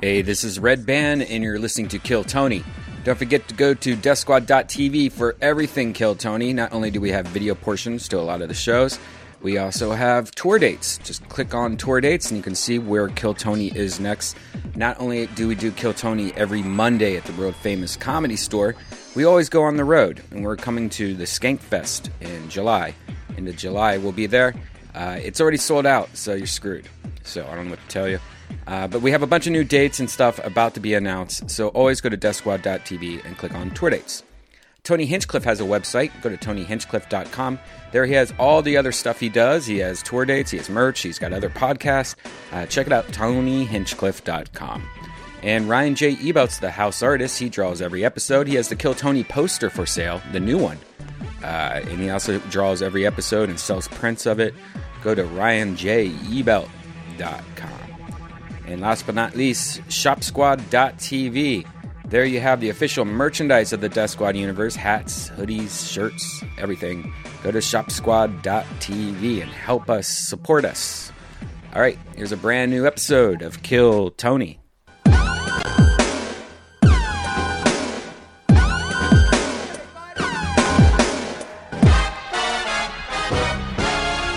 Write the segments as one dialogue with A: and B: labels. A: Hey, this is Red Ban, and you're listening to Kill Tony. Don't forget to go to DeathSquad.tv for everything Kill Tony. Not only do we have video portions to a lot of the shows, we also have tour dates. Just click on tour dates and you can see where Kill Tony is next. Not only do we do Kill Tony every Monday at the world famous comedy store, we always go on the road, and we're coming to the Skank Fest in July. Into July, we'll be there. Uh, it's already sold out, so you're screwed. So I don't know what to tell you. Uh, but we have a bunch of new dates and stuff about to be announced, so always go to DeathSquad.tv and click on tour dates. Tony Hinchcliffe has a website. Go to TonyHinchcliffe.com. There he has all the other stuff he does. He has tour dates, he has merch, he's got other podcasts. Uh, check it out, TonyHinchcliffe.com. And Ryan J. Ebelt's the house artist. He draws every episode. He has the Kill Tony poster for sale, the new one. Uh, and he also draws every episode and sells prints of it. Go to RyanJEbelt.com. And last but not least, ShopSquad.tv. There you have the official merchandise of the Death Squad universe hats, hoodies, shirts, everything. Go to ShopSquad.tv and help us support us. All right, here's a brand new episode of Kill Tony.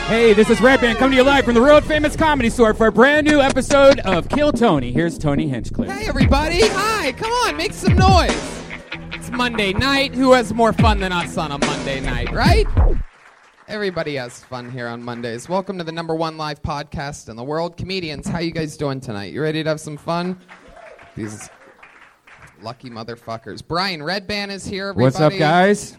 B: Hey, this is Red Band coming to you live from the world famous comedy store for a brand new episode of Kill Tony. Here's Tony Hinchcliffe.
C: Hey everybody! Hi! Come on, make some noise! It's Monday night. Who has more fun than us on a Monday night, right? Everybody has fun here on Mondays. Welcome to the number one live podcast in the world, comedians. How you guys doing tonight? You ready to have some fun? These lucky motherfuckers. Brian Redban is here. Everybody.
B: What's up, guys?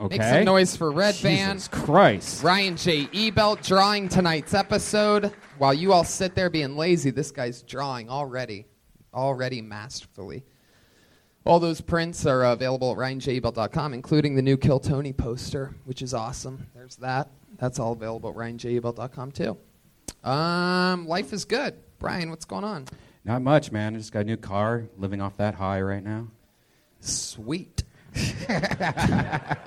B: Okay.
C: Make some noise for Red Band.
B: Jesus Christ.
C: Ryan J. Ebelt drawing tonight's episode. While you all sit there being lazy, this guy's drawing already, already masterfully. All those prints are available at ryanjebelt.com, including the new Kill Tony poster, which is awesome. There's that. That's all available at ryanjebelt.com too. Um, life is good. Brian, what's going on?
B: Not much, man. I just got a new car, living off that high right now.
C: Sweet. uh,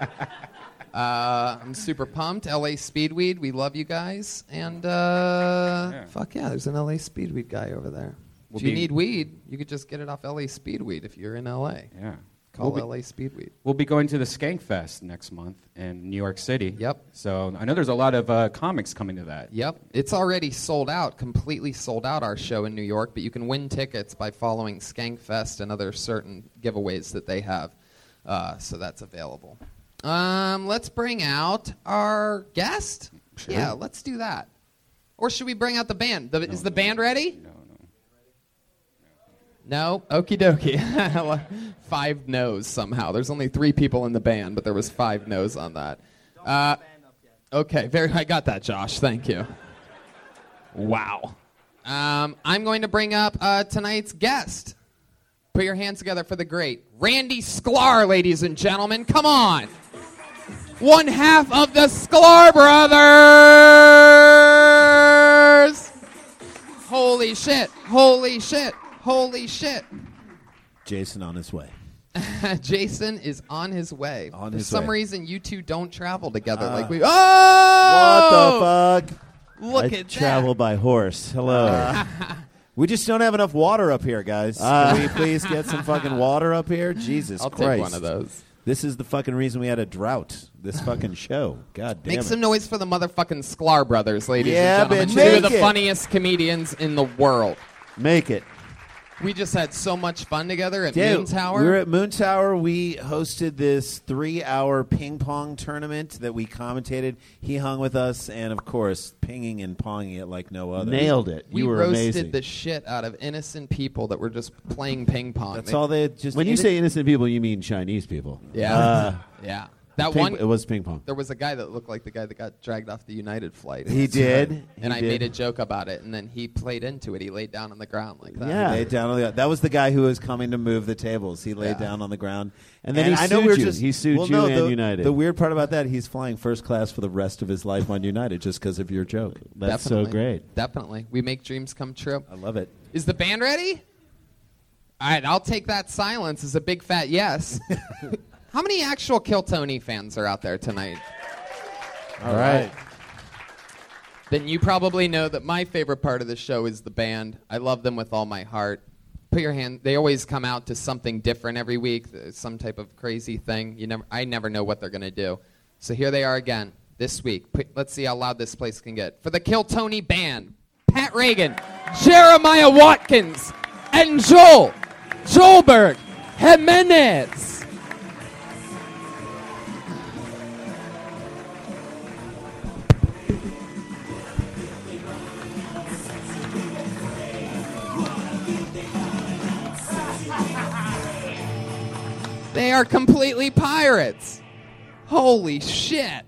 C: I'm super pumped. LA Speedweed, we love you guys. And uh, fuck yeah, there's an LA Speedweed guy over there.
B: We'll
C: if you
B: be-
C: need weed, you could just get it off LA Speedweed if you're in LA.
B: Yeah.
C: Call
B: We'll be-
C: LA Speedweed.
B: We'll be going to the Skank Fest next month in New York City.
C: Yep.
B: So I know there's a lot of uh, comics coming to that.
C: Yep, it's already sold out, completely sold out our show in New York, but you can win tickets by following Skankfest and other certain giveaways that they have. Uh, so that's available. Um, let's bring out our guest. Yeah, let's do that. Or should we bring out the band? The, is the band ready?
B: No, no.
C: No? Okie dokie. five no's somehow. There's only three people in the band, but there was five no's on that. Uh, okay, very, I got that, Josh. Thank you. Wow. Um, I'm going to bring up uh, tonight's guest. Put your hands together for the great Randy Sklar, ladies and gentlemen. Come on. One half of the Sklar brothers. Holy shit. Holy shit. Holy shit.
D: Jason on his way.
C: Jason is on his way.
D: On
C: For
D: his
C: some
D: way.
C: reason, you two don't travel together like
E: Ah.
D: Uh,
C: we. Oh!
D: What the fuck?
C: Look
D: I
C: at Ah.
D: travel by horse. Hello.
E: We just don't have enough water up here, guys. Can we please get some fucking water up here? Jesus
C: that. Ah. I'll
E: Christ.
C: take one of those.
E: This is the fucking reason we had a drought. This fucking show. God damn
C: Make
E: it.
C: some noise for the motherfucking Sklar brothers, ladies
E: Yeah,
C: and gentlemen.
E: bitch,
C: Two of
E: make
C: the
E: it.
C: funniest comedians in the world.
E: Make it.
C: We just had so much fun together at
E: Dude,
C: Moon Tower.
E: We were at Moon Tower. We hosted this three-hour ping pong tournament that we commentated. He hung with us, and of course, pinging and ponging it like no other.
D: Nailed it.
C: we
D: you were
C: roasted
D: amazing.
C: the shit out of innocent people that were just playing ping pong.
E: That's
C: They-
E: all they just.
D: when you say innocent people, you mean Chinese people. Uh,
C: Yeah. yeah. That
D: Ping-
C: one.
D: it was ping pong.
C: there was a guy that looked like the guy that got dragged off the United flight.
E: he did, He
C: and I
E: did.
C: made a joke about it, and then he played into it. He laid down on the ground like that.
D: Yeah.
E: He laid down on the. That was the guy who was coming to move the tables. He laid
C: Yeah.
E: down on the ground,
D: And then he
E: I know
D: sued
E: we were
D: you.
E: just
D: He sued
E: well,
D: you
E: no,
D: and
E: the,
D: United.
E: The weird part about that, he's flying first class for the rest of his life on United just because of your joke.
D: That's so
C: Definitely.
D: great.
C: Definitely. We make dreams come true.
E: I love it.
C: Is the band ready? All right, I'll take that silence as a big fat yes. How many actual Kill Tony fans are out there tonight?
E: All right.
C: Then you probably know that my favorite part of the show is the band. I love them with all my heart. put your hand. They always come out to something different every week, th- some type of crazy thing. You never, I never know what they're gonna do. So here they are again this week. Put, let's see how loud this place can get for the Kill Tony Band. Pat Reagan, Jeremiah Watkins, and Joel, Joelberg, Jimenez. They are completely pirates. Holy shit.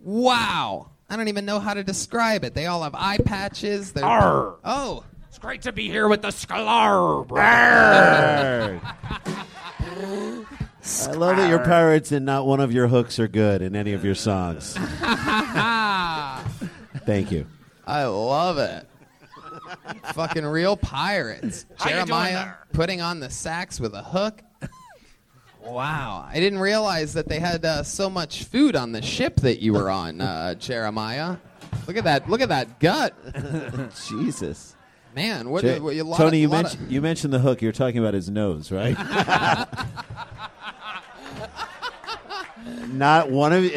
C: Wow. I don't even know how to describe it. They all have eye patches. They're,
F: Arr.
C: Oh.
F: It's great to be here with the Scalar.
D: I love that your pirates and not one of your hooks are good in any of your songs. Thank you.
C: I love it. Fucking real pirates.
F: How you doing
C: Jeremiah
F: there?
C: putting on the sax with a hook. Wow. I didn't realize that they had uh, so much food on the ship that you were on, uh, Jeremiah. Look at that. Look at that gut.
D: Jesus.
C: Man, what, what you lot
D: Tony,
C: of,
D: you,
C: lot
D: mentioned, you mentioned the hook. You're talking about his nose, right? not one of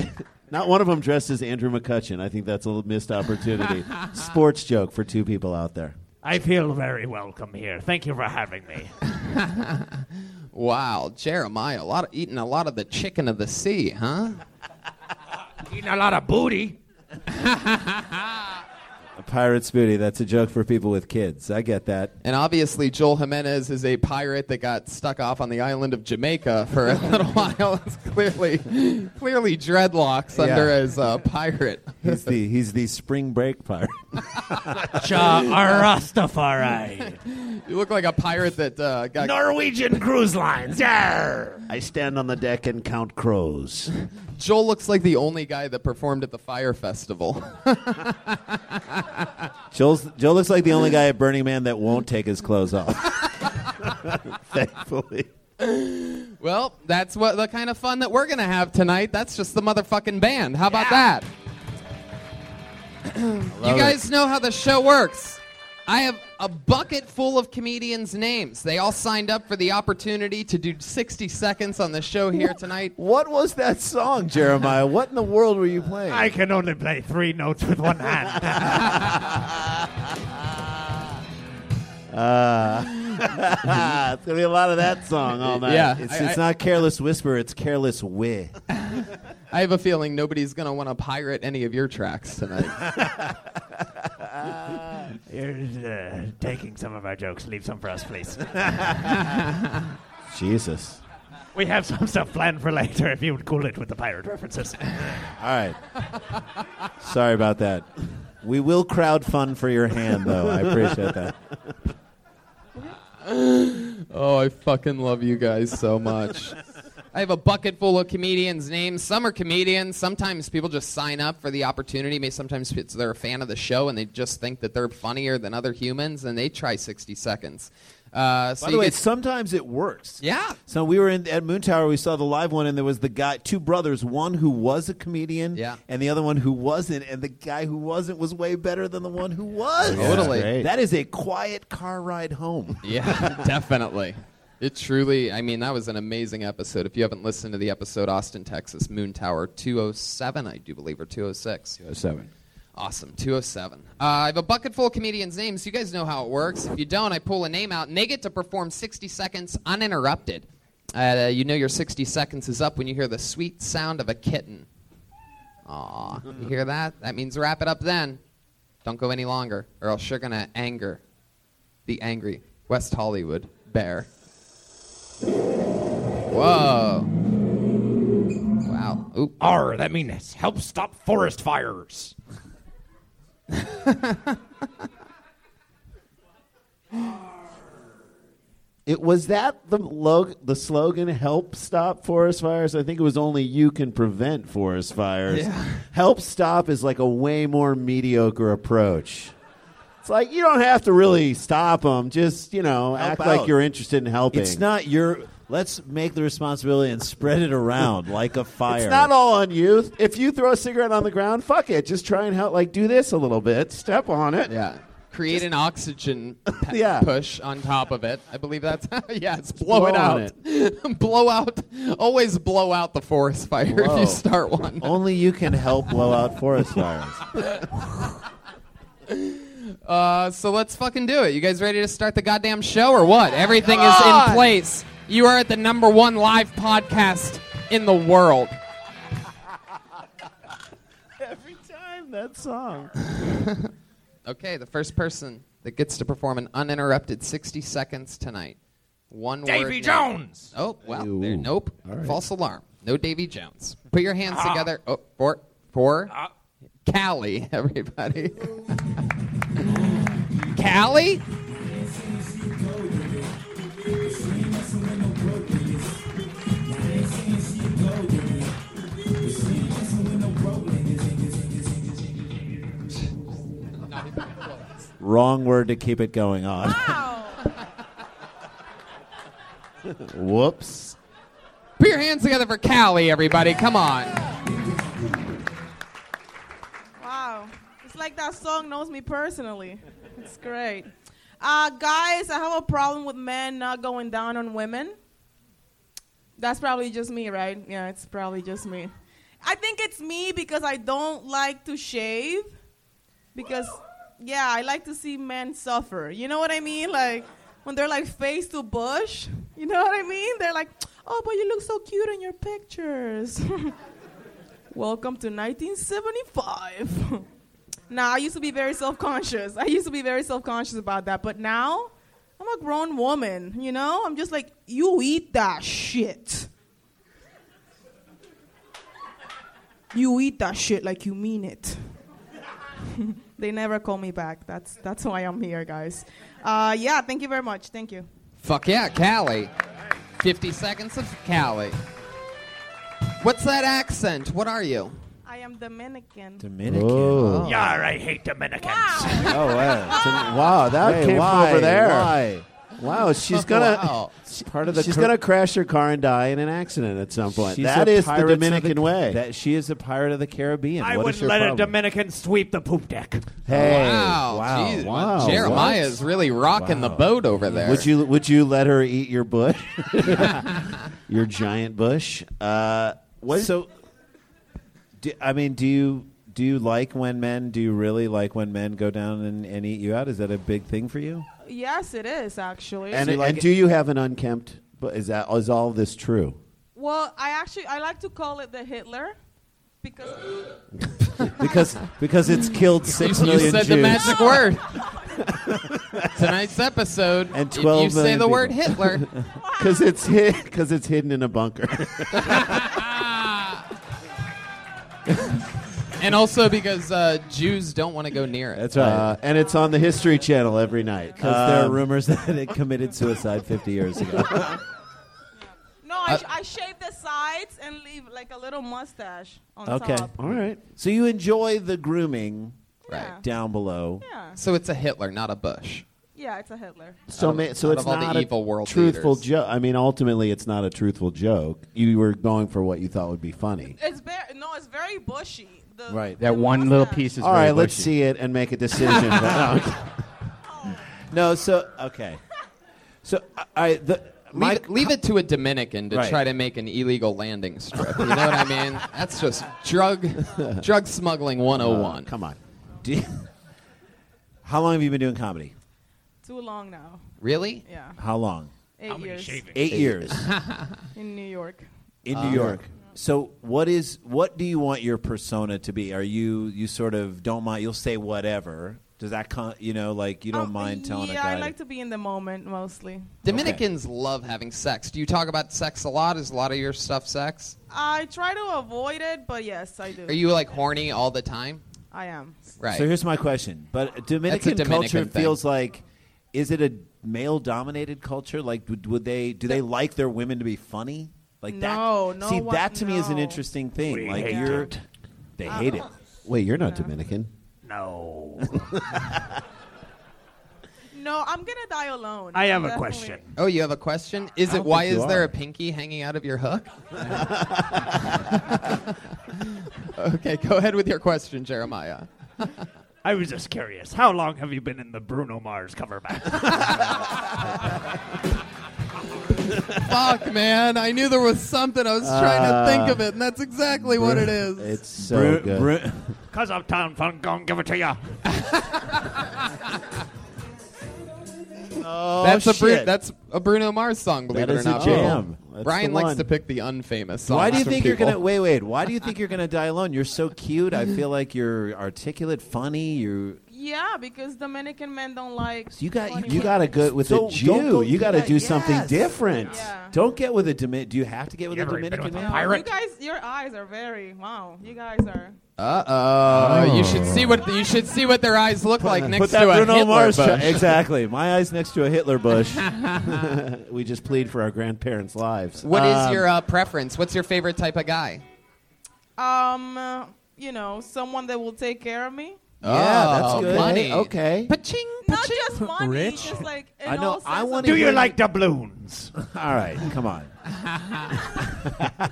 D: not one of them dressed as Andrew McCutcheon. I think that's a missed opportunity. Sports joke for two people out there.
F: I feel very welcome here. Thank you for having me.
C: of- Wow, Jeremiah, a lot of eating a lot of the chicken of the sea, huh?
F: Eating a lot of booty.
D: A pirate's booty. That's a joke for people with kids. I get that.
C: And obviously, Joel Jimenez is a pirate that got stuck off on the island of Jamaica for a little while. It's clearly, clearly dreadlocks under
E: Yeah.
C: his uh, pirate.
E: He's the he's the spring break pirate.
F: Cha Rastafari.
C: You look like a pirate that uh, got.
F: Norwegian cruise lines. Yeah.
D: I stand on the deck and count crows.
C: Joel looks like the only guy that performed at the Fire Festival.
D: Joel's, Joel looks like the only guy at Burning Man that won't take his clothes off. Thankfully.
C: well, that's what the kind of fun that we're gonna have tonight. That's just the motherfucking band. How about that? you guys know how the show works. I have a bucket full of comedians' names. They all signed up for the opportunity to do 60 seconds on the show here tonight.
E: what was that song, Jeremiah? What in the world were you playing?
F: I can only play three notes with one hand.
D: Uh, Ah, it's gonna be a lot of that song all night.
C: Yeah.
D: it's,
C: I-
D: it's
C: I-
D: not careless whisper. It's careless whi.
C: I have a feeling nobody's gonna want to pirate any of your tracks tonight.
F: You're uh, taking some of our jokes. Leave some for us, please.
D: Jesus.
F: We have some stuff planned for later if you would cool it with the pirate references.
D: All right. Sorry about that.
E: we will crowd fund for your hand, though. I appreciate that.
C: Oh, I fucking love you guys so much. I have a bucket full of comedians' names. Some are comedians. Sometimes people just sign up for the opportunity. Maybe sometimes it's- they're a fan of the show and they just think that they're funnier than other humans, and they try 60 seconds. Uh, so
E: By
C: you
E: the way,
C: get-
E: sometimes it works.
C: yeah,
E: So we were in, at Moon Tower. We saw the live one, and there was the guy, two brothers, one who was a comedian,
C: Yeah.
E: and the other one who wasn't. And the guy who wasn't was way better than the one who was.
C: Totally.
D: That's great.
E: That is a quiet car ride home.
C: yeah, definitely. It truly, I mean, that was an amazing episode. If you haven't listened to the episode, Austin, Texas, Moon Tower 207, I do believe, or 206.
G: Seven.
C: Awesome. 207. Uh, I have a bucket full of comedians' names. You guys know how it works. If you don't, I pull a name out, and they get to perform 60 seconds uninterrupted. Uh, you know your 60 seconds is up when you hear the sweet sound of a kitten. Aw, you hear that? That means wrap it up then. Don't go any longer, or else you're going to anger the angry West Hollywood bear. Whoa. Wow. Oop.
F: R, that means help stop forest fires.
D: It was that the log, the slogan "Help Stop Forest Fires." I think it was only you can prevent forest fires. Help stop is like a way more mediocre approach. It's like you don't have to really stop them. Just you know,
E: Help
D: act
E: out.
D: like you're interested in helping.
E: It's not your. Let's make the responsibility and spread it around like a fire.
D: It's not all on you. If you throw a cigarette on the ground, fuck it. Just try and help. Like do this a little bit. Step on it.
C: Yeah. create an oxygen pe-
D: Yeah.
C: push on top of it. I believe that's yeah. It's blow,
D: blow
C: it
D: on
C: out, blow out. Always blow out the forest fire if
D: Blow.
C: you start one.
E: Only you can help blow out forest fires.
C: Uh, so let's fucking do it. You guys ready to start the goddamn show or what? Everything is in place. You are at the number one live podcast in the world.
D: Every time that song.
C: Okay, the first person that gets to perform an uninterrupted 60 seconds tonight. One
F: Davy
C: word.
F: Jones.
C: Oh, well, there, nope. False alarm. No Davy Jones. Put your hands
F: Ah.
C: together. Oh, for, for Callie, everybody. Callie?
E: Wrong word to keep it going on.
D: Whoops.
C: Put your hands together for Callie, everybody. Come on.
H: Wow. It's like that song knows me personally. It's great. Uh, guys, I have a problem with men not going down on women. That's probably just me, right? Yeah, it's probably just me. I think it's me because I don't like to shave. Because, yeah, I like to see men suffer. You know what I mean? Like, when they're like face to bush, you know what I mean? They're like, oh, but you look so cute in your pictures. Welcome to 1975. now, I used to be very self conscious. I used to be very self conscious about that, but now I'm a grown woman, you know? I'm just like, you eat that shit. You eat that shit like you mean it. they never call me back. That's, that's why I'm here, guys. Uh, yeah, thank you very much. Thank you.
C: Fuck yeah, Callie. 50 seconds of Callie. What's that accent? What are you?
H: I am Dominican.
E: Dominican.
D: Oh.
F: Yar, I hate Dominicans.
D: Oh, wow. It's an-
E: Wow, that
D: Hey,
E: came
D: why?
E: from over there.
D: Why? Wow, she's
C: Fuck
D: gonna.
C: wow.
D: She, part of
E: the
D: she's
E: cor-
D: gonna crash her car and die in an accident at some point.
E: She's
D: that
E: a
D: is the
E: pirate of
D: Dominican way.
E: That she is a pirate of the Caribbean.
F: I
E: What
F: would
E: is your
F: let a
E: problem?
F: Dominican sweep the poop deck.
D: hey,
C: wow.
D: wow,
C: Jeez,
D: wow, what?
C: Jeremiah's really rocking the boat over there.
D: Would you would you let her eat your bush? your giant bush? Uh, what is-
E: So, do, I mean, do you do you like when men? Do you really like when men go down and, and eat you out? Is that a big thing for you?
H: Yes, it is, actually.
D: and,
E: so you like
D: and
E: it-
D: do you have an unkempt? bu- Is that is all this true?
H: well, I actually I like to call it the Hitler because
E: Because because it's killed six
C: You
E: million
C: said
E: Jews.
C: the magic word. Tonight's episode.
D: And
C: if you
D: 12
C: say
D: million
C: the word
D: people.
C: Hitler,
D: Because it's because it's hidden in a bunker.
C: and also because uh, Jews don't want to go near it.
D: That's right. Uh, and it's on the History Channel every night.
E: Because there are
D: Um,
E: rumors that it committed suicide 50 years ago.
H: No, I, sh- I shave the sides and leave like a little mustache on
E: Okay.
H: top.
D: all right.
E: so you enjoy the grooming
C: Right.
E: down below.
H: Yeah,
C: So it's a Hitler, not a Bush.
H: yeah, it's a Hitler.
D: So,
C: Out of-
D: ma- so
C: out
D: it's
C: of all the
D: not
C: evil
D: a
C: world
D: truthful
C: leaders.
D: joke. I mean, ultimately, it's not a truthful joke. You were going for what you thought would be funny.
H: It's very no, it's very bushy. The,
E: Right.
H: the
A: That one little
H: mustache.
A: piece is
D: All right,
A: very
D: let's
A: bushy.
D: see it and make a decision. But-
E: No, so, okay. So,
D: uh,
E: I, I the,
C: Leave,
E: my,
C: it, leave it to a Dominican to
E: Right.
C: try to make an illegal landing strip. You know what I mean?
E: Uh,
C: That's just drug drug smuggling 101.
D: Come on.
E: do you- how long have you been doing comedy?
H: Too long now.
C: Really?
H: Yeah,
E: How long?
H: eight
F: How many
H: years
F: shavings?
E: Eight years
H: in New York.
C: Uh,
E: in New York. So, what is what do you want your persona to be? Are you you sort of don't mind? You'll say whatever. Does that con- you know like you don't
H: Um,
E: mind telling
H: Yeah,
E: a guy?
H: I like to be in the moment mostly.
C: Dominicans love having sex. Do you talk about sex a lot? Is a lot of your stuff sex?
H: I try to avoid it, but yes, I do.
C: Are you like horny all the time?
H: I am.
C: Right.
E: So here's my question. But Dominican,
C: Dominican
E: culture
C: thing.
E: feels like is it a male dominated culture? Like would, would they do they like their women to be funny? Like
H: No,
E: that.
H: no
E: See
H: one-
E: that to me is an
H: no.
E: interesting thing.
F: We
E: like
F: hate
E: you're
F: it.
E: they hate it.
D: Wait, you're not Dominican.
F: No.
H: No, I'm gonna die alone.
F: I have a
H: Definitely.
F: question.
C: Oh, you have a question? Is it
D: don't
C: why
D: think you
C: is there
D: are.
C: a pinky hanging out of your hook? okay, go ahead with your question, Jeremiah.
F: I was just curious. How long have you been in the Bruno Mars cover band?
C: Fuck, man. I knew there was something. I was trying to think of it, and that's exactly what it is.
D: Uh, It's so good.
F: Cause Uptown Funk gon' give it to ya. Oh,
C: that's, a Bru-
E: shit.
C: that's a Bruno Mars song, believe
D: That
C: it or
D: is a
C: not.
D: jam. That's
C: Brian
D: the
C: likes
D: one.
C: to pick the unfamous songs.
E: why do you
C: from
E: think you're
C: people.
E: gonna wait? Wait, why do you think you're gonna die alone? You're so cute. I feel like you're articulate, funny. You
H: Yeah, because Dominican men don't like.
E: so you got
H: funny
E: you
H: women.
E: got to go with
D: So
E: a
D: don't
E: Jew.
D: go
E: you
D: do
E: got to
D: that.
E: do something
D: Yes.
E: different.
H: Yeah.
E: Don't get with a Dominican. Do you have to get with
F: You
E: a
F: ever been
E: Dominican
F: with a
E: man?
H: No, You
F: Pirate.
H: guys, your eyes are very wow. You guys are.
C: Uh-oh. Uh, You should see what you should see what their eyes look like next
E: Oh. Put that
C: to a
E: Bruno
C: Hitler
E: Mars.
C: bush.
E: exactly. My eyes next to a Hitler bush. we just plead for our grandparents' lives. Um,
C: What is your uh, preference? What's your favorite type of guy?
H: Um, uh, you know, someone that will take care of me.
E: Yeah, that's
C: Oh,
E: good.
C: Money.
E: Okay.
C: Paching,
H: Not
C: paching.
H: just money,
F: Rich?
H: just like in
E: I know,
H: all
E: I
H: sense
E: wanna
H: of-
F: Do you like doubloons?
E: All right, come on.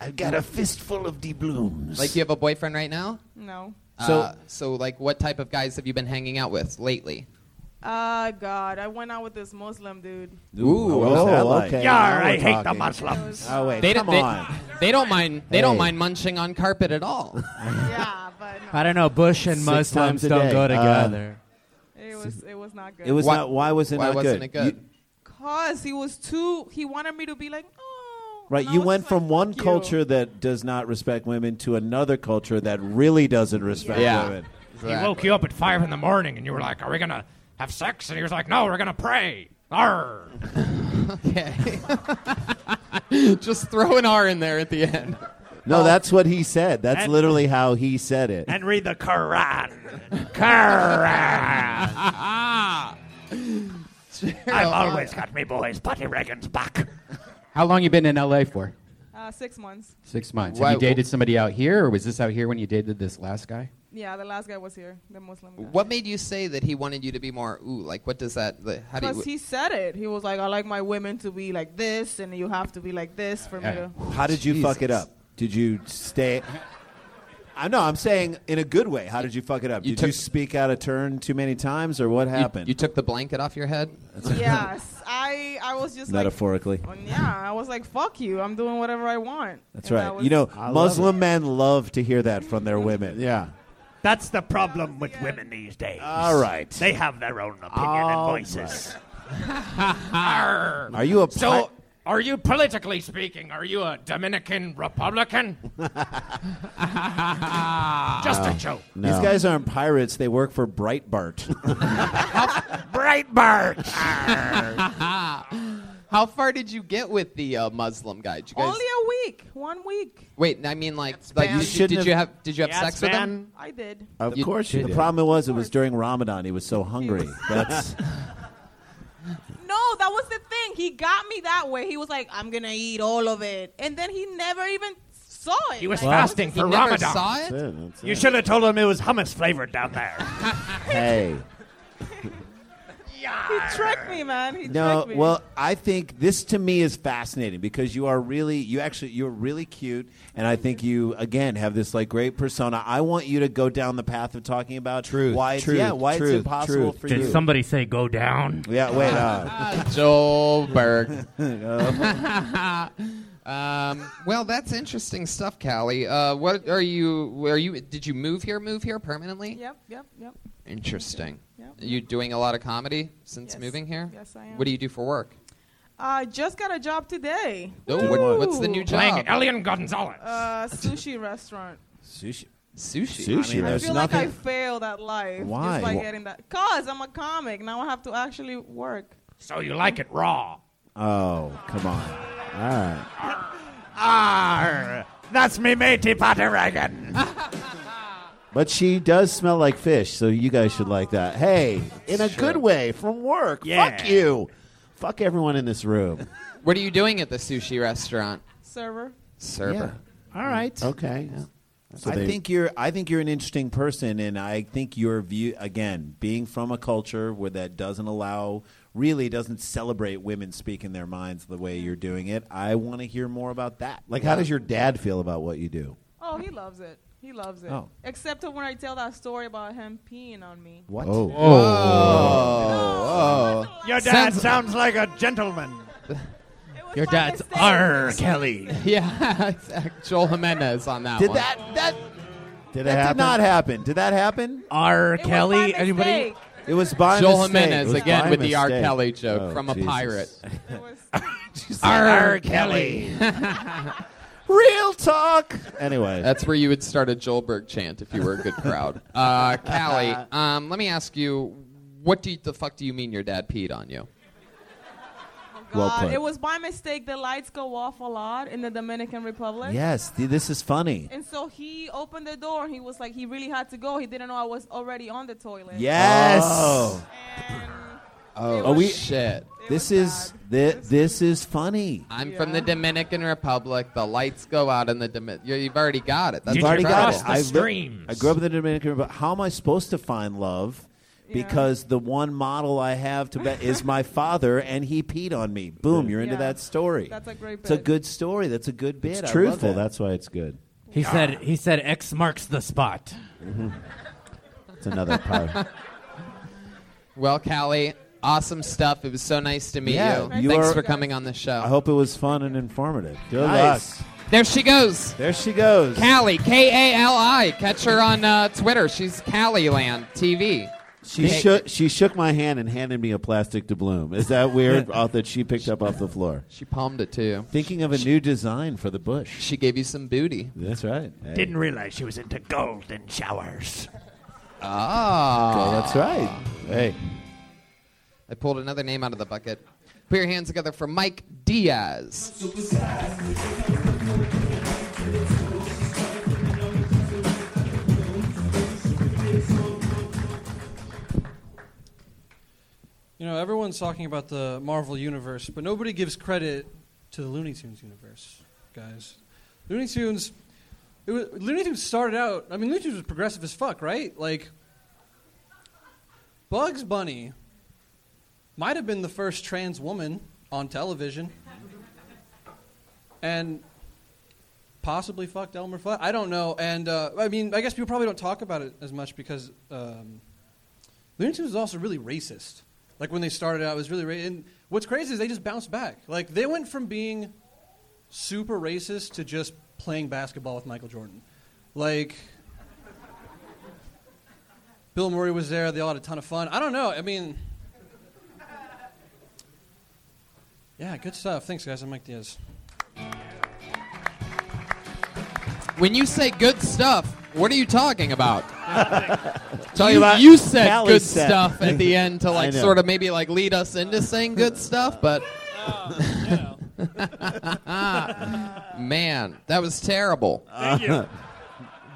E: I've got a fistful of doubloons.
C: Like you have a boyfriend right now?
H: No.
E: So-
C: uh, so like what type of guys have you been hanging out with lately?
H: Ah, God, I went out with this Muslim dude.
E: Ooh, what was
D: oh,
E: that like?
D: okay.
F: Yar,
E: now
F: I
E: we're
F: hate the
E: talking.
F: Muslims.
E: Oh wait,
C: They don't-
E: come
C: they-
E: on.
C: They don't mind. They don't
D: Hey.
C: mind munching on carpet at all.
H: yeah, but no,
I: I don't know. Bush and
D: Six times
I: Muslims
D: a
I: don't
D: day.
I: go
D: Uh,
I: together.
H: it was it was not good.
E: It was
C: Why-
E: not. Why was it
C: Why
E: not
C: wasn't it good?
E: You-
H: Cause he was too. He wanted me to be like, oh.
E: right,
H: and I
E: you
H: was
E: went
H: just like,
E: from one
H: "Fuck you."
E: culture that does not respect women to another culture that really doesn't respect
C: Yeah.
E: women.
C: Exactly.
J: He woke you up at five in the morning, and you were like, "Are we gonna have sex?" And he was like, "No, we're gonna pray." Arr.
C: Okay. Just throw an R in there at the end.
D: No, that's what he said. That's
F: And-
D: literally how he said it.
F: And read the Quran. Quran. I've always got me boys Putty Reagan's back.
A: How long you been in LA for?
H: Uh, six months.
A: Six months.
C: Why-
A: Have you dated somebody out here, or was this out here when you dated this last guy?
H: Yeah, the last guy was here, the Muslim guy.
C: What made you say that he wanted you to be more ooh? Like what does that? The, how do you?
H: Because he said it. He was like, I like my women to be like this, and you have to be like this for me to.
E: How did you fuck it
C: Jesus.
E: up? Did you stay? I know. I'm saying in a good way. How did you fuck it up?
C: You
E: did
C: took-
E: you speak out of turn too many times, or what
C: you-
E: happened?
C: You, took the blanket off your head.
H: yes, I I was just
E: Metaphorically.
H: like, "Oh, yeah, I was like, fuck you. I'm doing whatever I want.
E: That's
H: And
E: right.
H: that was-
E: you know,
D: I love
E: Muslim men love to hear that from their women.
D: yeah.
F: That's the problem with women these days.
E: All right.
F: They have their own opinion
D: All
F: and voices.
J: Arr.
E: Are you a
J: So, are you politically speaking? Are you a Dominican Republican? Just a joke.
D: No.
E: Uh, These guys aren't pirates. They work for Breitbart.
F: Breitbart.
C: How far did you get with the uh, Muslim guy? Did you guys?
H: Only a week. One week.
C: wait, I mean like, like you,
E: You
C: did,
E: shouldn't
C: you have did you have
F: Yes,
C: sex with
F: man.
C: him?
H: I did.
D: Of
C: You-
D: course you
E: the
D: did.
E: problem was it was during Ramadan. He was so hungry. That's
H: No, that was the thing. He got me that way. He was like, I'm gonna eat all of it, and then he never even saw it.
J: He was
H: Like,
J: fasting
C: He
J: for
C: never
J: Ramadan.
C: saw it.
D: Yeah, that's
F: You
D: it.
F: should have told him it was hummus flavored down there.
D: hey.
H: He tricked me, man. He
E: No,
H: tricked me.
E: well, I think this to me is fascinating because you are really, you actually, you're really cute, and I think you again have this like great persona. I want you to go down the path of talking about
D: Truth,
E: why, it's,
D: truth,
E: yeah, why
D: truth,
E: it's impossible
D: truth.
E: for
F: Did
E: you.
F: somebody say go down?
E: yeah, wait. Uh,
C: Joel Berg. um, well, that's interesting stuff, Callie. Uh, what are you? Are you? Did you move here? Move here permanently?
H: Yep, yep, yep.
C: Interesting.
H: Yep.
C: Are you doing a lot of comedy since
H: Yes.
C: moving here?
H: Yes, I am.
C: What do you do for work?
H: I just got a job today.
C: Oh, what, what's the new
H: Ooh.
C: job?
J: Playing Elian Gonzalez.
H: Uh, sushi restaurant.
E: sushi.
C: Sushi.
E: I mean,
H: I
E: there's
H: feel
E: nothing.
H: like I failed at life
E: Why?
H: just by
E: Wha-
H: getting that. Cause I'm a comic. Now I have to actually work.
J: so you like it raw?
E: oh, come on.
F: Arr, that's me matey Putty Reagan.
D: But she does smell like fish, so you guys should like that. Hey, in a good way, from work.
F: Yeah.
D: Fuck you. Fuck everyone in this room.
C: What are you doing at the sushi restaurant?
H: Server.
C: Server.
E: All right.
D: Okay. So
E: I
D: they-
E: think you're. I think you're an interesting person, and I think your view again, being from a culture where that doesn't allow, really doesn't celebrate women speaking their minds the way you're doing it. I want to hear more about that.
D: Like, how does your dad feel about what you do?
H: Oh, he loves it. He loves it.
E: Oh.
H: Except for when I tell that story about him peeing on me.
E: What?
K: Oh.
E: Oh.
C: Oh. oh.
F: Your dad
C: Sounds-
F: sounds, like a gentleman.
H: It was
C: Your
H: my
C: dad's
H: mistake.
F: R. Kelly.
C: Yeah, exact- Joel Jimenez on that
E: Did
C: one.
E: that that
D: Did it
E: that
D: happen?
E: did not happen? Did that happen?
F: R.
H: It was my
F: Kelly. Anybody?
H: mistake.
E: It was by
C: Joel
E: mistake. It
C: Jimenez
E: was
C: again
E: by
C: with the R.
E: mistake.
C: Kelly joke
E: Oh,
C: from a
E: Jesus.
C: pirate.
H: It was-
F: R. Kelly.
E: Real talk.
D: Anyway,
C: That's where you would start a Joelberg chant if you were a good crowd. Uh, Callie, um, let me ask you, what do you, the fuck do you mean your dad peed on you?
H: oh
E: Well
H: God.
E: put.
H: it was by mistake. The lights go off a lot in the Dominican Republic.
E: Yes, th- this is funny.
H: And so he opened the door and he was like, he really had to go. He didn't know I was already on the toilet.
E: Yes. Oh.
H: And
C: Oh,
H: Oh, we-
C: shit.
H: it
E: This
H: was
E: is
H: bad.
E: thi- this is funny.
C: I'm
H: Yeah.
C: from the Dominican Republic. The lights go out in the Dominican. You've already got it. That's
E: I've
F: Did
C: your
E: already
F: you
E: got
F: cross
E: it.
F: the
E: I li-
F: streams?
E: I grew up in the Dominican Republic. How am I supposed to find love?
H: Yeah.
E: Because the one model I have to bet is my father, and he peed on me. Boom, you're into
H: Yeah.
E: that story.
H: That's a great
E: It's a
H: bit.
E: good story. That's a good bit. I
D: it's
E: love
D: truthful.
E: that.
D: That's why it's good.
F: He said. He said X marks the spot.
D: It's mm-hmm. another part.
C: Well, Callie, awesome stuff. It was so nice to meet
E: Yeah,
C: you.
E: you
C: Thanks
E: are-
C: for coming on the show.
E: I hope it was fun and informative.
D: Good
E: Nice.
D: luck.
C: there she goes.
D: There she goes.
C: Callie, K A L I. Catch her on uh, Twitter. She's Callieland TV.
D: She
C: Hey.
D: shook. She shook my hand and handed me a plastic doubloon. Is that weird? Off that she picked up off the floor.
C: She palmed it to you.
E: Thinking of a new design for the bush.
C: She gave you some booty.
D: That's right. Hey.
F: Didn't realize she was into golden showers.
C: Ah.
D: That's right. Hey,
C: I pulled another name out of the bucket. Put your hands together for Mike Diaz.
L: You know, everyone's talking about the Marvel universe, but nobody gives credit to the Looney Tunes universe, guys. Looney Tunes, it was, Looney Tunes started out. I mean, Looney Tunes was progressive as fuck, right? Like, Bugs Bunny might have been the first trans woman on television, and possibly fucked Elmer Fudd. I don't know. And uh, I mean, I guess people probably don't talk about it as much because. Um, Looney Tunes was also really racist. Like when they started out, it was really racist. And what's crazy is they just bounced back. Like they went from being super racist to just playing basketball with Michael Jordan. Like Bill Murray was there. They all had a ton of fun. I don't know. I mean, yeah, good stuff. Thanks, guys. I'm Mike Diaz.
C: When you say good stuff, what are you talking about?
D: Talking
C: you,
D: about
C: you said
D: Cali
C: good
D: set.
C: stuff at the end to like
D: know.
C: sort of maybe like lead us into saying good stuff, but man, that was terrible.
F: Thank you.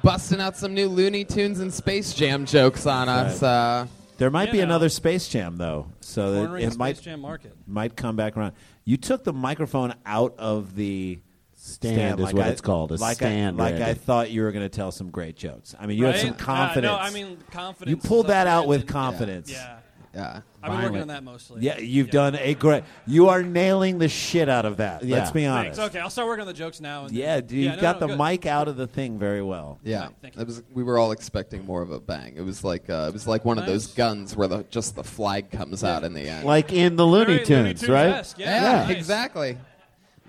C: Busting out some new Looney Tunes and Space Jam jokes on us. Uh,
E: There might
L: You
E: be
L: know.
E: another Space Jam though, so that
L: Cornering
E: it
L: the
E: might
L: Space Jam market.
E: might come back around. You took the microphone out of the
D: stand, is
E: like
D: what
E: I-
D: it's called. A
E: like
D: stand.
E: I, like I
D: Randy.
E: thought you were going to tell some great jokes. I mean, you
L: Right?
E: had some
L: Uh,
E: confidence.
L: no, I mean confidence.
E: you
L: is
E: pulled
L: up
E: that
L: there,
E: out with
L: didn't you?
E: confidence.
L: Yeah,
C: yeah.
L: I've been working
E: Violent.
L: on that mostly.
E: Yeah, you've done a great. You are nailing the shit out of that.
D: Yeah.
E: Let's be honest.
L: Thanks. Okay, I'll start working on the jokes now. And
E: Yeah,
L: then-
E: dude, you
L: no,
E: got
L: no,
E: the
L: good.
E: mic out of the thing very well.
C: Yeah,
L: Thank you.
C: it was. We were all expecting more of a bang. It was like uh, it was like one of those
L: Nice.
C: guns where the just the flag comes out in the end.
D: like in the Looney
L: Very
D: Tunes,
L: Looney
D: right?
L: Tunes-esque,
C: yeah,
L: yeah, nice.
C: exactly.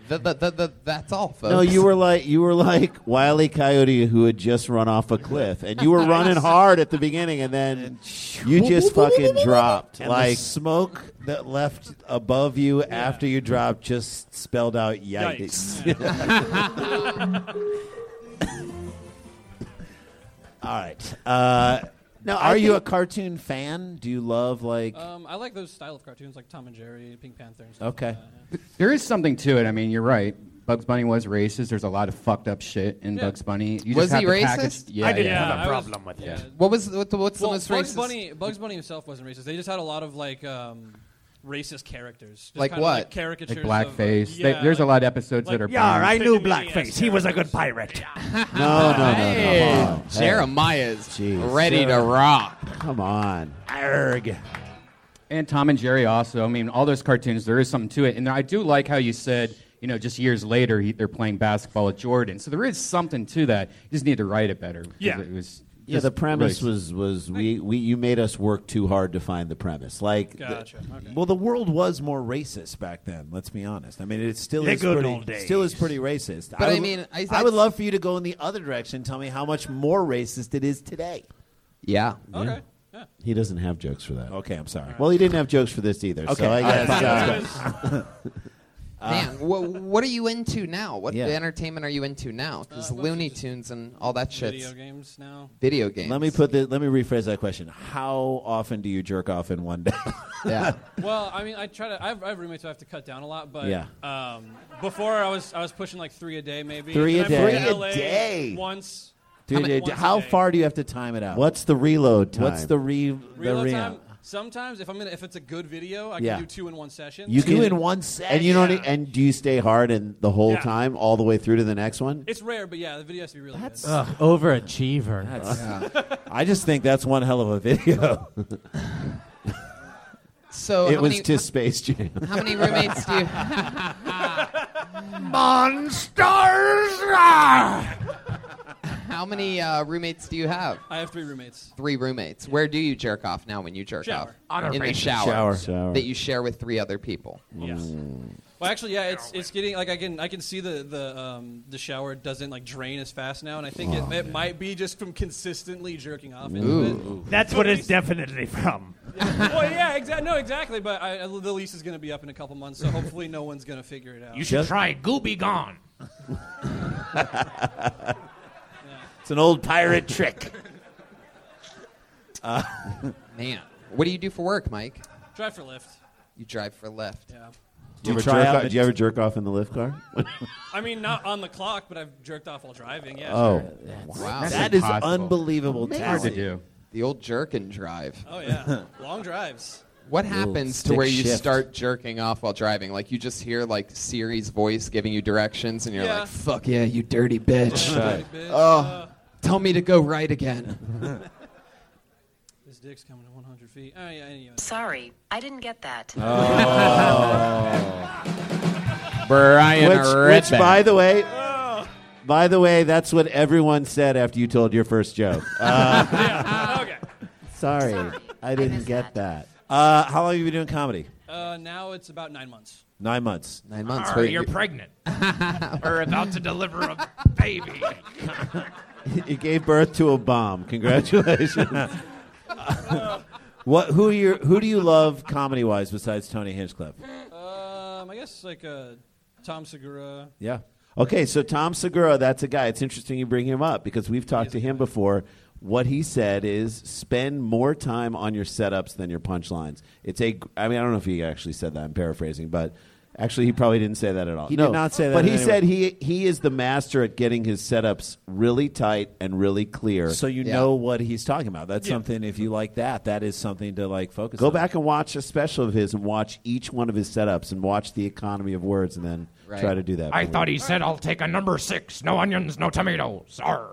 C: Th th th th that's all, folks.
D: No, you were like you were like Wiley Coyote who had just run off a cliff, and you were running hard at the beginning, and then you just fucking dropped.
E: And
D: like
E: the smoke that left above you after you dropped just spelled out yikes.
L: Yikes. Yeah.
E: All right. Uh, now, are
D: I
E: you a
D: think-
E: cartoon fan? Do you love like?
L: Um, I like those style of cartoons, like Tom and Jerry, Pink Panther, and stuff.
E: okay.
B: There is something to it. I mean, you're right. Bugs Bunny was racist. There's a lot of fucked up shit in
L: Yeah.
B: Bugs Bunny. You
C: Was
B: just have
C: he
B: to
C: racist?
B: package- Yeah,
F: I didn't
B: yeah.
F: have a
L: I was-
F: problem with
B: yeah.
F: it.
C: What was what the, what's
L: Well,
C: the most
L: Bugs
C: racist?
L: Bunny, Bugs Bunny himself wasn't racist. They just had a lot of like um, racist characters, Just
C: Like
L: kinda
C: what?
L: Like caricatures,
B: Like blackface.
L: Of,
B: They-
L: yeah,
B: there's a lot
L: like-
B: of episodes
L: like-
B: that are.
F: Yar,
B: banned.
F: I knew
L: Pygmy
F: blackface. He was a good pirate.
D: no, no, no, no,
C: Hey,
D: come on. Hey,
C: Jeremiah's
D: Jeez.
C: ready to rock.
D: come on.
E: Arg.
B: And Tom and Jerry also. I mean, all those cartoons. There is something to it, and I do like how you said. you know, just years later, he, they're playing basketball at Jordan. So there is something to that. You just need to write it better. 'cause
D: Yeah.
B: It was
D: Yeah, the premise was was we, we you made us work too hard to find the premise. Like, the-
E: Gotcha, well, the world was more racist back then. Let's be honest. I mean, it still
D: The
E: is
D: good
E: pretty,
D: old days.
E: still is pretty racist.
D: But I
E: would-
D: mean, I-
E: I would love for you to go in the other direction. and Tell me how much more racist it is today.
D: yeah.
E: Okay.
D: He doesn't have jokes for that.
E: Mm-hmm. Okay, I'm sorry.
D: Well, he didn't have jokes for this either.
E: Okay,
D: so I
E: all right,
D: guess.
E: fine,
D: uh,
E: Uh,
C: Man, wha- what are you into now? What
D: Yeah.
C: entertainment are you into
L: Uh,
C: now? Because Looney Tunes and all that shit.
I: Video games now.
C: Video games.
E: Let me put the, let me rephrase that question. How often do you jerk off in one day?
C: yeah.
L: well, I mean, I try to. I have, I have roommates who I have to cut down a lot, but
E: Yeah.
L: um, before I was I was pushing like three a day, maybe
E: Three
L: And
E: a
L: I moved
E: day.
L: to
E: Three a
L: LA
E: day.
L: once.
E: Dude,
L: Once
E: it-
L: a
E: how
L: day.
E: far do you have to time it out?
D: What's the reload time?
E: What's the re the
L: Reload
E: re-
L: time. Sometimes if I'm in, if it's a good video, I can
D: Yeah.
L: do two in one session.
D: you can,
L: session.
D: and you don't. need- And do you stay hard and the whole
L: Yeah.
D: time, all the way through to the next one?
L: It's rare, but yeah, the video has to be really good.
D: Ugh,
E: overachiever. I just think that's one hell of a video.
C: So
D: it
C: how
D: was
C: many-
D: to Space Jam.
C: How many roommates do you? How many uh, roommates do you have?
L: I have three roommates.
C: Three roommates. Where do you jerk off now when you jerk
L: Shower.
C: off?
L: On a
C: In the
L: racist
C: shower.
D: shower. Shower.
C: That you share with three other people.
L: Yes. Well, actually, yeah, it's it's getting like I can I can see the the um, the shower doesn't like drain as fast now, and I think
F: Oh,
L: it, it might be just from consistently jerking off. into
F: Ooh.
L: it.
F: That's
L: So
F: what
L: at
F: it's
L: least-
F: definitely from.
L: well, yeah, exactly. No, exactly. But I, I- the lease is going to be up in a couple months, so hopefully no one's going to figure it out.
F: You should try Gooby Gone.
E: it's an old pirate trick.
C: Uh, Man, what do you do for work, Mike?
L: Drive for Lyft.
C: You drive for Lyft.
L: Yeah.
D: Do you,
C: Do
D: ever
C: you try
D: jerk
C: out
D: off,
C: the-
D: do you ever jerk off in the lift car?
L: I mean, not on the clock, but I've jerked off while driving. Yeah.
D: Oh.
L: sure.
C: Wow,
D: That's That is impossible. unbelievable Amazing. talent. Hard to do.
C: The old jerk and drive.
L: Oh yeah, long drives.
C: What happens to
L: stick
C: where you
L: shift.
C: start jerking off while driving? Like you just hear like Siri's voice giving you directions, and you're
L: Yeah.
C: like, "Fuck yeah, you dirty bitch!"
L: Right. Dirty bitch,
E: Uh,
C: Oh, tell me to go right again.
L: This dick's coming to 100 feet. Oh, yeah, anyway.
M: Sorry, I didn't get that.
C: Oh.
E: Oh.
C: Brian
D: which, which,
C: Redback.
D: by the way, by the way, that's what everyone said after you told your first joke. Uh, Sorry, I didn't get that.
E: Uh, how long have you been doing comedy?
L: Uh, now it's about nine months. Um,
E: Nine months.
C: Nine
F: months, Arr, wait. you're pregnant. We're about to deliver a baby.
D: you gave birth to a bomb. Congratulations.
E: what? Who do you who do you love comedy wise besides Tony Hinchcliffe?
L: Um, I guess like uh, Tom Segura.
E: Yeah.
D: Okay, so Tom Segura, that's a guy. It's interesting you bring him up because we've talked to him before. What he said is spend more time on your setups than your punchlines. It's a, I mean, I don't know if he actually said that. I'm paraphrasing, but actually, he probably didn't say that at all.
E: He
D: No.
E: did not say that
D: But
E: in
D: he
E: any
D: said he he is the master at getting his setups really tight and really clear.
E: So you know what he's talking about. That's something. If you like that, that is something to like focus.
D: Go
E: on.
D: back and watch a special of his and watch each one of his setups and watch the economy of words and then try to do that.
J: I thought he said, I'll take a number six. No onions, no tomatoes. Arr.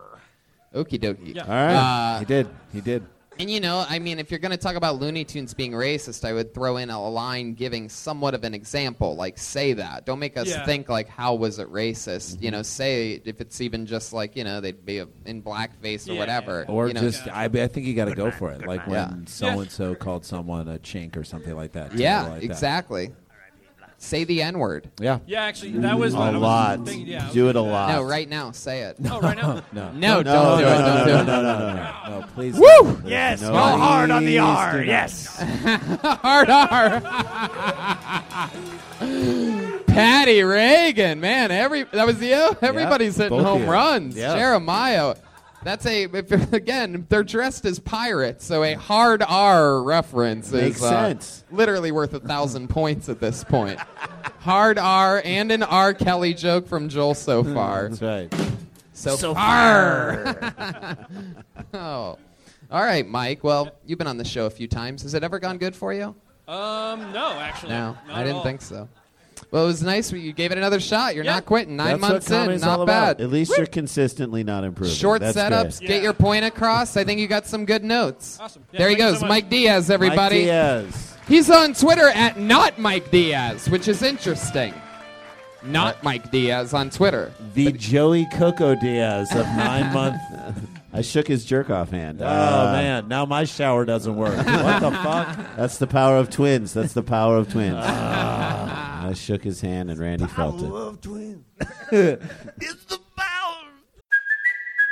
C: Okie dokie.
D: All right.
C: Uh,
D: he did. He did.
C: And you know, I mean, if you're going to talk about Looney Tunes being racist, I would throw in a line giving somewhat of an example. Like, say that. Don't make us
N: Yeah.
C: think, like, how was it racist? You
L: Mm-hmm.
C: know, say if it's even just like, you know, they'd be a, in blackface or
E: Yeah.
C: whatever.
E: Or
C: you know.
E: just, I, I think you got to go for it. Like
C: man.
E: when
C: Yeah.
E: so and so called someone a chink or something like that.
C: Yeah,
E: Like that.
C: exactly. Say the N word.
E: Yeah.
L: Yeah, actually, that was
D: A
L: what I was
D: lot.
L: thinking, yeah, I was
D: Do it a
L: thinking that.
D: lot.
C: No, right now, say it.
L: Oh, right now?
C: No,
E: No.
D: No,
C: don't
D: no,
C: do
D: no,
C: it.
D: no,
C: Don't do
D: no, no,
C: it.
D: no, no, no. No, please
C: Woo!
D: don't.
C: Yes,
D: Yes, No,
C: well,
D: well,
C: hard on the
D: please
C: R.
D: do not.
C: Yes. hard R. Patty Reagan, man, every that was you. Everybody's hitting
N: both
C: home
N: you.
C: runs.
N: Yeah.
C: Jeremiah, that's a if- again. They're dressed as pirates, so a hard R reference
D: Makes
C: is uh,
D: sense.
C: literally worth a thousand points at this point. Hard R and an R Kelly joke from Joel so far. That's
D: right.
C: So,
N: So
C: far. oh. All right, Mike. Well, you've been on the show a few times. Has it ever gone good for you?
L: Um, no, actually.
C: No,
L: not
C: I
L: at
C: didn't
L: all.
C: think so. Well, it was nice. You gave it another shot. You're
L: Yeah.
C: not quitting. Nine
D: That's what
C: months in,
D: comedy's all
C: not
D: about.
C: bad.
D: At least you're consistently not improving.
C: Short
D: That's
C: setups.
D: great.
C: Get your point across. I think you got some good notes. Awesome.
D: Yeah,
C: there he
D: thank you so
C: goes,
D: much.
C: Mike Diaz. Everybody.
D: Mike Diaz.
C: He's on Twitter at not Mike Diaz, which is interesting. Not Mike Diaz on Twitter.
G: The Joey Coco Diaz of nine month.
E: I shook his jerk off hand.
G: Oh
E: Uh,
G: man, now my shower doesn't work. what the fuck?
E: That's the power of twins. That's the power of twins.
G: Ah.
E: I shook his hand and Randy felt it.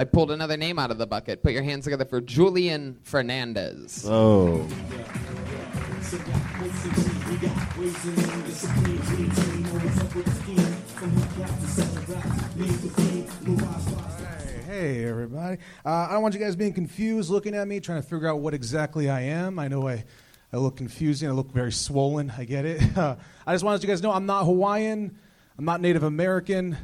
C: I pulled another name out of the bucket. Put your hands together for Julian Fernandez.
E: Oh.
O: Hey, everybody. Uh, I don't want you guys being confused, looking at me, trying to figure out what exactly I am. I know I, I look confusing. I look very swollen. I get it. Uh, I just wanted you guys to know I'm not Hawaiian. I'm not Native American.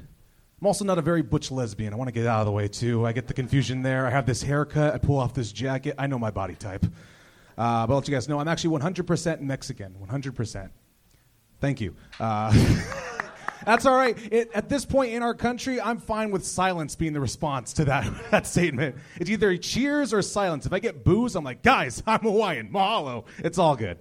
O: I'm also not a very butch lesbian. I want to get out of the way, too. I get the confusion there. I have this haircut. I pull off this jacket. I know my body type. Uh, but I'll let you guys know I'm actually 100% Mexican. 100%. Thank you. Uh, That's all right. It, at this point in our country, I'm fine with silence being the response to that, that statement. It's either cheers or silence. If I get booze, I'm like, guys, I'm Hawaiian. Mahalo. It's all good.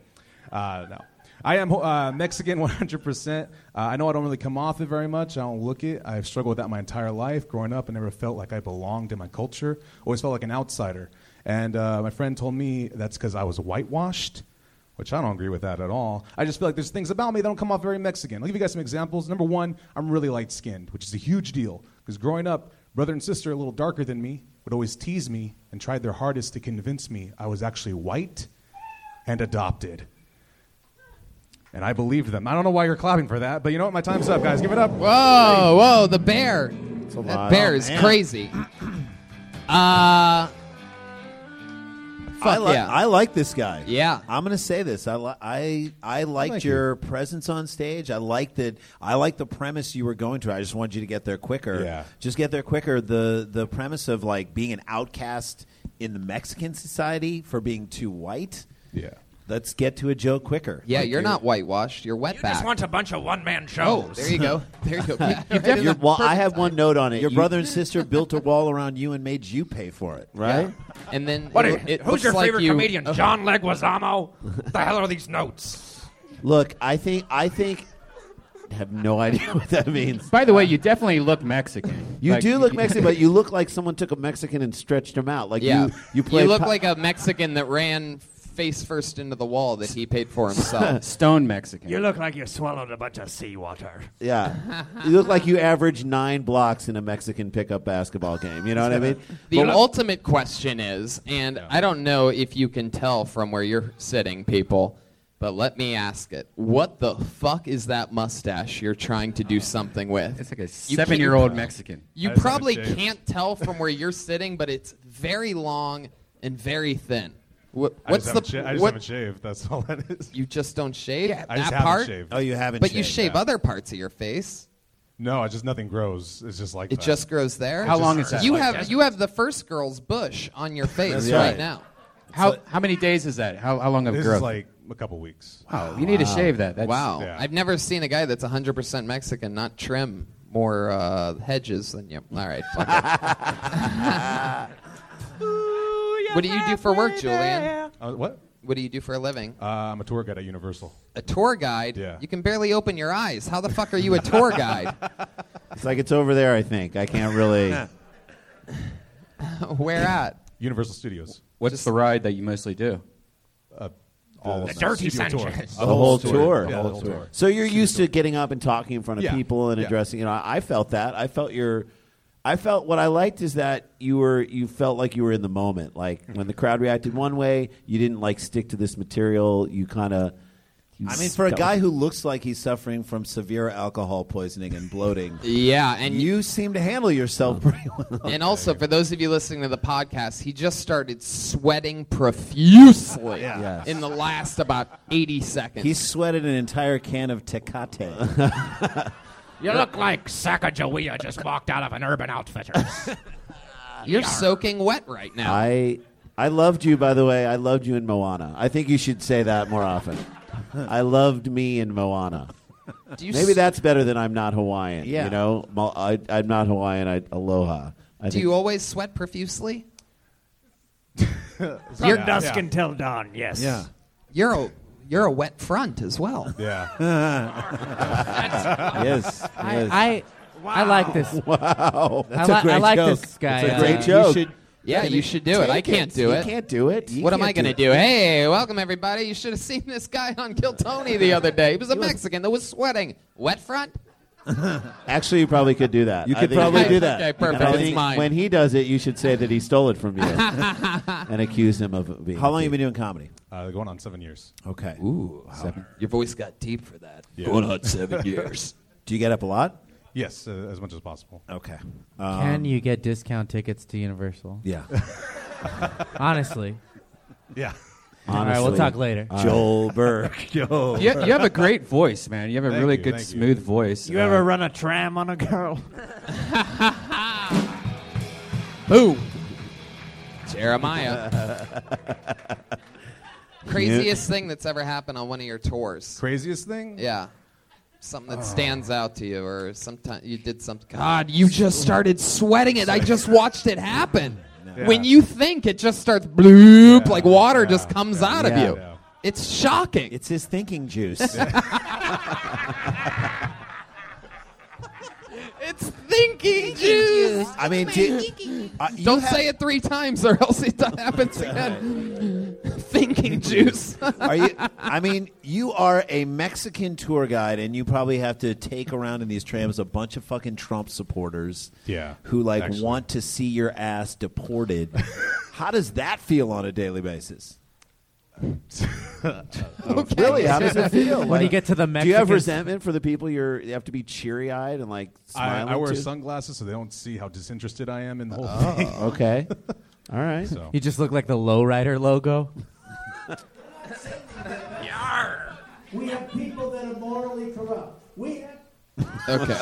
O: Uh, no. I am uh, Mexican 100%. Uh, I know I don't really come off it very much. I don't look it. I've struggled with that my entire life. Growing up, I never felt like I belonged in my culture. Always felt like an outsider. And uh, my friend told me that's because I was whitewashed which I don't agree with that at all. I just feel like there's things about me that don't come off very Mexican. I'll give you guys some examples. Number one, I'm really light skinned, which is a huge deal because growing up, brother and sister, a little darker than me, would always tease me and tried their hardest to convince me I was actually white and adopted. And I believed them. I don't know why you're clapping for that, but you know what? My time's up, guys. Give it up.
C: Whoa, whoa, the bear. That
D: Oh,
C: bear is crazy. Uh,
G: I
C: Fuck
G: like
C: yeah.
G: I like this guy.
C: Yeah,
G: I'm gonna say this. I li- I I liked
C: like
G: your presence on stage. I liked that. I liked the premise you were going to. I just wanted you to get there quicker.
P: Yeah.
G: just get there quicker. The the premise of like being an outcast in the Mexican society for being too white.
O: Yeah,
G: let's get to a joke quicker.
C: yeah,
G: Like,
C: you're not whitewashed. You're wetback.
J: Just want a bunch of one-man shows.
C: Oh, there you go. There you go.
G: Your-
E: well, I have one note on it.
G: Your
E: You-
G: brother and sister built a wall around you and made you pay for it,
E: Right?
C: And then
J: What is- who's your favorite comedian? John Leguizamo? the hell are these notes?
E: Look, I think I think I have no idea what that means.
B: By the way, you definitely look Mexican.
E: You
B: Like-
E: do look Mexican, but you look like someone took a Mexican and stretched him out. Like
C: yeah.
E: you, you played.
C: look
E: po-
C: like a Mexican that ran face first into the wall that he paid for himself.
B: Stone Mexican.
Q: You look like you swallowed a bunch of seawater.
E: yeah. you look like you average nine blocks in a Mexican pickup basketball game. You know what I mean?
C: The
E: But-
C: ultimate question is, and I don't know if you can tell from where you're sitting, people, but let me ask it. What the fuck is that mustache you're trying
Q: Oh.
C: to do something with? It's
B: like a seven-year-old Mexican.
C: You
B: I just
C: probably
B: haven't shaved.
C: can't tell from where you're sitting, but it's very long and very thin. What,
O: I
C: what's
O: just
C: the
O: haven't sha- I just
C: what-
O: haven't shaved. That's all that is.
C: You just don't shave
O: I
C: that
O: just haven't
C: part.
O: shaved. Oh, you haven't
C: But you
O: shaved,
C: shave
O: yeah.
C: other parts of your face.
O: No, it's just nothing grows. It's just like
C: It
O: that.
C: just grows there.
O: It just grows
C: You
O: like
C: have
O: that.
C: you have the first girl's bush on your face
B: That's
C: right.
B: right.
C: now.
B: How, how many days is that? How, how long of
O: This is
B: growth?
O: like a couple weeks.
B: Wow, you need to
C: Wow.
B: shave that. That's,
C: wow, I've never seen a guy that's 100 percent Mexican not trim more uh, hedges than you. All right. fuck it. what do you do for work, Julian?
B: Uh,
O: what?
C: What do you do for a living?
O: Uh, I'm a tour guide at Universal.
C: A tour guide.
O: Yeah.
C: You can barely open your eyes. How the fuck are you a tour guide?
E: It's like it's over there. I think I can't really.
C: Where at?
O: Universal Studios.
B: What's the ride that you mostly do?
O: Uh,
B: all
O: The Dirty studio tour. Sanchez.
E: The whole tour.
O: Yeah, the whole tour.
E: So you're used to getting up and talking in front of
O: Yeah.
E: people and
O: Yeah.
E: addressing. You know, I felt that. I felt your. I felt what I liked is that you were you felt like you were in the moment. Like when the crowd reacted one way, you didn't like stick to this material. You kind of.
G: I mean, for a guy who looks like he's suffering from severe alcohol poisoning and bloating,
C: yeah, and
G: you seem to handle yourself pretty well.
C: And also, for those of you listening to the podcast, he just started sweating profusely
G: Yeah. Yes.
C: in the last about 80 seconds.
G: He sweated an entire can of Tecate.
J: You look like Sacagawea just walked out of an Urban Outfitters.
C: You're soaking wet right now.
D: I I loved you, by the way. I loved you in Moana. I think you should say that more often. I loved me in Moana.
C: Do you
D: Maybe
C: s-
D: that's better than I'm not Hawaiian.
C: Yeah.
D: You know, Mo- I, I'm not Hawaiian. I, aloha. I
C: Do you always sweat profusely?
F: From dusk until dawn, yes.
C: Yeah. You're a you're a wet front as well.
F: Yeah.
D: yes.
K: I,
D: yes.
K: I, I like this.
D: Wow. That's
K: I, li-
D: a
K: I
D: great
K: like
D: joke.
K: this guy.
D: It's a
K: Uh,
D: great
K: you
D: joke.
K: should-
C: Yeah, you should do it. I can't do it.
D: You can't do it. You
C: what am
D: can't
C: I going to do? Hey, welcome everybody. You should have seen this guy on Kill Tony the other day. He was a Mexican that was sweating. Wet front?
D: Actually, you probably could do that.
C: You
D: I
C: could
D: think-
C: probably do that. Okay, perfect.
D: I
C: It's
D: think
C: mine.
D: When he does it, you should say that he stole it from you and accuse him of being.
E: How long have you been doing comedy?
O: Uh, going on seven years.
E: Okay.
C: Ooh, Your voice got deep for that.
E: Yeah. Going on seven years. Do you get up a lot?
O: Yes, uh, as much as possible.
E: Okay.
D: Um,
E: Um,
K: Can you get discount tickets to Universal?
E: Yeah.
K: Honestly.
O: Yeah.
K: All right, we'll
G: Honestly.
K: talk later.
G: All right. Joel Berg. Joel You- you have a great voice, man. You have a Thank really you, good, thank you. smooth voice.
F: You
G: Uh,
F: ever run a tram on a girl?
C: Who? Jeremiah. Craziest thing that's ever happened on one of your tours.
O: Craziest thing?
C: Yeah. Something that
O: Oh.
C: stands out to you, or sometimes you did something. God, you just started sweating it. I just watched it happen.
O: Yeah.
C: When you think it just starts bloop, like water just comes out of you. It's shocking.
E: It's his thinking juice.
C: It's thinking juice.
E: I mean, do- uh, you
C: don't
E: have-
C: say it three times, or else it happens again. thinking juice.
E: are you? I mean, you are a Mexican tour guide, and you probably have to take around in these trams a bunch of fucking Trump supporters.
O: Yeah,
E: who like
O: actually.
E: want to see your ass deported. How does that feel on a daily basis?
D: Really? How does it feel?
K: When
D: Like,
K: you get to the
D: do you have
K: Mexicans-
D: resentment for the people you're? You have to be cheery eyed and like
O: I,
D: smiling.
O: I wear
D: to?
O: sunglasses so they don't see how disinterested I am in the whole thing.
E: Um,
D: Oh, okay. All right.
O: So.
K: You just look like the lowrider logo.
F: We have people that are morally corrupt. We have.
C: Okay.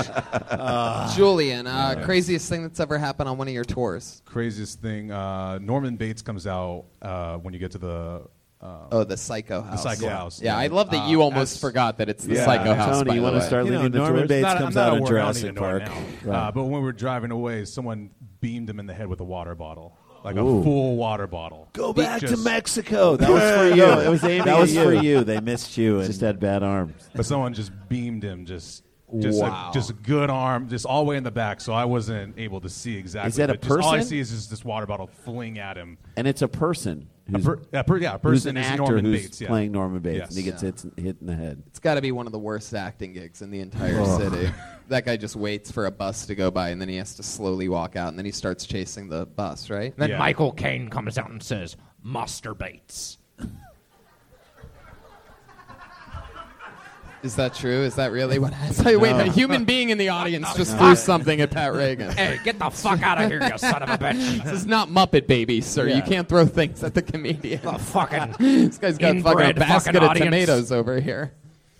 O: Ah.
C: Julian, uh,
O: Yes.
C: craziest thing that's ever happened on one of your tours.
O: Craziest thing. Uh, Norman Bates comes out uh, when you get to the. Uh,
C: oh, the Psycho House.
O: The Psycho
C: Yeah.
O: House. Uh,
C: Yeah, I love that you almost forgot that it's the Psycho House, Tony, by you the wanna way. start leading the tours? Not- I'm not aware- I don't need to know it now.
O: Uh, but when we were driving away, someone beamed him in the head with a water bottle, like
E: Ooh.
O: a full water bottle.
E: Go
O: It
E: back to
O: just-
E: Mexico. That was for you. It was aimed That at was you. for you. They missed you and-
D: Just had bad arms.
O: But someone just beamed him. Just. Just,
D: Wow.
O: a, just a good arm, just all the way in the back, so I wasn't able to see exactly.
D: that a
O: but just All I
D: person?
O: see is just this water bottle fling at him.
D: And it's a person.
O: A
D: who's-
O: per- a per- yeah, a
D: who's
O: person
D: an
O: is
D: actor
O: Norman
D: who's
O: Bates, yeah.
D: playing Norman Bates,
O: Yes.
D: and he gets
C: Yeah.
D: hits, hit in the head.
C: It's got to be one of the worst acting gigs in the entire
D: Oh.
C: city. That guy just waits for a bus to go by, and then he has to slowly walk out, and then he starts chasing the bus, right?
J: Then Michael Caine comes out and says, masturbates.
C: Is that true? Is that really what happened? Wait, wait,
J: No.
C: a human being in the audience just
J: No.
C: threw something at Pat Reagan.
J: Hey, get the fuck out of here, you son of a bitch.
C: This is not Muppet Baby, sir. You
J: Yeah.
C: can't throw things at the comedian. The
J: fucking
C: this guy's got fucking a
J: inbred
C: basket
J: fucking
C: of
J: audience.
C: tomatoes over here.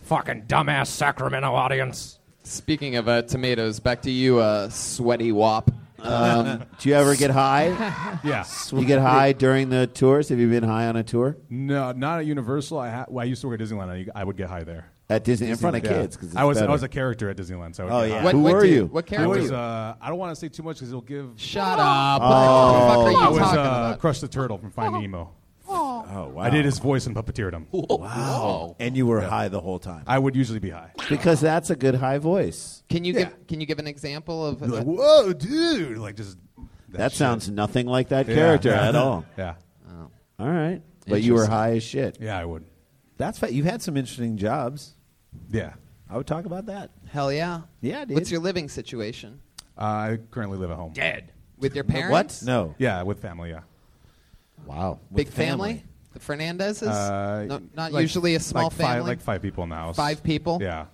J: Fucking dumbass Sacramento audience.
C: Speaking of uh, tomatoes, back to you, uh, sweaty wop.
D: Um, do you ever get high?
O: Yeah.
D: You get high during the tours? Have you been high on a tour?
O: No, not at Universal. I, ha- well, I used to work at Disneyland. I, I would get high there.
D: At Disney- in front of
O: Yeah.
D: kids, 'cause it's
O: I was
D: better.
O: I was a character at Disneyland. So I would
D: Oh,
O: get
D: yeah.
O: high.
D: What- Who what were did- you? what
O: I
D: character?
O: was, uh, I don't want to say too much because it'll give.
C: Shut
O: Oh.
B: Uh,
C: up!
D: What the fuck are you
O: I was
D: talking
O: uh,
D: about?
O: Crush the Turtle from Finding Nemo.
E: Oh. Oh, wow.
O: I did his voice and puppeteered him.
E: Wow. And you were high the whole time.
O: I would usually be high.
D: Because that's a good high voice.
C: Can you give Can you give an example of?
O: Like, Whoa, dude! Like just
D: That, sounds nothing like that
O: Yeah.
D: character
O: Yeah.
D: at all. Oh.
O: Yeah.
D: All right. But you were
E: Interesting.
D: high as shit.
O: Yeah, I would.
E: That's fine. You've had some interesting jobs.
O: Yeah.
E: I would talk about that.
C: Hell yeah!
E: Yeah, dude.
C: What's your living situation?
O: Uh, I currently live at home.
C: Dead. With your parents?
E: No.
O: Yeah, with family. Yeah.
D: Wow.
C: Big family? The Fernandezes?
O: Uh,
C: no, not
O: like-
C: usually a small
O: like
C: family.
O: Five, like five people in the house.
C: Five people?
O: Yeah.
C: in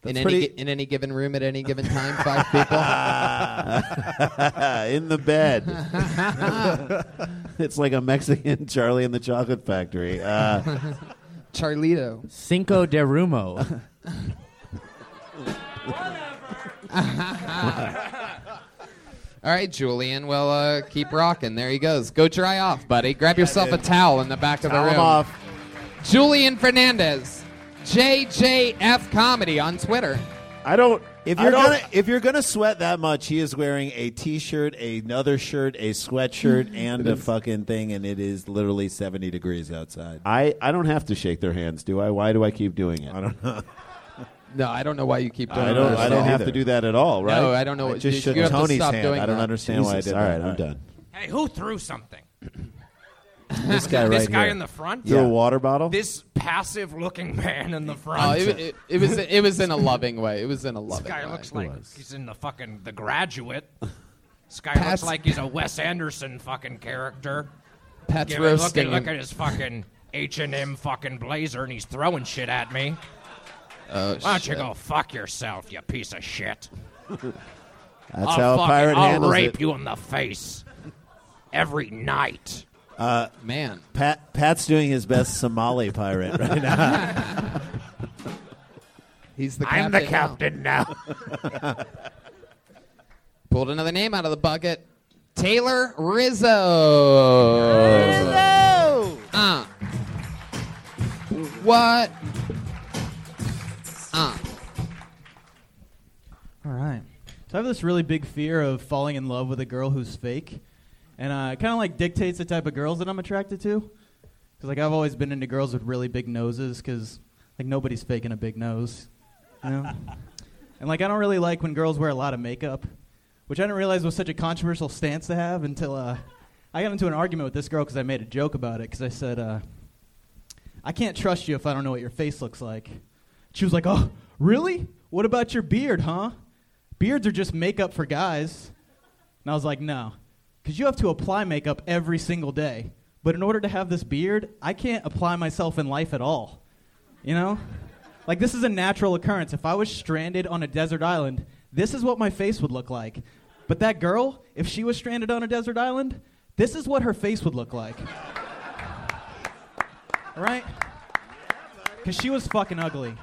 O: That's
C: any
O: pretty-
C: gi- in any given room at any given time, five people.
D: Uh, in the bed. it's like a Mexican Charlie in the Chocolate Factory. Uh,
C: Charlito.
K: Cinco de Rumo.
C: All right, Julian. Well, uh, keep rocking. There he goes. Go dry off, buddy. Grab yourself a
E: dude.
C: towel in the back of the
E: Towel
C: room.
E: him off.
C: Julian Fernandez, JJF Comedy on Twitter.
E: I don't. If
C: I
E: you're
C: don't-
E: gonna if you're gonna sweat that much, he is wearing a t-shirt, another shirt, a sweatshirt, and a fucking thing, and it is literally seventy degrees outside.
D: I, I don't have to shake their hands, do I? Why do I keep doing it? I
E: don't know.
C: No, I don't know why you keep doing
D: I don't.
C: that.
D: I don't have to do that at all, right?
C: No, Oh, I don't know.
D: I
C: what-
D: just
C: you-
D: shook
C: you have to
D: Tony's
C: stop
D: hand.
C: doing
D: I don't
C: that.
D: understand why I did
E: All right,
D: that.
E: I'm done.
J: Hey, who threw something?
E: This guy
J: this
E: right
J: guy
E: here.
J: in the front.
E: Threw a water bottle?
J: This passive-looking man in the
C: Oh,
J: front.
C: it, it, it was it was in a loving way. It was in a
J: This
C: loving.
J: guy
C: way.
J: looks like he's in the fucking The Graduate. This guy
C: Pat's-
J: looks like he's a Wes Anderson fucking character.
C: Pat's
J: Give it- look
C: roasting
J: at- Look
C: him.
J: at his fucking H and M fucking blazer, and he's throwing shit at me.
C: Oh,
J: Why don't
C: shit.
J: you go fuck yourself, you piece of shit?
E: That's
J: I'll
E: how a
J: fucking-
E: pirate
J: I'll
E: handles
J: rape
E: it.
J: you in the face every night.
E: Uh,
C: Man,
E: Pat Pat's doing his best Somali pirate right now.
C: He's the
J: I'm
C: captain.
J: the captain now.
C: Pulled another name out of the bucket. Taylor Rizzo. Rizzo. Uh. What? Uh.
R: Ah. All right. So I have this really big fear of falling in love with a girl who's fake, and uh, it kind of like dictates the type of girls that I'm attracted to. Because like I've always been into girls with really big noses, because like nobody's faking a big nose, you know. and like I don't really like when girls wear a lot of makeup, which I didn't realize was such a controversial stance to have until uh, I got into an argument with this girl because I made a joke about it because I said. Uh, I can't trust you if I don't know what your face looks like. She was like, Oh, really? What about your beard, huh? Beards are just makeup for guys. And I was like, No, because you have to apply makeup every single day. But in order to have this beard, I can't apply myself in life at all. You know? Like, this is a natural occurrence. If I was stranded on a desert island, this is what my face would look like. But that girl, if she was stranded on a desert island, this is what her face would look like. Right? Because she was fucking ugly.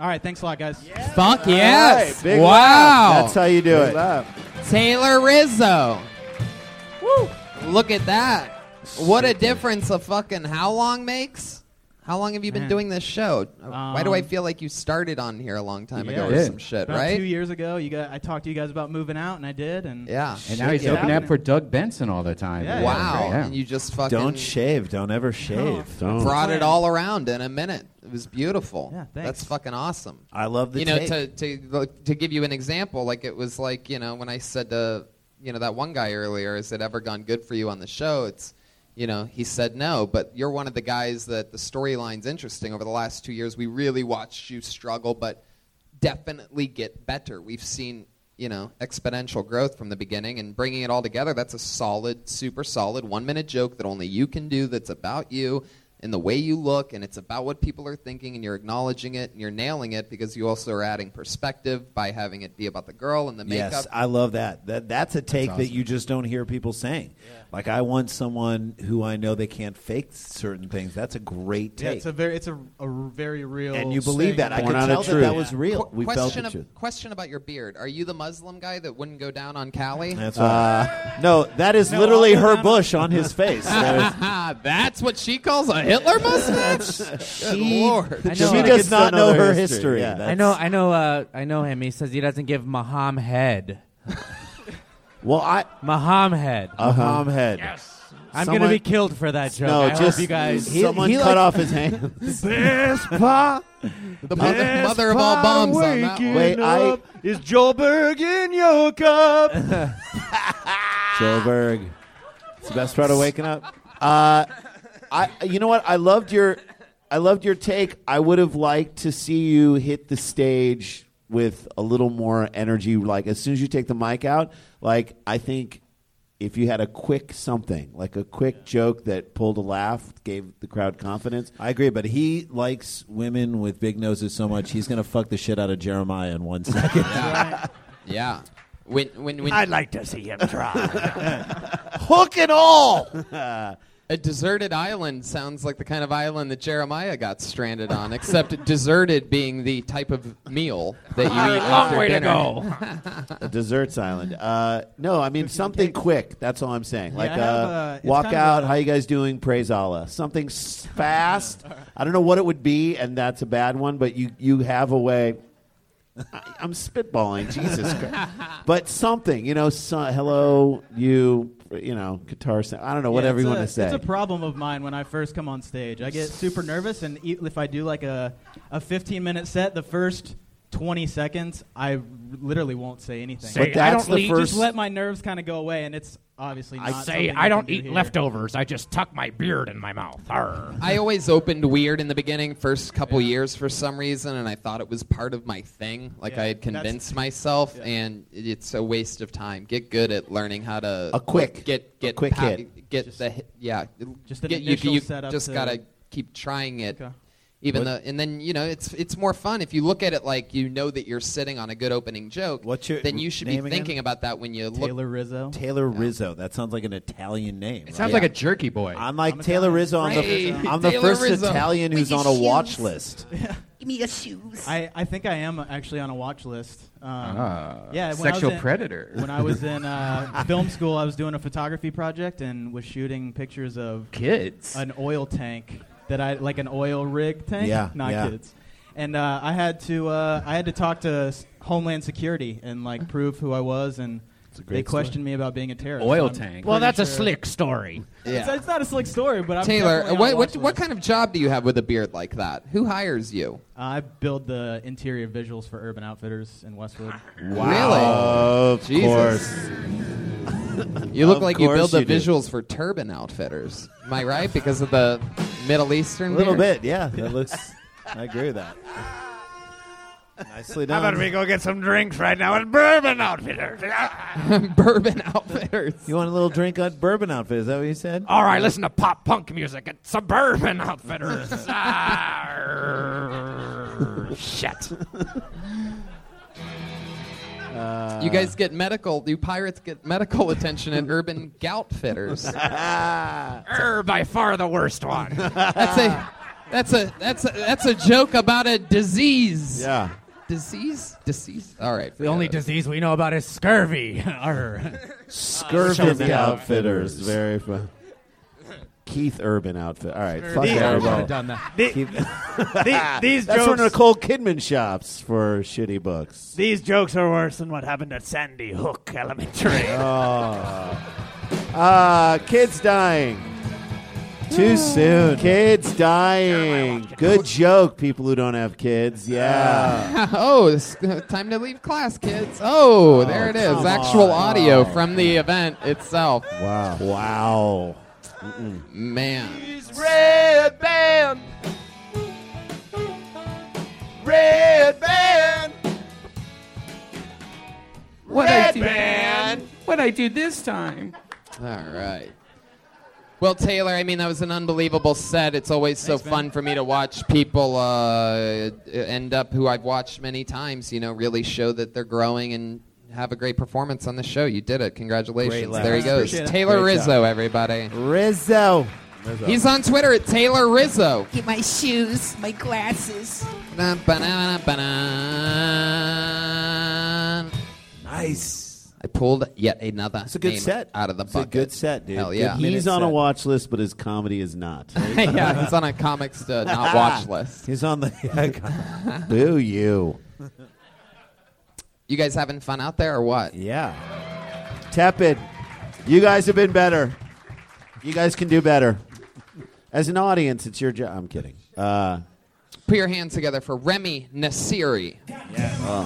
R: All right, thanks a lot, guys.
C: Fuck
R: All
C: yes.
R: right, big
C: wow.
R: laugh.
E: That's how you do Big it.
C: Taylor Rizzo. Woo. Look at that. What a difference a fucking how long makes. How long have you been
R: Man.
C: doing this show? Why do I
R: Um,
C: feel like you started on here a long time
R: Yeah,
C: ago
R: I
C: or
R: did.
C: some shit,
R: About
C: right?
R: Two years ago, you got, I talked to you guys about moving out, and I did, and
C: Yeah.
B: And now he's
R: Oh, Yeah.
B: opening up for Doug Benson all the time.
R: Yeah,
C: Wow. And you just fucking Oh.
E: Don't shave. Don't ever shave.
B: Don't.
C: brought it all around in a minute. It was beautiful.
E: Yeah, thanks.
C: That's fucking awesome.
E: I love the
C: you know
E: tape.
C: to to look- to give you an example. Like it was like you know when I said to you know that one guy earlier, has it ever gone good for you on the show? It's you know he said no, but you're one of the guys that the storyline's interesting. Over the last two years, we really watched you struggle, but definitely get better. We've seen you know exponential growth from the beginning and bringing it all together that's a solid super solid one minute joke that only you can do that's about you and the way you look and it's about what people are thinking and you're acknowledging it and you're nailing it because you also are adding perspective by having it be about the girl and the makeup
E: Yes, I love that. That that's a take that
C: awesome.
E: you just don't hear people saying. Like I want someone who I know they can't fake certain things. That's a great
R: Yeah,
E: take.
R: it's a very, it's a, a very real.
E: And you believe that. I
R: can
E: could Born out of tell that truth. that was real. We felt
C: question,
E: the
C: ab-
E: truth.
C: question about your beard are you the muslim guy that wouldn't go down on cali
E: That's uh, no, that is literally her bush on his face. That is,
C: That's what she calls a Hitler mustache. Good lord.
E: I know, She uh, does not know her history. Yeah,
K: I know, I know, uh, I know him. He says he doesn't give Maham head.
E: well, I Uh-huh.
K: Maham head.
E: Maham head. Yes.
K: I'm
E: Someone-
K: gonna be killed for that joke.
E: No,
K: I
E: just-
K: hope you guys.
E: he- Someone he cut like- off his hand.
S: Vespa.
C: The
E: mother- mother of all bombs on that one. Wait, I-
S: is Joburg in your cup.
E: Joburg. It's the best part of waking up.
D: Uh, I, you know what? I loved your, I loved your take. I would have liked to see you hit the stage with a little more energy. Like as soon as you take the mic out, like I think if you had a quick something, like a quick joke that pulled a laugh, gave the crowd confidence.
E: I agree, but he likes women with big noses so much he's gonna fuck the shit out of Jeremiah in one second.
C: yeah. When, when, when
S: I'd like to see him try.
C: Hook and all. A deserted island sounds like the kind of island that Jeremiah got stranded on, except deserted being the type of meal that you eat
E: Long
C: after
E: way to
C: dinner.
E: go. a desserts island. Uh, no, I mean something quick. That's all I'm saying.
C: Yeah,
E: Like
C: I have,
E: uh,
C: uh, it's
E: walk
C: kind of
E: out.
C: a-
E: How you guys doing? Praise Allah. Something s- fast. I don't know what it would be, and that's a bad one. But you you have a way. I, I'm spitballing. Jesus Christ. But something, you know. So, hello, you. You know, guitar. Sound, I don't know.
R: Yeah,
E: whatever
R: it's
E: you
R: a-
E: want to say.
R: It's a problem of mine when I first come on stage. I get super nervous, and e- if I do like a, a 15 minute set, the first 20 seconds, I r- literally won't say anything.
J: Say, But "I that's don't the eat." first-
R: Just let my nerves kind of go away, and it's obviously not.
J: I say
R: something
J: I don't
R: can do
J: eat
R: here.
J: leftovers. I just tuck my beard in my mouth. Arr.
C: I always opened weird in the beginning, first couple years for some reason, and I thought it was part of my thing. Like
E: Yeah,
C: I had
E: that's-
C: convinced myself, and it- it's a waste of time. Get good at learning how to
E: A quick-
C: get get
E: quick
C: pow-
E: hit.
C: get the hit, yeah.
R: Just an
C: get,
R: initial
C: you, you
R: setup
C: just
R: to-
C: gotta keep trying it. Even
R: What-
C: though, and then you know, it's it's more fun if you look at it like you know that you're sitting on a good opening joke. What's your then you should be
N: name again?
C: thinking about that when you look.
R: Taylor Rizzo.
N: Taylor Rizzo. That sounds like an Italian name.
C: It sounds like a
B: jerky boy.
N: I'm like Taylor Rizzo. I'm the,
C: Hey,
N: I'm the
C: Taylor
N: first
C: Rizzo.
N: Italian who's
C: With
N: on a
C: your
N: watch
C: shoes.
N: list.
C: Give me your shoes.
R: I, I think I am actually on a watch list. Um,
B: Ah,
R: yeah, when I was
B: sexual
R: in-
B: predator.
R: When I was in uh, film school, I was doing a photography project and was shooting pictures of
B: Kids.
R: an oil tank that I like an oil rig tank.
B: Yeah,
R: not
B: yeah.
R: kids. And uh, I had to uh, I had to talk to s- Homeland Security and like prove who I was and.
B: great
R: They questioned me about being a terrorist.
B: Oil
R: I'm
B: tank.
J: Well,
R: pretty
J: that's a
R: sure-
J: slick story.
R: It's, it's not a slick story, but I'm
C: Taylor,
R: definitely on
C: what
R: a watch
C: what, what kind of job do you have with a beard like that? Who hires you?
R: I build the interior visuals for Urban Outfitters in Westwood.
C: Really?
E: Of
C: Jesus.
E: course.
C: You look
E: Of
C: like you
E: course
C: build the
E: you do.
C: visuals for Turban Outfitters. Am I right? Because of the Middle Eastern.
N: A little
C: beard?
N: bit, yeah. That looks. I agree with that. Nicely
J: How
N: done.
J: about we go get some drinks right now at Bourbon Outfitters?
C: bourbon Outfitters.
N: You want a little drink on Bourbon Outfit? Is that what you said?
J: All right, listen to pop punk music at Suburban Outfitters. Arr. Shit.
E: Uh,
C: You guys get medical. You pirates get medical attention at Urban Goutfitters.
J: Err, by far the worst one.
C: That's a, that's a, that's a, that's a joke about a disease.
J: Yeah.
C: Disease, disease. All right.
J: The only disease we know about is scurvy. Arr. Shows
E: Scurvy
J: it out.
E: outfitters. Very fun. Keith Urban outfit. All right,
J: Scurvy
E: fuck
J: outfitters.
E: Arrow.
J: I should've done that. The-
E: Keith-
J: the-
S: these
E: That's where
S: jokes-
E: Nicole Kidman shops for shitty books.
S: These jokes are worse than what happened at Sandy Hook Elementary.
E: Oh. Ah, kids dying. Too soon. Kids dying. Good joke, people who don't have kids. Yeah.
C: oh, it's time to leave class, kids. Oh, there it is.
E: come
C: Actual
E: on.
C: audio
E: Wow.
C: from the event itself.
E: Wow. Wow. Mm-mm.
C: Man.
S: She's red band. Red band.
B: What I
S: red
B: do,
S: band.
B: What I do this time?
C: All right. Well, Taylor, I mean, that was an unbelievable set. It's always so fun for me to watch people uh, end up who I've watched many times, you know, really show that they're growing and have a great performance on the show. You did it.
E: Great
C: Congratulations.
E: laugh.
C: There he goes.
E: Appreciate it.
C: Taylor
E: Great
C: Rizzo,
E: job.
C: everybody.
E: Rizzo.
C: He's on Twitter at Taylor Rizzo.
D: Get my shoes, my glasses.
C: Nice. I pulled yet another
E: It's a good
C: name
E: set.
C: out of the
E: It's a
C: bucket.
E: good set, dude.
C: Hell yeah.
E: He's on a watch list, but his comedy is not.
C: yeah, he's on a comics uh, not watch list.
E: He's on the. Boo you.
C: You guys having fun out there or what?
E: Yeah. Tepid. You guys have been better. You guys can do better. As an audience, it's your job. I'm kidding. Uh,
C: Put your hands together for Remy Nasiri.
E: oh.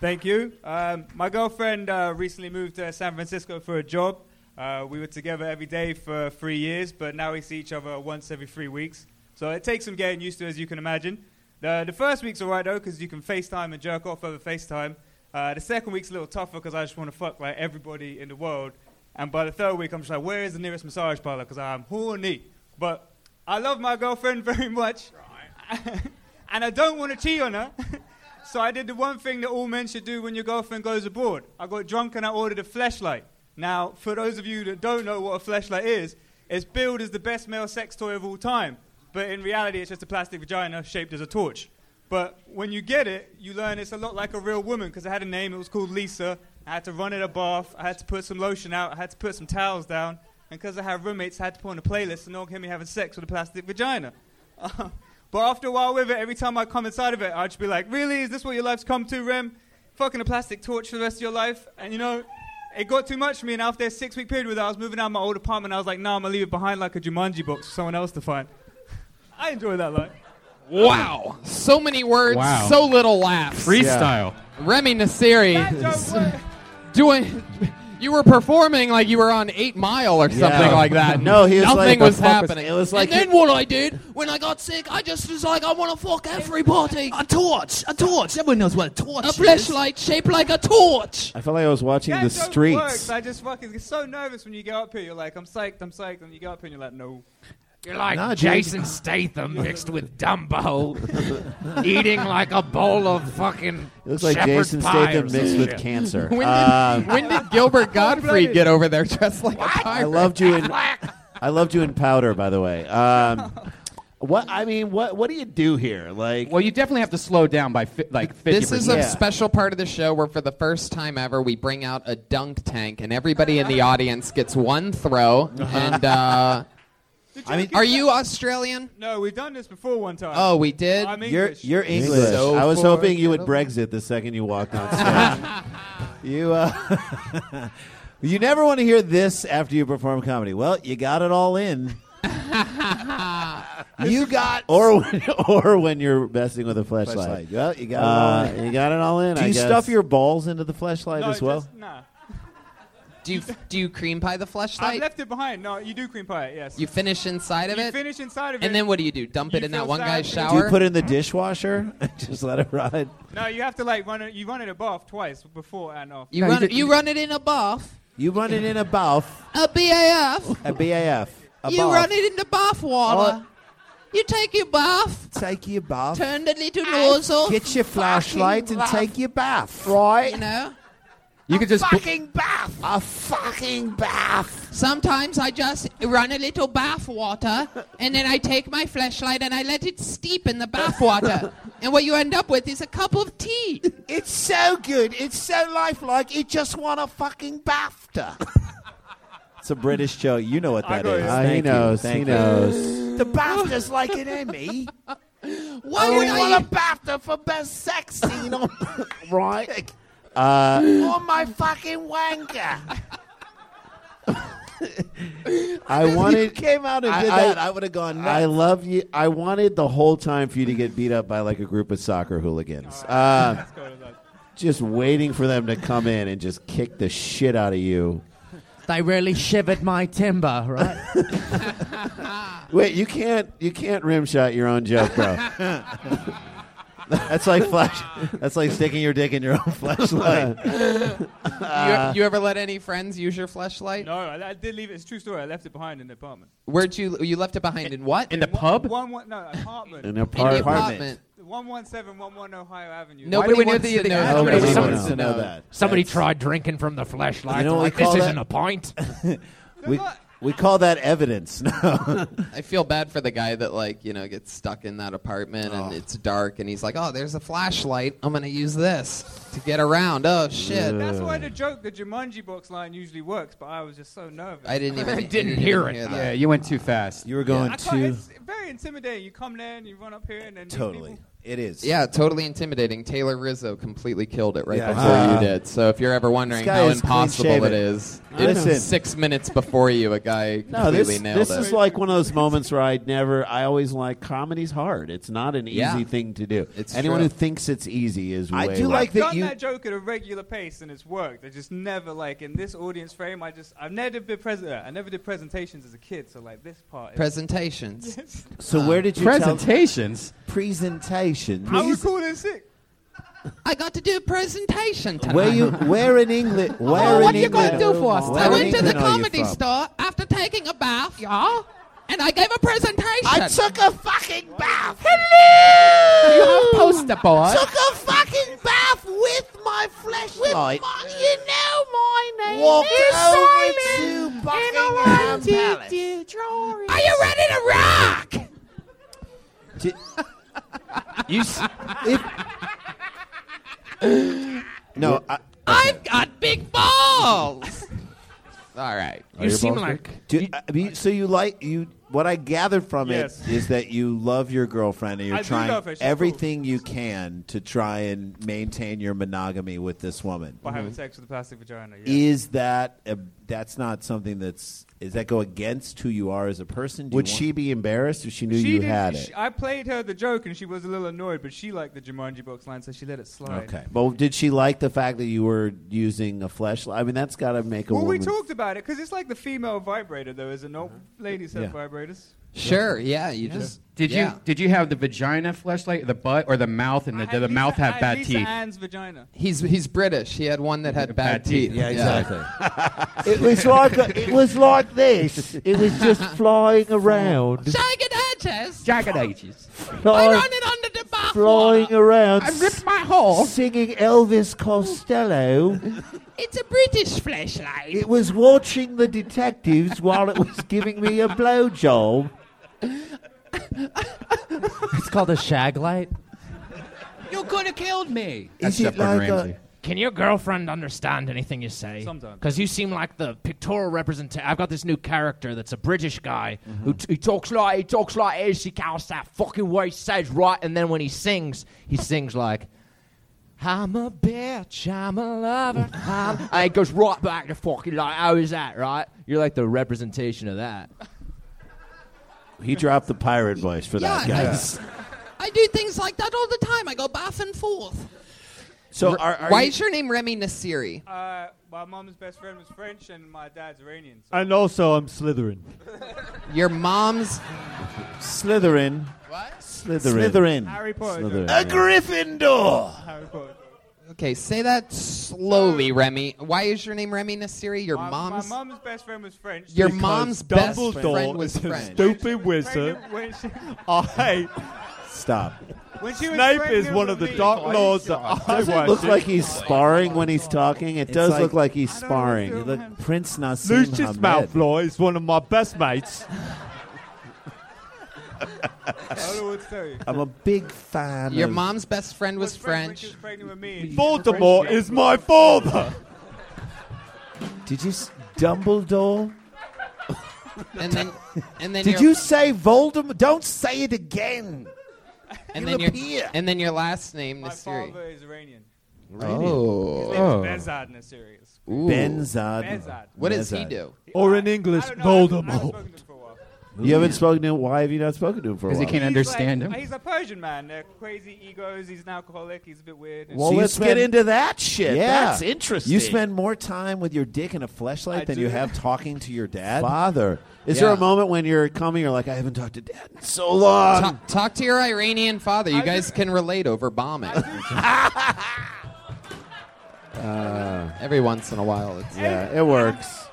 T: Thank you. Um, my girlfriend uh, recently moved to San Francisco for a job. Uh, we were together every day for three years, but now we see each other once every three weeks. So it takes some getting used to, as you can imagine. The, the first week's all right, though, because you can FaceTime and jerk off over FaceTime. Uh, the second week's a little tougher because I just want to fuck like everybody in the world. And by the third week, I'm just like, where is the nearest massage parlor? Because I'm horny. But I love my girlfriend very much. and I don't want to cheat on her. So I did the one thing that all men should do when your girlfriend goes abroad. I got drunk and I ordered a flashlight. Now, for those of you that don't know what a flashlight is, it's billed as the best male sex toy of all time, but in reality, it's just a plastic vagina shaped as a torch. But when you get it, you learn it's a lot like a real woman because I had a name. It was called Lisa. I had to run in a bath. I had to put some lotion out. I had to put some towels down. And because I had roommates, I had to put on a playlist and no one hear me having sex with a plastic vagina. but after a while with it, every time I come inside of it, I'd just be like, really? Is this what your life's come to, Rem? Fucking a plastic torch for the rest of your life? And you know, it got too much for me. And after a six week period with it, I was moving out of my old apartment. I was like, nah, I'm going to leave it behind like a Jumanji box for someone else to find. I enjoy that life.
C: Wow. So many words,
T: Wow.
C: so little laughs.
B: Freestyle.
C: Remy Nasiri. is Doing. You were performing like you were on Eight Mile or something
E: Yeah.
C: like that.
E: No, he was
C: Nothing
E: like-
C: was
E: the fuck was-
C: happening.
E: it was like
D: and then what I did when I got sick, I just was like, I want to fuck everybody. A torch, a torch. Everyone knows what a torch is. A flashlight shaped like a torch.
E: I felt like I was watching the
T: don't
E: streets.
T: work. I just fucking get so nervous when you get up here. You're like, I'm psyched, I'm psyched, and you get up here and you're like, no.
J: You're like Jason Statham mixed with Dumbo, eating like a bowl of fucking.
E: It looks like
J: shepherd's
E: Jason
J: pie or
E: Statham
J: some
E: mixed with
J: shit.
E: cancer.
C: When did,
E: Um,
C: when did Gilbert Godfrey get over there dressed like a pirate?
E: I loved you in I loved you in powder, by the way. Um, what I mean, what what do you do here? Like,
B: well, you definitely have to slow down by fi- like fifty
C: This is a special part of the show where, for the first time ever, we bring out a dunk tank, and everybody in the audience gets one throw. And uh,
T: I mean,
C: are you Australian?
T: No, we've done this before one time.
C: Oh, we did.
T: I'm English.
E: You're, you're English.
C: So
E: I was
C: far,
E: hoping you would
C: gentlemen.
E: Brexit the second you walked on stage. you, uh, you never want to hear this after you perform comedy. Well, you got it all in. you got or when, or when you're messing with a flashlight. Uh,
G: Fleshlight. Well, you got it all in.
E: you got it all in.
G: Do
E: I
G: you
E: guess.
G: stuff
E: your balls into the flashlight
T: No,
E: as well?
T: just- nah.
C: Do you do you cream pie the
T: I
C: flashlight?
T: left it behind. No, you do cream pie it, yes.
C: You finish inside of
T: You
C: it.
T: finish inside of it.
C: And then what do you do? Dump it
T: You
C: in that
T: feel
C: one guy's
T: sad.
C: shower?
E: Do you put it in the dishwasher and just let it ride?
T: No, you have to like run it. You run it a bath twice before and after.
E: You No, you run it- did- you
D: run it in a bath.
E: You run it in a bath,
D: A BAF.
E: a BAF. A
D: you
E: bath.
D: run it in the bath water. You take your bath,
E: Take your bath.
D: turn the little nozzle.
E: Get your flashlight and
D: bath.
E: take your bath. Right.
D: You know?
B: You could just
D: fucking bath. A fucking bath. Sometimes I just run a little bath water and then I take my flashlight and I let it steep in the bath water. and what you end up with is a cup of tea.
G: It's so good. It's so lifelike. It just won a fucking BAFTA.
E: It's a British joke. You know what that
G: got
E: is.
G: it.
E: Thank
G: He
E: you.
G: knows,
E: Thank
G: he
E: you.
G: knows. The BAFTA's like an Emmy.
D: Why
G: Oh,
D: would
G: we
D: I
G: want a
D: BAFTA for best sex scene on
G: right?
E: Uh,
D: on my fucking wanker?
E: I wanted
G: came out and
E: I-
G: did
E: I-
G: that, I would've gone
E: I
G: nuts.
E: love you. I wanted the whole time for you to get beat up by like a group of soccer hooligans. Uh, just waiting for them to come in and just kick the shit out of you.
K: They really shivered my timber, right?
E: Wait, you can't you can't rim shot your own joke, bro. that's like flash. That's like sticking your dick in your own flashlight.
C: you, you ever let any friends use your flashlight?
T: No, I, I did leave it. It's a true story. I left it behind in the apartment.
C: Where'd you you left it behind in what? In the
T: One- One, one, no, apartment.
E: An apart- In the apartment.
T: 11711 Ohio Avenue.
C: Nobody Why do we wants know the- to know.
E: Nobody
J: Somebody-
E: wants
J: some-
E: to know that.
J: Somebody
E: That's-
J: tried drinking from the flashlight.
E: You know what
J: like,
E: we
J: this
E: call
J: isn't
E: that?
J: a pint.
E: we we call that evidence. No.
C: I feel bad for the guy that like you know gets stuck in that apartment
B: Oh.
C: and it's dark and he's like, oh, there's a flashlight. I'm gonna use this to get around. Oh shit!
T: That's why the joke, the Jumanji box line usually works, but I was just so nervous.
C: I didn't even
B: Yeah, you went too fast.
E: You were going
T: I can't, it's very intimidating. You come there and you run up here and then these
E: Totally.
T: people-
E: It is.
C: Yeah, totally intimidating. Taylor Rizzo completely killed it right
E: Yeah.
C: before
E: Wow.
C: you did. So if you're ever wondering
E: This guy
C: how
E: is
C: impossible
E: clean-shaven.
C: it is,
E: I
C: it's
E: know.
C: six minutes before you, a guy completely
E: No, this,
C: nailed
E: this
C: it.
E: is like one of those moments where I never, I always like comedy's hard. It's not an easy
C: Yeah.
E: thing to do.
C: It's
E: Anyone
C: true.
E: who thinks it's easy is.
G: I
E: way
G: do
E: wrong.
G: like
T: I've done that joke at a regular pace and it's worked. I just never like in this audience frame. I just I've never been present. I never did presentations as a kid, so like this part. Is
C: presentations.
T: Yes.
E: So where did you
B: presentations?
E: Tell, presentations.
T: I was called in sick.
D: I got to do a presentation tonight.
E: Where you? Where in England? Where
D: Oh,
E: in
D: what you
E: England?
D: gonna do for us?
E: Where
D: I
E: in
D: went to the
E: England are you
D: comedy
E: from?
D: store after taking a bath, yeah, and I gave a presentation.
K: I took
D: a fucking bath. Hello.
K: You have poster board.
D: Took a fucking
E: Starlight
D: You know my name
E: Walked
D: is
E: over
D: Simon, to Buckingham
E: Palace.
D: Are you ready to rock?
E: you s- if, no, I,
D: I've got big balls.
E: all right.
D: You Are your seem balls like-
E: Do, uh, you- so you like you. What I gather from
T: Yes.
E: it is that you love your girlfriend and you're
T: I do
E: trying
T: love her. She's
E: everything you can to try and maintain your monogamy with this woman.
T: By
K: Mm-hmm.
T: having sex with a plastic vagina. Yeah.
E: Is that a, that's not something that's is that go against who you are as a person? Do you
K: Would
E: want-
K: she be embarrassed if she knew
T: She
K: you
T: didn't-
K: had it?
T: she- I played her the joke, and she was a little annoyed, but she liked the Jumanji box line, so she let it slide.
E: Okay. Well, did she like the fact that you were using a fleshlight? I mean, that's got to make a
T: Well, we
E: woman.
T: talked about it because it's like the female vibrator, though, isn't it?
D: Mm-hmm.
T: Ladies have
B: Yeah.
T: vibrators.
B: Did you did you have the vagina fleshlight, the butt, or the mouth? And the, did the mouth
T: I
B: have
T: had
B: bad
T: Lisa
B: teeth?
T: Ann's vagina.
U: He's he's British. He had one that had bad, teeth.
B: Yeah,
K: it was like a, it was like this. It was just flying around,
D: Jagged edges.
B: Jagged edges.
D: I
K: Fly-
D: run it under the bath.
K: flying around.
D: I ripped my hole.
K: singing Elvis Costello.
D: It's a British flashlight.
K: It was watching the detectives while it was giving me a blowjob.
V: It's called a shag light.
J: You could have killed me.
K: That's Is it Stephen like a-
E: uh,
K: Ramsey.
J: Can your girlfriend understand anything you say?
T: Sometimes.
J: Because you seem like the pictorial representation. I've got this new character that's a British guy who t- he talks like he talks like this. He counts that fucking way he says right, and then when he sings, he sings like. I'm a bitch, I'm a lover. I'm, and it goes right back to fucking like, how is that, right? You're like the representation of that.
E: He dropped the pirate voice for that,
D: Yeah, I-
E: guys.
D: I do things like that all the time. I go back and forth.
E: So are, are
C: Why
E: you-
C: is your name Remy Nasiri?
T: Uh, my mom's best friend was French, and my dad's Iranian. So
F: And also, I'm Slytherin.
U: Your mom's
E: Slytherin.
T: What?
E: Slytherin.
C: Slytherin.
T: Harry Potter.
C: A
E: Gryffindor.
T: Harry Potter.
C: Okay, say that slowly, Remy. Why is your name Remy Nasiri? Your
T: my,
C: mom's.
T: my mom's best friend was French.
C: Your
F: Because
C: mom's best Dumbledore friend was
F: is a
C: French.
F: Stupid wizard.
T: When she,
F: I.
E: Stop.
T: when she was
F: Snape
T: pregnant
F: is one of the
T: with me-
F: dark lords that I
E: Does it look
F: worship.
E: like he's sparring when he's talking? It
F: It's
E: does
F: like-
E: look like he's sparring. You look- Prince Nassim
F: Lucius
E: Hamed.
F: Malfoy is one of my best mates.
T: I don't know what to tell you.
E: I'm a big fan.
C: Your
E: of-
C: mom's best friend was
T: French. when
C: French.
T: she was pregnant with me. and-
F: Voldemort is my father.
E: Did you s- Dumbledore?
C: And then, and then
E: Did
C: your-
E: you say Voldemort? Don't say it again.
C: And
E: You'll
C: then your,
E: appear.
C: and then your last name
T: My
C: Nasiri.
T: father is Iranian.
C: Oh.
T: His name
C: Oh.
T: is Behzad Nasiri.
C: Ooh.
E: Benzad.
T: Bezad.
C: What does he do?
F: Or in English,
E: Voldemort. You haven't spoken to him. Why have you not spoken to him for a while?
T: like, He's a Persian man. Uh, crazy egos. He's an alcoholic. He's a bit weird.
E: So you spend-
K: Yeah.
E: That's interesting. You spend more time with your dick in a fleshlight than you have talking to your dad. Father. Is there
C: Yeah.
E: a moment when you're coming, you're like, I haven't talked to dad in so long?
C: Ta- talk to your Iranian father. You guys can relate over bombing. Uh, Every once in a while, it's
E: yeah, it works.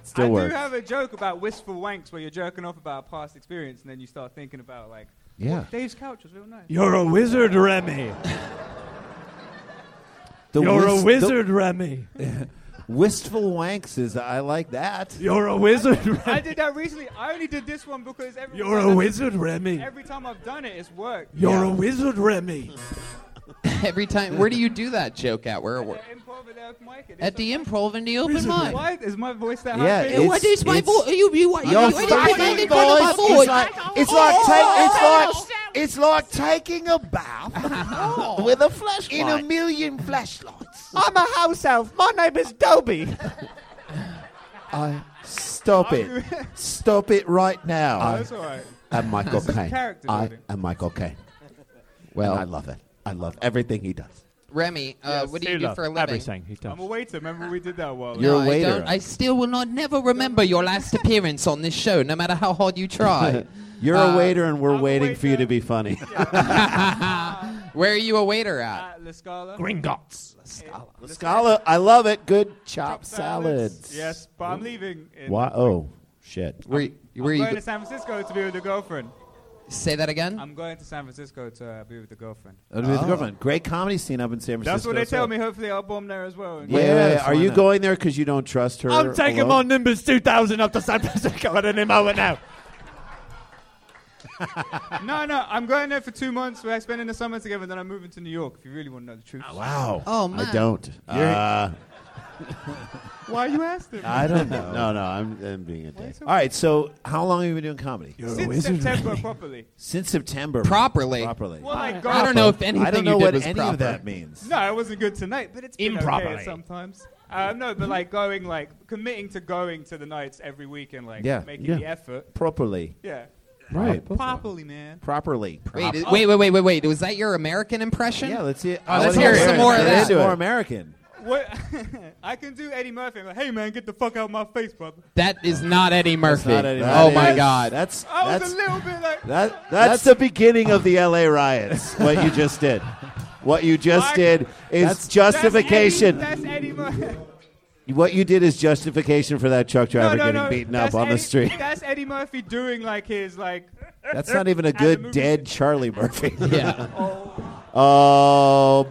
E: It still
T: I
E: works.
T: do have a joke about wistful wanks where you're jerking off about a past experience and then you start thinking about like,
E: Yeah.
T: Dave's couch was real nice.
F: You're a wizard, Remy.
E: The
F: You're a
E: wist-
F: wizard,
E: the-
F: Remy.
E: Wistful wanks is I like that.
F: You're a wizard.
T: I did that recently. I only did this one because every
F: You're a wizard, Remy.
T: Every time I've done it, it's worked.
C: You're
F: a wizard, Remy.
C: Every time, where do you do that joke at? Where? where? At the improv in the open mic.
T: Why is my voice that
C: Yeah,
T: high?
C: it's- What is my it's- vo- you- you- you-
E: Your
C: you- you- you-
E: fucking
C: you- you-
E: voice
C: you-
E: is like it's like
C: Oh.
E: take, it's like it's like taking a bath
C: Oh.
E: with a flashlight
D: In a
E: million flashlights.
D: I'm a house elf. My name is Dobie.
E: I stop it. Stop it right now.
T: Oh, that's all right.
E: I am Michael
C: This is
E: Caine.
C: character
E: I
C: building.
E: am Michael Caine.
C: Well-
E: And I love it. I love everything he does.
C: Remy, uh,
T: Yes.
C: what do you do for a living?
T: I'm a waiter. Remember we did that while.
C: Oh, No, I, don't, I still will not never remember your last appearance on this show, no matter how hard you try.
E: You're
C: Uh,
E: a waiter, and we're waiting for you to be funny.
C: Where are you a waiter at?
T: La Scala.
C: Gringotts.
E: Scala, I love it. Good chopped salads.
T: Yes, but I'm leaving. in-
E: Why? Oh, shit.
C: Where,
T: I'm going to San Francisco to be with a girlfriend.
C: Say that again.
T: I'm going to San Francisco to uh, be with the girlfriend.
E: That'll Oh,
F: Oh.
E: be with the girlfriend. Great comedy scene up in San Francisco.
T: That's what they
E: so-
T: tell me. Hopefully, I'll bomb there as well.
E: Yeah, are you going there because you don't trust her?
F: I'm taking
E: alone?
F: my Nimbus 2000 up to San Francisco at any moment now.
T: no, no, I'm going there for two months. We're spending the summer together, then I'm moving to New York. If you really want to know the truth.
E: Wow.
C: Oh, man.
E: I don't.
T: You're-
E: Uh,
T: Why you asking?
E: I don't know. no, no, I'm, I'm being a dick. All right, so how long have you been doing comedy?
T: Since September, properly.
E: Since September.
C: Properly.
E: Properly.
T: Well, I, got
E: I don't know if anything I don't you know did what was any of proper. that means.
T: No, it wasn't good tonight, but it's been
E: Improperly.
T: okay sometimes. Um, no, but like going, like committing to going to the nights every weekend, like
E: Yeah,
T: making
E: yeah.
T: the effort
E: Properly.
T: Yeah.
E: Right.
T: Properly, man.
E: Properly.
C: Wait,
E: Prop-
C: wait, wait, wait, wait, wait. Was that your American impression?
E: Yeah, let's see.
C: Oh, let's hear some more of that.
E: more American.
T: What? I can do Eddie Murphy. I'm like, hey, man, get the fuck out of my face, brother.
C: That is not Eddie Murphy.
E: not Eddie
C: oh
E: Murphy.
C: my
E: That is-
C: God.
E: that's-
T: I was
E: That's-
T: a little bit like,
E: That, that's, the beginning of the LA riots, what you just did. What you just did is
T: That's-
E: justification.
T: That's Eddie, that's Eddie Murphy.
E: what you did is justification for that truck driver
T: no,
E: getting
T: no,
E: beaten
T: that's
E: up on
T: Eddie,
E: the street.
T: That's Eddie Murphy doing like his like.
E: That's not even a
T: at the
E: good
T: movie-
E: dead Charlie Murphy.
C: Yeah.
E: oh,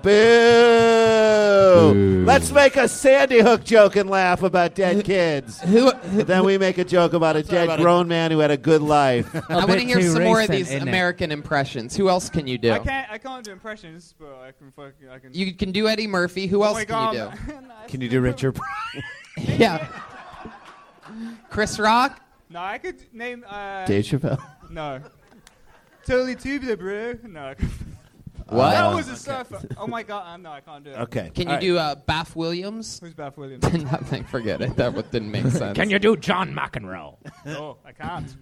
E: boo. Let's make a Sandy Hook joke and laugh about dead kids.
C: Who,
E: then we make a joke about a dead
C: about a-
E: grown man who had a good life.
C: I want to hear some more of these American impressions. Who else can you do?
T: I can't. I can't do impressions, but I can fucking. I can.
C: You can do Eddie Murphy. Who
T: Oh
C: else
T: my
C: can
T: God.
C: you
E: Can you do Richard?
C: do? yeah. Chris Rock.
T: No, I could name. Uh,
E: Dave Chappelle.
T: No. Totally tubular, bro. No. I can't-
E: What?
T: That
E: Uh,
T: was a
E: okay.
T: surfer. Oh my god! uh, no, I can't do it.
E: Okay.
C: Can you do uh, Bath Williams?
T: Who's Bath Williams?
C: Nothing. Forget it. That one didn't make sense.
J: Can you do John McEnroe?
T: no, Oh, I can't.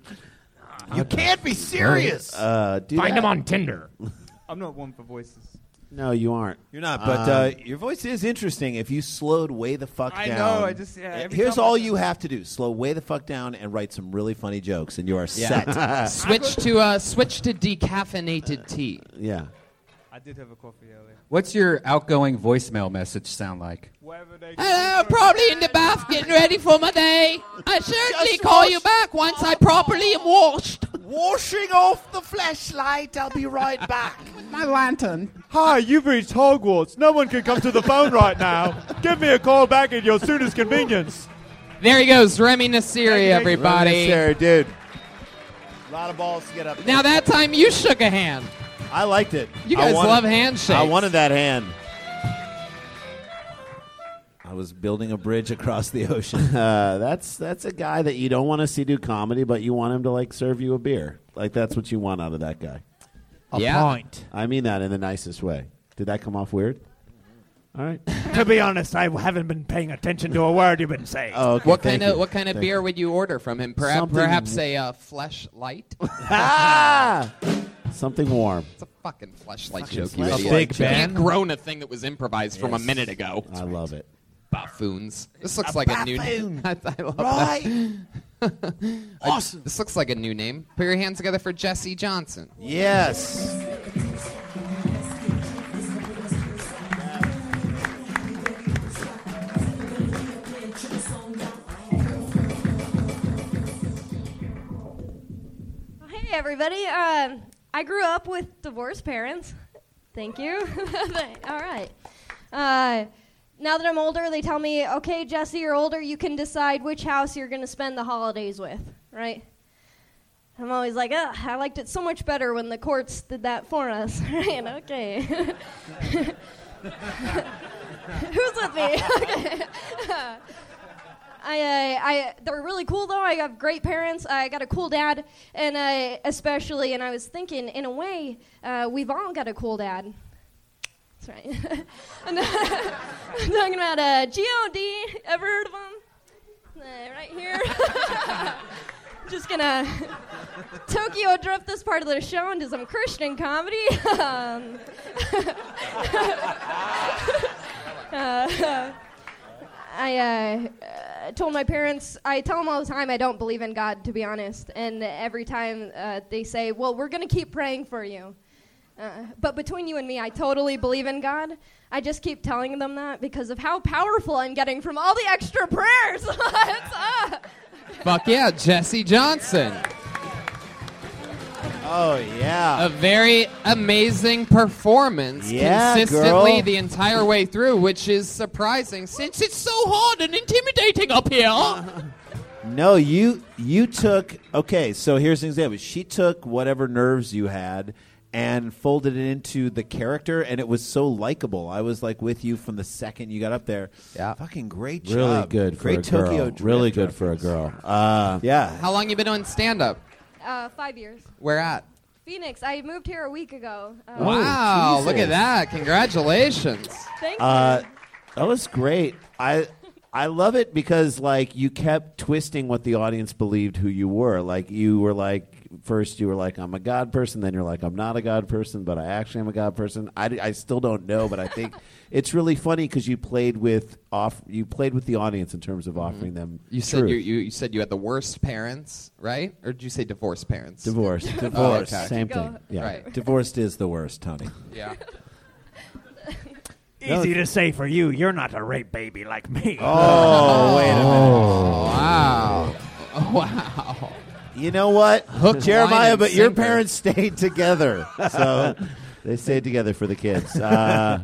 E: You can't be
T: serious.
E: Uh, do
J: Find
E: that.
J: him on Tinder.
T: I'm not one for voices.
E: No, you aren't. You're not. But uh, your voice is interesting. If you slowed way the fuck
T: I
E: down,
T: know, I just- yeah,
E: Uh,
T: every
E: here's
T: time I-
E: all you have to do: slow way the fuck down and write some really funny jokes, and you are
C: Yeah.
E: set.
C: switch to uh, switch to decaffeinated tea.
E: Yeah.
T: I did have a coffee earlier.
B: What's your outgoing voicemail message sound like?
C: Hello, Uh, probably in the bath getting ready for my day. I certainly
D: Just
C: call
D: wash-
C: you back once I properly am washed.
D: Washing off the flashlight. I'll be right back.
C: My lantern.
F: Hi, you've reached Hogwarts. No one can come to the phone right now. Give me a call back at your soonest convenience.
C: There he goes, Remy Nasiri, everybody.
E: Sarah, dude. A lot of balls to get up.
C: Now that time you shook a hand.
E: I liked it.
C: You
E: I
C: guys
E: wanted-
C: love handshakes.
E: I wanted that hand. I was building a bridge across the ocean. Uh, that's that's a guy that you don't want to see do comedy, but you want him to like serve you a beer. Like that's what you want out of that guy.
C: A Yeah. pint.
E: I mean that in the nicest way. Did that come off weird? All right.
F: to be honest, I haven't been paying attention to a word you've been saying.
E: Oh, okay,
C: What
E: thank
C: kind of
E: you.
C: what kind of
E: Thank
C: beer
E: you.
C: would you order from him? Perhaps
E: Something-
C: perhaps a uh, fleshlight.
E: ah! Something warm.
C: It's a fucking fleshlight
E: Fucking
C: joke, you
E: fleshlight
C: idiot.
E: Big
C: You
E: Ben.
C: can't groan a thing that was improvised from a
E: Yes.
C: minute ago.
E: I love it.
C: Buffoons. This looks like a new name.
D: buffoon.
C: I, I love that. awesome. this looks like a new name. Put your hands together for Jesse Johnson.
E: Yes.
I: Hey everybody. Um, I grew up with divorced parents. Thank you. All right. Uh, now that I'm older, they tell me, okay, Jesse, you're older. You can decide which house you're going to spend the holidays with, right? I'm always like, Ugh, I liked it so much better when the courts did that for us, right? Okay. Who's with me? okay. I, uh, I, they were really cool though. I have great parents. I got a cool dad, and uh, especially, and I was thinking, in a way, uh, we've all got a cool dad. That's right. I'm talking about uh, God. Ever heard of him? Uh, right here. Just gonna Tokyo drift this part of the show into some Christian comedy. um, uh, I uh, uh, told my parents, I tell them all the time I don't believe in God, to be honest. And every time uh, they say, Well, we're going to keep praying for you. Uh, but between you and me, I totally believe in God. I just keep telling them that because of how powerful I'm getting from all the extra prayers. It's, uh,
C: Fuck yeah, Jesse Johnson.
E: Oh yeah.
C: A very amazing performance
E: Yeah,
C: consistently
E: girl.
C: the entire way through, which is surprising since it's so hard and intimidating up here.
E: Uh-huh. No, you you took okay. So here's an example. She took whatever nerves you had and folded it into the character, and it was so likable. I was like with you from the second you got up there. Yeah, fucking great job.
D: Really good for
E: great
D: a girl.
E: Tokyo Drift Ah.
D: really good for a girl. Uh,
E: yeah.
C: How long you been doing stand up?
I: Uh, five years.
C: Where at?
I: Phoenix. I moved here a week ago. Uh,
C: wow,
E: Jesus.
C: Oh, look at that. Congratulations.
I: Thank
E: Uh, that was great. I I love it because like you kept twisting what the audience believed who you were. Like you were like first you were like I'm a god person, then you're like I'm not a god person, but I actually am a god person. I, I still don't know, but I think it's really funny because you played with off you played with the audience in terms of offering them
C: Mm-hmm. You
E: truth.
C: said you, you, you said you had the worst parents, right? Or did you say divorced parents?
E: divorced
C: Oh,
E: divorced
C: okay.
E: same thing yeah
C: Right.
E: divorced is the worst, Tony.
C: Yeah.
F: Easy to say for you. You're not a rape baby like me.
E: Oh, wait a minute.
C: Oh, wow.
D: Oh,
C: Wow.
E: You know what?
F: Hook, line,
E: Jeremiah,
F: and
E: but your
F: sinker.
E: parents stayed together. So they stayed together for the kids. Uh,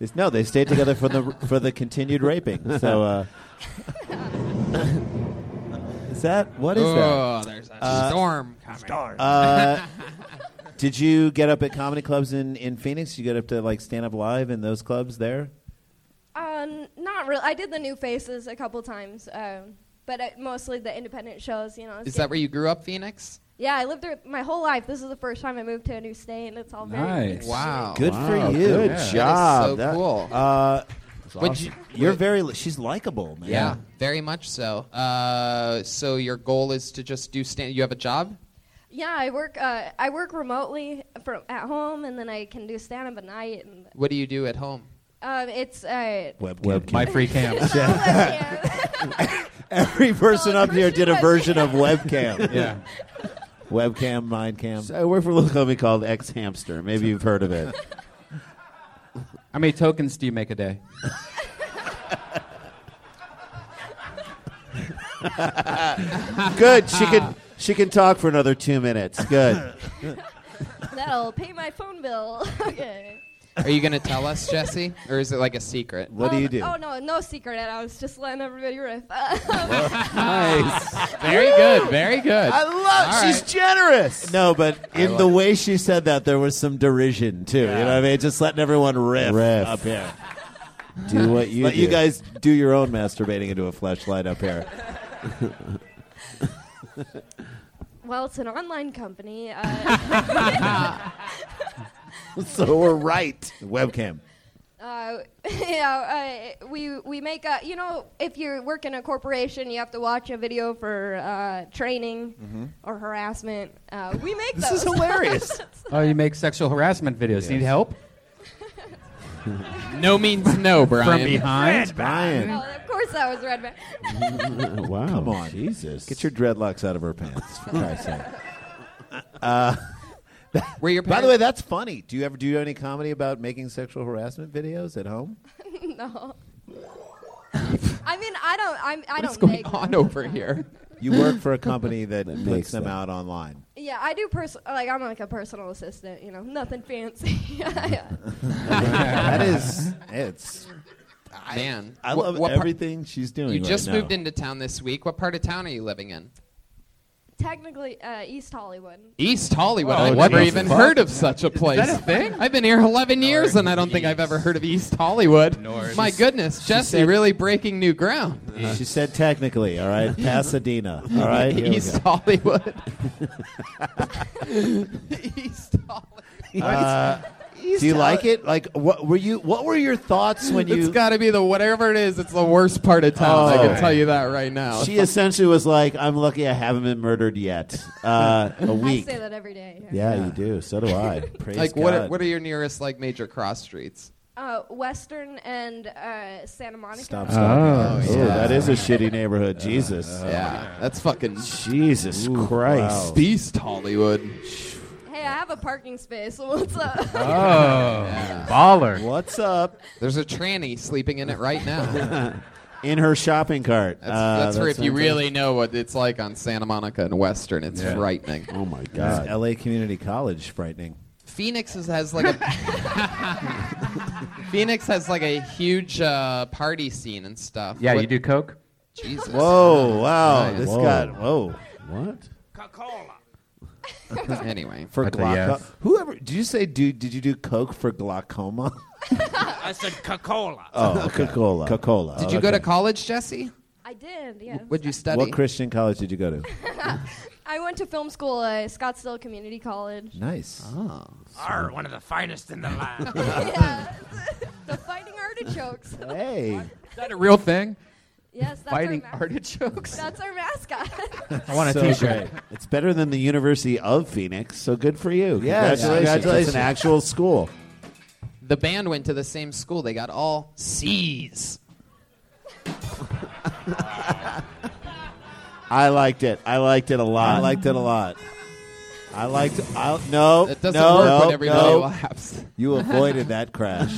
E: this- no, they stayed together for the for the continued raping. So uh, is that what is
C: Oh,
E: that?
C: there's a
E: Uh,
C: storm coming. Storm.
E: Uh, did you get up at comedy clubs in, in Phoenix? You get up to like stand up live in those clubs there?
I: Um, not really. I did the new faces a couple times, um, but uh, mostly the independent shows. You know.
C: Is that where you grew up, Phoenix?
I: Yeah, I lived there my whole life. This is the first time I moved to a new state, and it's all very
C: Nice. Wow.
E: Good
C: Wow,
E: for you.
C: good. Yeah.
E: Good
C: That is
E: job.
C: so cool.
E: Uh,
C: But awesome. you-
E: you're very. li- She's likable, man.
C: Yeah, very much so. Uh, so your goal is to just do stand. You have a job.
I: Yeah, I work. Uh, I work remotely from at home, and then I can do stand up at night. And
C: What do you do at home?
I: um, it's uh,
E: Web,
C: Webcam. My free camps.
E: Every person up here did a version of webcam.
D: Yeah.
E: Webcam, mind cam.
D: So I work for a little company called X Hamster. Maybe you've heard of it.
B: How many tokens do you make a day?
D: Good. She can she can talk for another two minutes. Good.
I: that'll pay my phone bill. okay.
C: Are you gonna tell us, Jesse, or is it like a secret?
E: What
I: Um, Oh no, no secret. I was just letting everybody riff.
C: nice. Very good. Very good.
E: I
I: love-
E: she's generous. No, but in
D: love
E: the way she said that, there was some derision too. You know what I mean? Just letting everyone riff,
D: Riff.
E: up here.
D: Do what you
E: Let you
D: do.
E: guys do your own masturbating into a flashlight up here.
I: well, it's an online company. Uh,
E: so we're right. Webcam.
I: Uh, yeah, uh, we we make a you know if you work in a corporation you have to watch a video for uh, training
C: Mm-hmm.
B: Mhm.
I: or harassment. Uh, we make
B: This
I: those.
B: is hilarious. oh, you make sexual harassment videos. Need help?
C: no means no, Brian.
B: From behind?
I: well, of course that was red.
E: wow. Come on. Jesus. Get your dreadlocks out of her pants, for Christ's sake. Uh,
C: Were your
E: By the way, that's funny. Do you ever do any comedy about making sexual harassment videos at home?
I: no. I mean, I don't. I'm, I
C: What's
I: don't
C: going
I: make.
C: on over here?
E: You work for a company that,
D: makes
E: puts them
D: them.
E: out online.
I: Yeah, I do. Pers- like I'm like a personal assistant. You know, nothing fancy. Yeah.
E: that is, it's.
C: Man,
E: I
C: Wha-
E: love
C: what par-
E: everything she's doing.
C: You
E: right
C: just
E: now.
C: moved into town this week. What part of town are you living in?
I: Technically, uh, East Hollywood.
C: East Hollywood. Oh, I've what never the even fuck? heard of such a Is place. that a thing? I've been here 11 years and I don't think I've ever heard of East Hollywood. My goodness, Jesse,
E: said-
C: really breaking new ground.
E: She said technically, all right? Pasadena, all right? Here we go.
C: East Hollywood. East Hollywood.
E: Uh, do you like it? Like, what were you? What were your thoughts when you?
C: It's got to be the whatever it is. It's the worst part of town. I can
E: Oh.
C: tell you that right now.
E: She essentially was like, "I'm lucky I haven't been murdered yet." Uh, a week.
I: I say that every day.
E: Yeah, you do. So do I. Praise
C: like
E: God.
C: what? Are, what are your nearest like major cross streets?
I: Uh, Western and uh, Santa Monica.
E: Stop, stop.
C: Oh,
E: Ooh,
C: yeah.
E: that is a shitty neighborhood. Jesus.
C: yeah, that's fucking
E: Jesus Christ.
C: East Hollywood.
I: Hey, I have a parking space. What's up?
B: Oh,
E: Oh.
C: Yeah.
E: What's up?
C: There's a tranny sleeping in it right now.
E: in her shopping cart.
C: That's,
E: Uh,
C: that's for if you
E: fantastic.
C: really know what it's like on Santa Monica and Western. It's
E: Yeah.
C: frightening.
E: Oh my God, L.A. Community College, frightening.
C: Phoenix is, has like a Phoenix has like a huge uh, party scene and stuff.
B: Yeah,
C: What-
B: you do coke.
C: Jesus.
E: Whoa, wow,
C: Nice.
E: this got whoa, what?
C: anyway,
E: for
B: But, uh,
E: glaucoma,
B: yes.
E: whoever did you say? Do did you do coke for glaucoma?
J: I said Coca-Cola.
E: Oh, Coca-Cola. Coca-Cola.
C: Did you go to college, Jesse?
I: I did, yeah.
C: What'd you study?
E: What Christian college did you go to?
I: I went to film school at Scottsdale Community College.
E: nice. Oh.
J: Arr, one of the finest in the land.
I: yeah. the fighting artichokes.
E: Hey.
C: Is that a real thing?
I: Yes, that's
C: Fighting
I: our
C: artichokes.
I: That's our mascot.
E: I
C: want a t-shirt.
E: It's better than the University of Phoenix, so good for you.
C: Yes.
E: Congratulations.
C: Congratulations.
E: It's an actual school.
C: The band went to the same school. They got all C's.
E: I liked it. I liked it a lot. I liked it a lot. I liked. I no.
C: It doesn't
E: Oh, no,
C: work
E: no,
C: when everybody
E: no.
C: laughs.
E: You avoided that crash.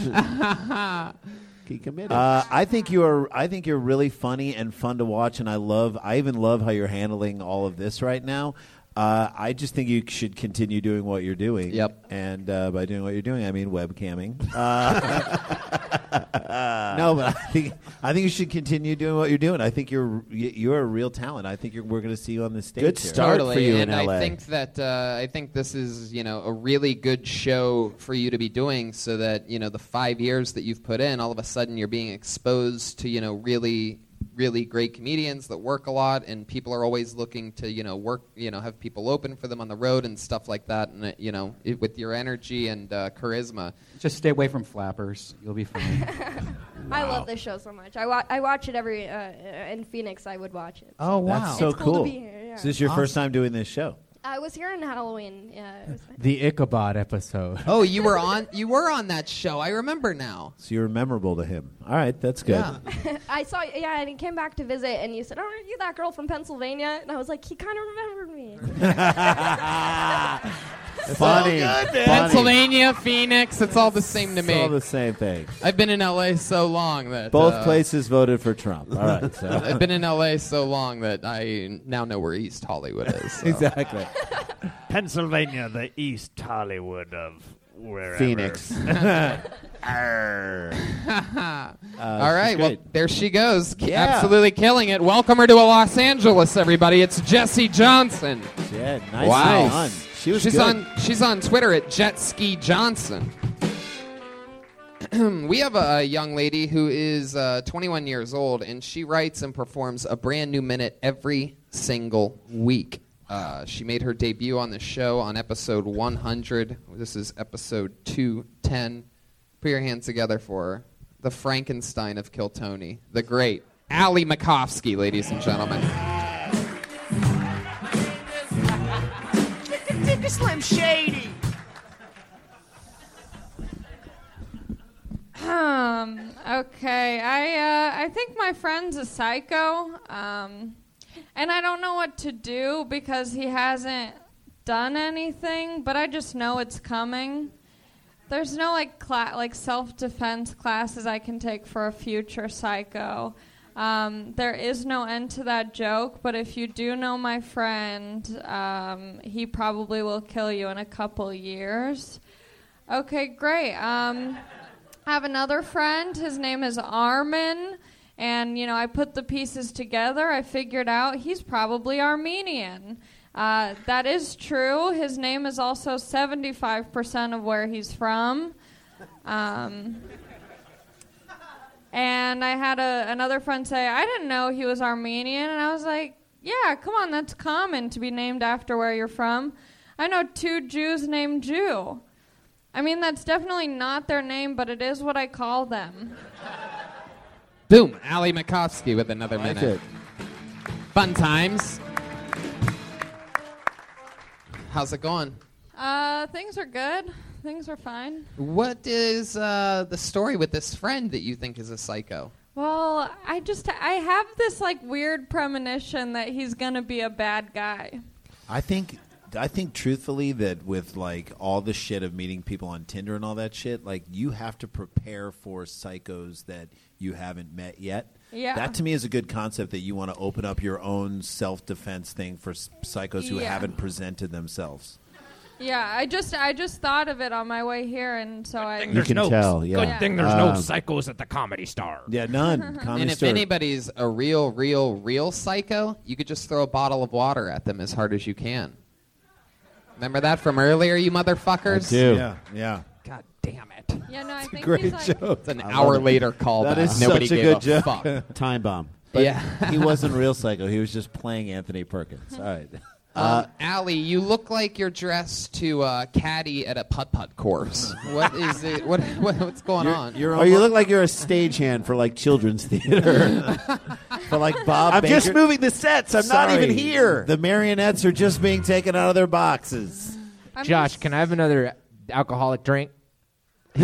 C: he committed.
E: Uh, I think you are. I think you're really funny and fun to watch, and I love. I even love how you're handling all of this right now. Uh, I just think you should continue doing what you're doing. Yep. And uh, by doing what you're doing, I mean webcamming. Uh, no, but I think I think you should continue doing what you're doing. I think you're y- you're a real talent. I think you're, we're going to see you on the stage.
D: Good
E: here.
C: totally. and I think that uh, I think this is you know a really good show for you to be doing, so that you know the five years that you've put in, all of a sudden you're being exposed to you know really really great comedians that work a lot, and people are always looking to you know work you know have people open for them on the road and stuff like that, and uh, you know it, with your energy and uh, charisma.
B: Just stay away from flappers. You'll be fine.
I: I love this show so much. I, wa- I watch it every uh, in Phoenix. I would watch it.
E: Oh wow, that's so
I: It's cool to be here, yeah.
E: So this is your first
I: Awesome.
E: time doing this show.
I: I was here in Halloween. Yeah, it was fun.
K: The Ichabod episode.
C: Oh, you were on you were on that show. I remember now.
E: So you're memorable to him. All right, that's good.
I: I saw yeah, and he came back to visit, and you said, "Oh, aren't you that girl from Pennsylvania?" And I was like, "He kind of remembered me."
E: funny. funny.
C: Pennsylvania, Phoenix, it's all the same to
E: It's
C: me.
E: all the same thing.
C: I've been in LA so long that
E: Both
C: uh,
E: places voted for Trump. All right. So.
C: I've been in LA so long that I now know where East Hollywood is. so.
E: Exactly.
S: Pennsylvania, the East Hollywood of wherever.
E: Phoenix.
S: Arr.
C: All right, well, there she goes. K-
S: Yeah.
C: Absolutely killing it. Welcome her to Los Angeles, everybody. It's Jessie Johnson.
E: Yeah, nice
C: wow.
E: done. She was
C: she's
E: good.
C: on she's on Twitter at Jetski Johnson. we have a, a young lady who is uh, 21 years old, and she writes and performs a brand new minute every single week. Uh, she made her debut on the show on episode 100. This is episode 210. Put your hands together for her. the Frankenstein of Kiltony, the great Allie Makovsky, ladies and gentlemen.
L: Dick a Slim Shady.
M: Um. Okay. I uh, I think my friend's a psycho. Um, and I don't know what to do because he hasn't done anything. But I just know it's coming. There's no like cla- like self defense classes I can take for a future psycho. Um, there is no end to that joke. But if you do know my friend, um, he probably will kill you in a couple years. Okay. Great. Um. I have another friend. His name is Armin. And, you know, I put the pieces together. I figured out he's probably Armenian. Uh, that is true. His name is also 75% of where he's from. Um, and I had a, another friend say, I didn't know he was Armenian. And I was like, yeah, come on, that's common to be named after where you're from. I know two Jews named Jew. I mean, that's definitely not their name, but it is what I call them.
C: Boom, Allie Makovsky with another
E: like
C: minute. Fun times. How's it going?
M: Uh, things are good. Things are fine.
C: What is uh, the story with this friend that you think is a psycho?
M: Well, I just I have this like weird premonition that he's gonna be a bad guy.
E: I think I think truthfully that with like all the shit of meeting people on Tinder and all that shit, like you have to prepare for psychos that you haven't met yet.
M: Yeah.
E: That to me is a good concept that you want to open up your own self defense thing for s- psychos who
M: Yeah.
E: haven't presented themselves.
M: Yeah, I just I just thought of it on my way here, and so I
E: thing You there's can no- tell, yeah.
M: Yeah.
E: good
J: thing there's
E: Um,
J: no psychos at the comedy star.
E: Yeah, none.
C: and if anybody's a real, real, real psycho, you could just throw a bottle of water at them as hard as you can. Remember that from earlier, you motherfuckers?
E: I do. Yeah, yeah.
C: God
M: damn it. Yeah, no, I think he's like,
C: It's an hour later call
E: That
C: back.
E: is
C: Nobody
E: such a
C: gave
E: good joke.
C: fuck.
E: Time bomb. But
C: Yeah.
E: he wasn't real psycho. He was just playing Anthony Perkins. All right. Uh,
C: Um, Allie, you look like you're dressed to uh, caddy at a putt putt course. what is it? What, what what's going on?
D: oh, you look like you're a stagehand for like children's theater.
E: for like Bob
D: I'm just
E: Baker-
D: moving the sets. I'm not even
E: Sorry.
D: here.
E: The marionettes are just being taken out of their boxes.
M: I'm
J: Josh, can I have another alcoholic drink?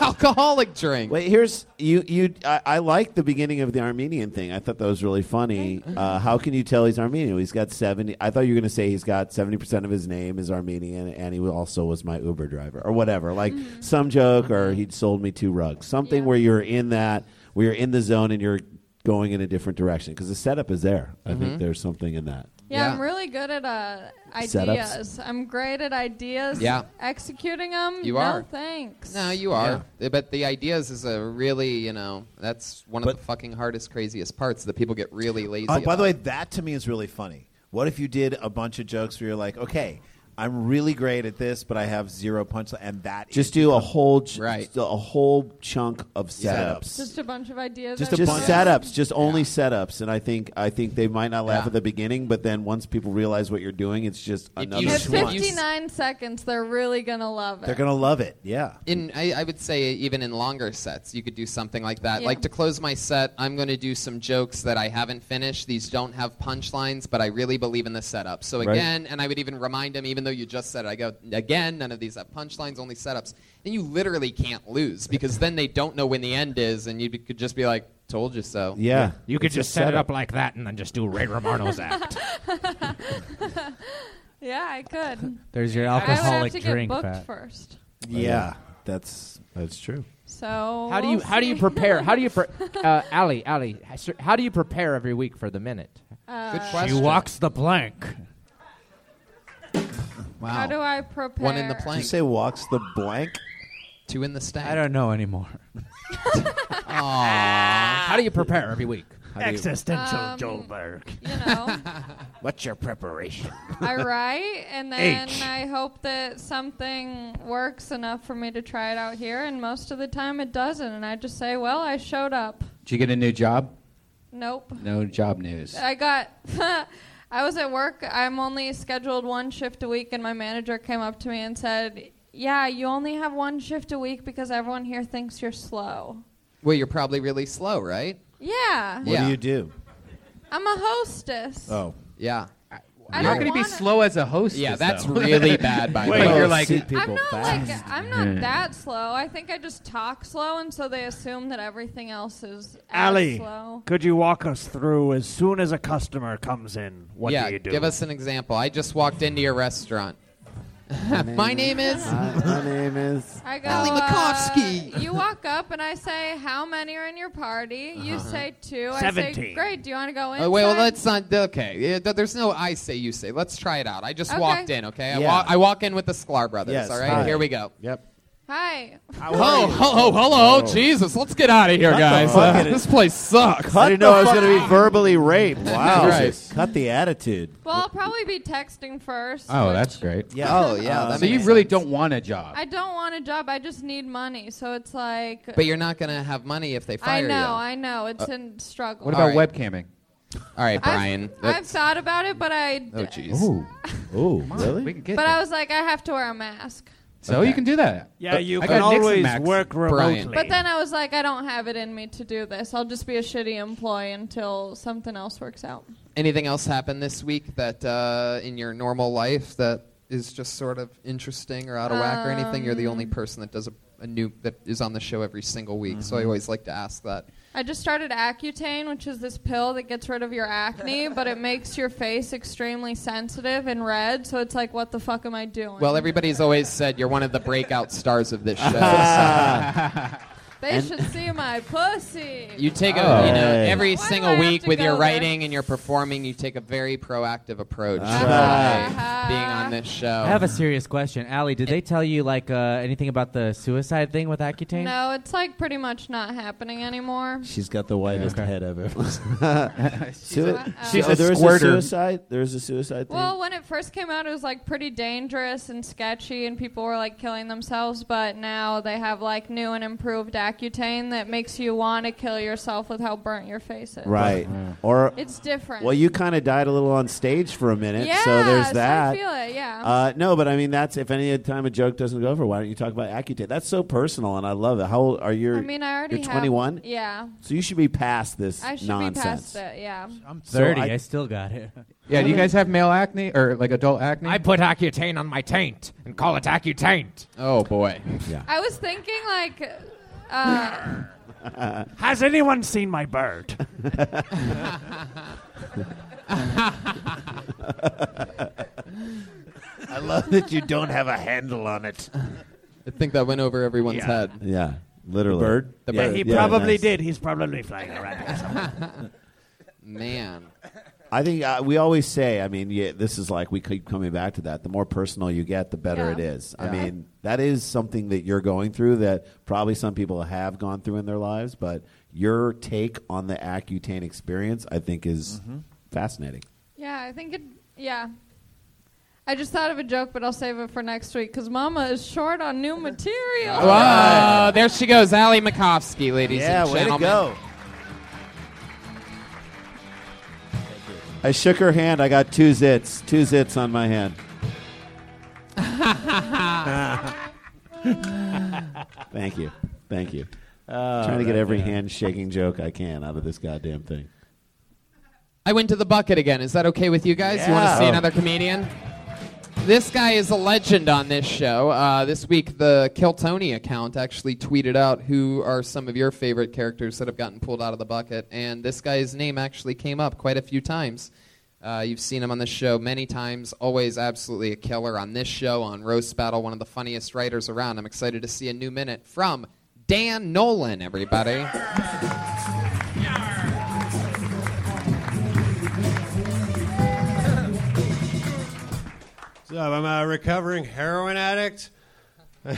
C: alcoholic drink.
D: Wait, here's you. You, I, I like the beginning of the Armenian thing. I thought that was really funny. Uh, how can you tell he's Armenian? He's got seventy. I thought you were going to say he's got seventy percent of his name is Armenian, and he also was my Uber driver or whatever. Like some joke, or he'd sold me two rugs. Something where you're in that, where you're in the zone, and you're going in a different direction because the setup is there. I
C: Mhm.
D: think there's something in that.
M: yeah, I'm really good at uh,
D: Setups.
M: ideas. I'm great at ideas.
C: Yeah.
M: executing them.
C: You
M: no
C: are.
M: thanks.
C: No, you are. Uh, But the ideas is a really, you know, that's one of the fucking hardest, craziest parts that people get really lazy.
E: Uh, by
C: about.
E: the way, that to me is really funny. What if you did a bunch of jokes where you're like, okay, I'm really great at this, but I have zero punchline, and that is
D: Just do a whole ch- a whole chunk of setups.
M: Just a bunch of ideas.
D: Just,
M: I
D: just
M: thought of.
D: setups, just only setups, and I think I think they might not laugh
C: Yeah.
D: at the beginning, but then once people realize what you're doing, it's just another
C: you-
M: At
C: If you-
D: schmuck.
M: 59 seconds, they're really gonna love it.
E: gonna love it. Yeah.
C: In I, I would say even in longer sets, you could do something like that.
M: Yeah.
C: Like to close my set, I'm going to do some jokes that I haven't finished. These don't have punchlines, but I really believe in the setup. So
F: Right.
C: again, and I would even remind them, even though you just said it, I go again. None of these have punchlines, only setups. And you literally can't lose because then they don't know when the end is, and you could just be like, "Told you so."
J: You could just set it up like that and then just do Ray Romano's act.
M: Yeah, I could.
F: There's your
M: I would have
F: alcoholic
M: to
F: drink,
M: Get booked
F: Pat.
M: first.
E: Yeah, that's that's true.
M: So
J: How do you
M: we'll
J: how do you
M: see.
J: prepare? How do you pre- uh, Allie Allie? How do you prepare every week for the minute?
M: Uh, Good
F: She
J: question.
F: walks the plank.
M: How do I prepare?
E: Did you say walks the blank?
C: Two in the stack.
F: I don't know anymore.
J: How do you prepare every week? How do you-
F: Existential
M: Um,
F: Joelberg.
M: You know,
J: What's your preparation?
M: I write, and then
F: H.
M: I hope that something works enough for me to try it out here. And most of the time, it doesn't. And I just say, "Well, I showed up."
B: Did you get a new job?
M: Nope.
B: No job news.
M: I got. I was at work. I'm only scheduled one shift a week, and my manager came up to me and said, "Yeah, you only have one shift a week because everyone here thinks you're slow."
C: Well, you're probably really slow, right?
M: Yeah.
E: What do you do?
M: I'm a hostess.
E: Oh,
C: yeah.
M: I
B: You're
M: don't
B: going to be
M: wanna-
B: slow as a host.
C: Yeah, that's really bad, by the way.
B: you're
C: Oh,
B: like,
C: sit
M: I'm not like I'm not that slow. I think I just talk slow, and so they assume that everything else is as
F: Allie,
M: slow.
F: could you walk us through as soon as a customer comes in? What
C: yeah,
F: do you do?
C: give us an example. I just walked into your restaurant. My name is.
D: My name is.
M: I go,
C: Allie
M: uh,
C: Makovsky.
M: you walk up and I say, "How many are in your party?" You
C: Uh-huh.
M: say two. I say,
C: Seventeen.
M: "Great. Do you want to go in?"
C: Oh, well, let's not. Okay, yeah, th- there's no I say you say. Let's try it out. I just
M: Okay.
C: walked in. Okay, I,
F: Yeah.
C: walk, I walk in with the Sklar brothers.
F: Yes,
C: all right,
F: hi.
C: here we go.
E: Yep.
M: Hi.
C: Oh, hello, hello,
M: Oh.
C: Jesus! Let's get out of here,
E: Cut the
C: guys.
E: fuck
C: Uh,
E: it.
C: this place sucks.
E: I didn't know I was going
C: gonna
E: to be verbally raped. Wow.
C: Right.
E: Cut the attitude.
M: Well, I'll probably be texting first.
C: Uh,
B: Oh, that's great.
E: Yeah. Oh,
C: yeah, that
B: Uh, so you
C: makes
B: really don't want a job.
M: I don't want a job. I just need money. So it's like.
C: But you're not gonna have money if they
M: I
C: fire
M: know.
C: you.
M: I know. It's
C: Uh,
M: a struggle.
C: All right.
B: webcamming?
C: All right, Brian.
M: I've thought about it, but I.
C: oh, jeez. Oh,
B: really? We can get
M: But
B: there.
M: I was like, I have to wear a mask.
B: so you can do that.
F: Yeah, you
B: I
F: can
B: got Nixon
F: always
B: Max.
F: work remotely.
M: But then I was like, I don't have it in me to do this. I'll just be a shitty employee until something else works out.
C: Anything else happened this week that uh, in your normal life that is just sort of interesting or out of whack or anything? You're the only
M: Um, Mm-hmm.
C: person that does a, a new that is on the show every single week, so I always like to ask that.
M: I just started Accutane, which is this pill that gets rid of your acne, but it makes your face extremely sensitive and red. So it's like, what the fuck am I doing?
C: Well, everybody's always said you're one of the breakout stars of this show. so-
M: they
C: and-
M: should see my pussy.
C: You take a,
M: Oh.
C: you know,
M: Hey.
C: every
M: Why do I
C: single
M: have
C: week
M: to
C: with
M: go
C: your
M: there?
C: writing and your performing, you take a very proactive approach
E: Ah.
C: to uh,
M: Uh-huh.
K: right.
C: being on this show.
K: I have a serious question, Allie. Did they tell you like uh, anything about the suicide thing with Accutane?
M: No, it's like pretty much not happening anymore.
K: She's got the whitest
E: head ever.
M: She's
D: oh,
M: a
E: there is a
M: squirter.
E: suicide. There is a suicide thing.
M: Well, when it first came out, it was like pretty dangerous and sketchy, and people were like killing themselves. But now they have like new and improved Accutane that makes you want to kill yourself with how burnt your face is.
E: Right. Or
M: It's different.
E: Well, you kind of died a little on stage for a minute, so
M: Yeah,
E: there's
M: so I
E: that.
M: feel it, yeah.
E: Uh, no, but I mean, that's if any time a joke doesn't go over, why don't you talk about Accutane? That's so personal, and I love it. How old are you?
M: I mean, I already
E: You're
M: have-
E: 21.
M: yeah.
E: So you should be past this
M: I should
E: nonsense.
M: be past it. Yeah. I'm
E: So I-
K: still got it.
B: Yeah, do you guys have male acne or like adult acne? I
J: put Accutane on my taint and call it Accutaint.
C: Oh boy.
B: Yeah.
M: I was thinking like. Uh,
F: Has anyone seen my bird?
D: I love that you don't have a handle on it.
C: I think that went over everyone's
F: Yeah.
C: head.
E: Yeah, literally.
C: The bird. The
F: yeah,
C: bird.
F: he probably did. He's probably flying around. or something.
C: Man.
E: I think uh, we always say, I mean, yeah, this is like we keep coming back to that. The more personal you get, the better
D: Yeah.
E: it is. I
D: Yeah.
E: mean, that is something that you're going through that probably some people have gone through in their lives, but your take on the Accutane experience, I think, is fascinating.
M: yeah, I think it. Yeah. I just thought of a joke, but I'll save it for next week because Mama is short on new material.
C: Whoa, Oh, there she goes, Allie Makovsky, ladies
E: Yeah,
C: and
E: way to
C: gentlemen.
E: go. I shook her hand. I got two zits, two zits on my hand. Thank you. Thank you. Trying to get every handshaking joke I can out of this goddamn thing.
C: I went to the bucket again. Is that okay with you guys? You want to
E: Yeah.
C: see
E: Oh.
C: another comedian? This guy is a legend on this show. Uh, this week, the Kill Tony account actually tweeted out who are some of your favorite characters that have gotten pulled out of the bucket, and this guy's name actually came up quite a few times. Uh, you've seen him on this show many times. Always absolutely a killer on this show, on Roast Battle, one of the funniest writers around. I'm excited to see a new minute from Dan Nolan, everybody.
G: So I'm a recovering heroin addict.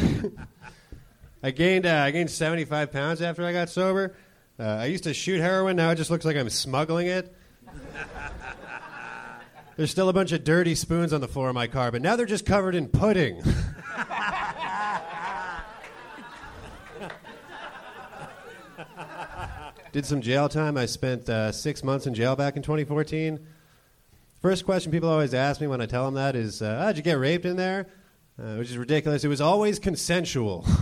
G: I gained uh, I gained 75 pounds after I got sober. Uh, I used to shoot heroin. Now it just looks like I'm smuggling it. There's still a bunch of dirty spoons on the floor of my car, but now they're just covered in pudding. Did some jail time. I spent uh, six months in jail back in 2014. First question people always ask me when I tell them that is, uh, oh, "Did you get raped in there?" Uh, which is ridiculous. It was always consensual.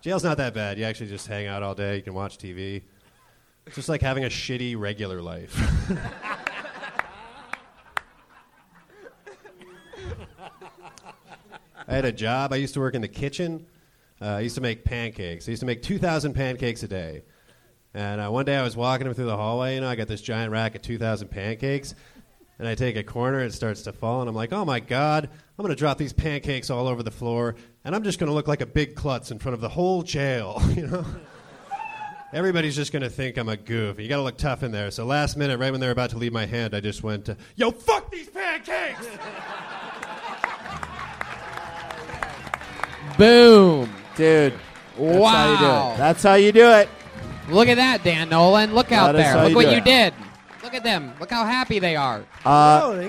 G: Jail's not that bad. You actually just hang out all day. You can watch TV. It's just like having a shitty regular life. I had a job. I used to work in the kitchen. Uh, I used to make pancakes. I used to make 2,000 pancakes a day. And uh, one day I was walking him through the hallway. You know, I got this giant rack of 2,000 pancakes. And I take a corner, it starts to fall. And I'm like, oh my God, I'm going to drop these pancakes all over the floor. And I'm just going to look like a big klutz in front of the whole jail, you know? Everybody's just going to think I'm a goof. You got to look tough in there. So last minute, right when they were about to leave my hand, I just went, uh, yo, fuck these pancakes!
C: Boom.
E: Dude.
C: Wow.
E: That's how you do it.
C: Look at that, Dan Nolan. Look out
E: That is
C: there.
E: how
C: Look
E: you
C: what
E: do
C: you
E: it.
C: did. Look at them. Look how happy they are.
E: Uh,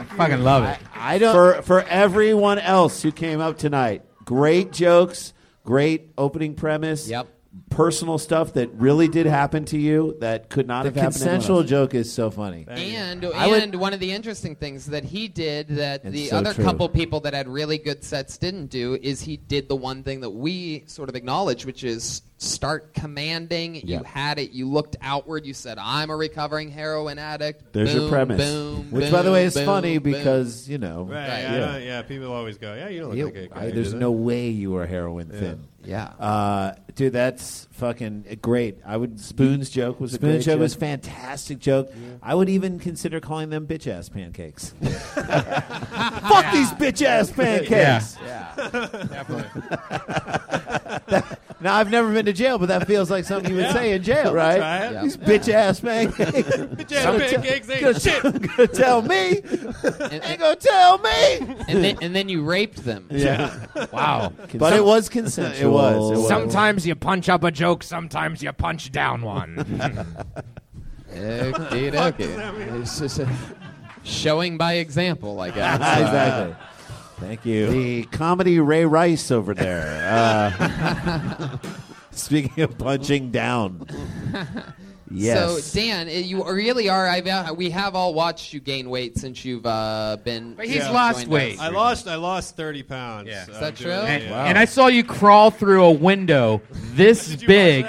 C: I fucking love it.
E: I, don't for for everyone else who came up tonight. Great jokes, great opening premise. Yep. personal stuff that really did happen to you that could not
N: The
E: have happened. to anyone
N: consensual
E: else.
N: joke is so funny.
C: And
E: I would-
C: and one of the interesting things that he did that
N: It's
C: the
N: so
C: other
N: true.
C: couple people that had really good sets didn't do is he did the one thing that we sort of acknowledge, which is start commanding.
E: Yeah.
C: You had it. You looked outward. You said, "I'm a recovering heroin addict."
E: There's your
C: Boom,
E: premise.
C: boom,
N: Which, by the
C: boom,
N: way, is
C: boom,
N: funny
C: boom.
N: because, you know.
G: Right, yeah, I don't- yeah, people always go, yeah, you don't look
N: Yeah,
G: like a guy.
N: I-
G: who
N: there's
G: does
N: no
G: that.
N: way you were heroin
G: Yeah.
N: thin.
C: Yeah.
N: Uh, dude, that's fucking great. I would
E: Spoon's joke was a
N: Spoon's
E: great
N: joke
E: joke.
N: was fantastic joke. I would even consider calling them bitch ass pancakes. Fuck these bitch ass pancakes.
F: Yeah.
B: Definitely.
N: That- now I've never been to jail, but that feels like something you would
E: Yeah.
N: say in jail, right?
E: Try it.
N: These
E: Yeah.
N: bitch ass pancakes.
E: Bitch-ass
N: Gonna te-
E: pancakes ain't
N: gonna-
E: shit.
N: gonna tell me. ain't gonna tell me.
C: and then, and then you raped them.
N: Yeah.
J: Wow.
N: But it was consensual.
J: Sometimes you punch up a joke, sometimes you punch down one.
C: Okie
J: Fuck does that
C: dokie. It's just a- showing by example, I guess.
E: Exactly.
N: Thank you.
E: The comedy Ray Rice over there. Uh,
N: speaking of punching down.
E: Yes.
C: So Dan, eh, you really are. I've, uh, we have all watched you gain weight since you've uh, been.
G: But
C: since
G: he's
C: you
G: lost
C: joined us.
G: weight. I lost. I lost thirty pounds. Yeah.
C: Is that true?
B: And, and I saw you crawl through a window this big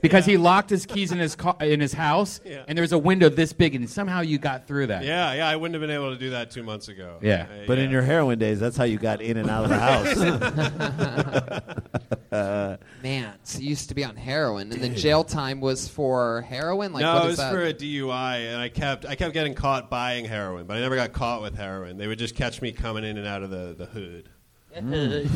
B: because he locked his keys in his car, in his house,
G: Yeah.
B: and there was a window this big, and somehow you got through that.
G: yeah, yeah. I wouldn't have been able to do that two months ago.
B: Yeah.
G: Uh,
E: But
G: yeah.
E: in your heroin days, that's how you got in and out of the house. Uh,
C: Man, so you used to be on heroin, and the jail time was for heroin. Like
G: no,
C: what
G: it
C: is
G: was
C: that?
G: for a DUI, and I kept I kept getting caught buying heroin, but I never got caught with heroin. They would just catch me coming in and out of the, the hood.
E: Mm.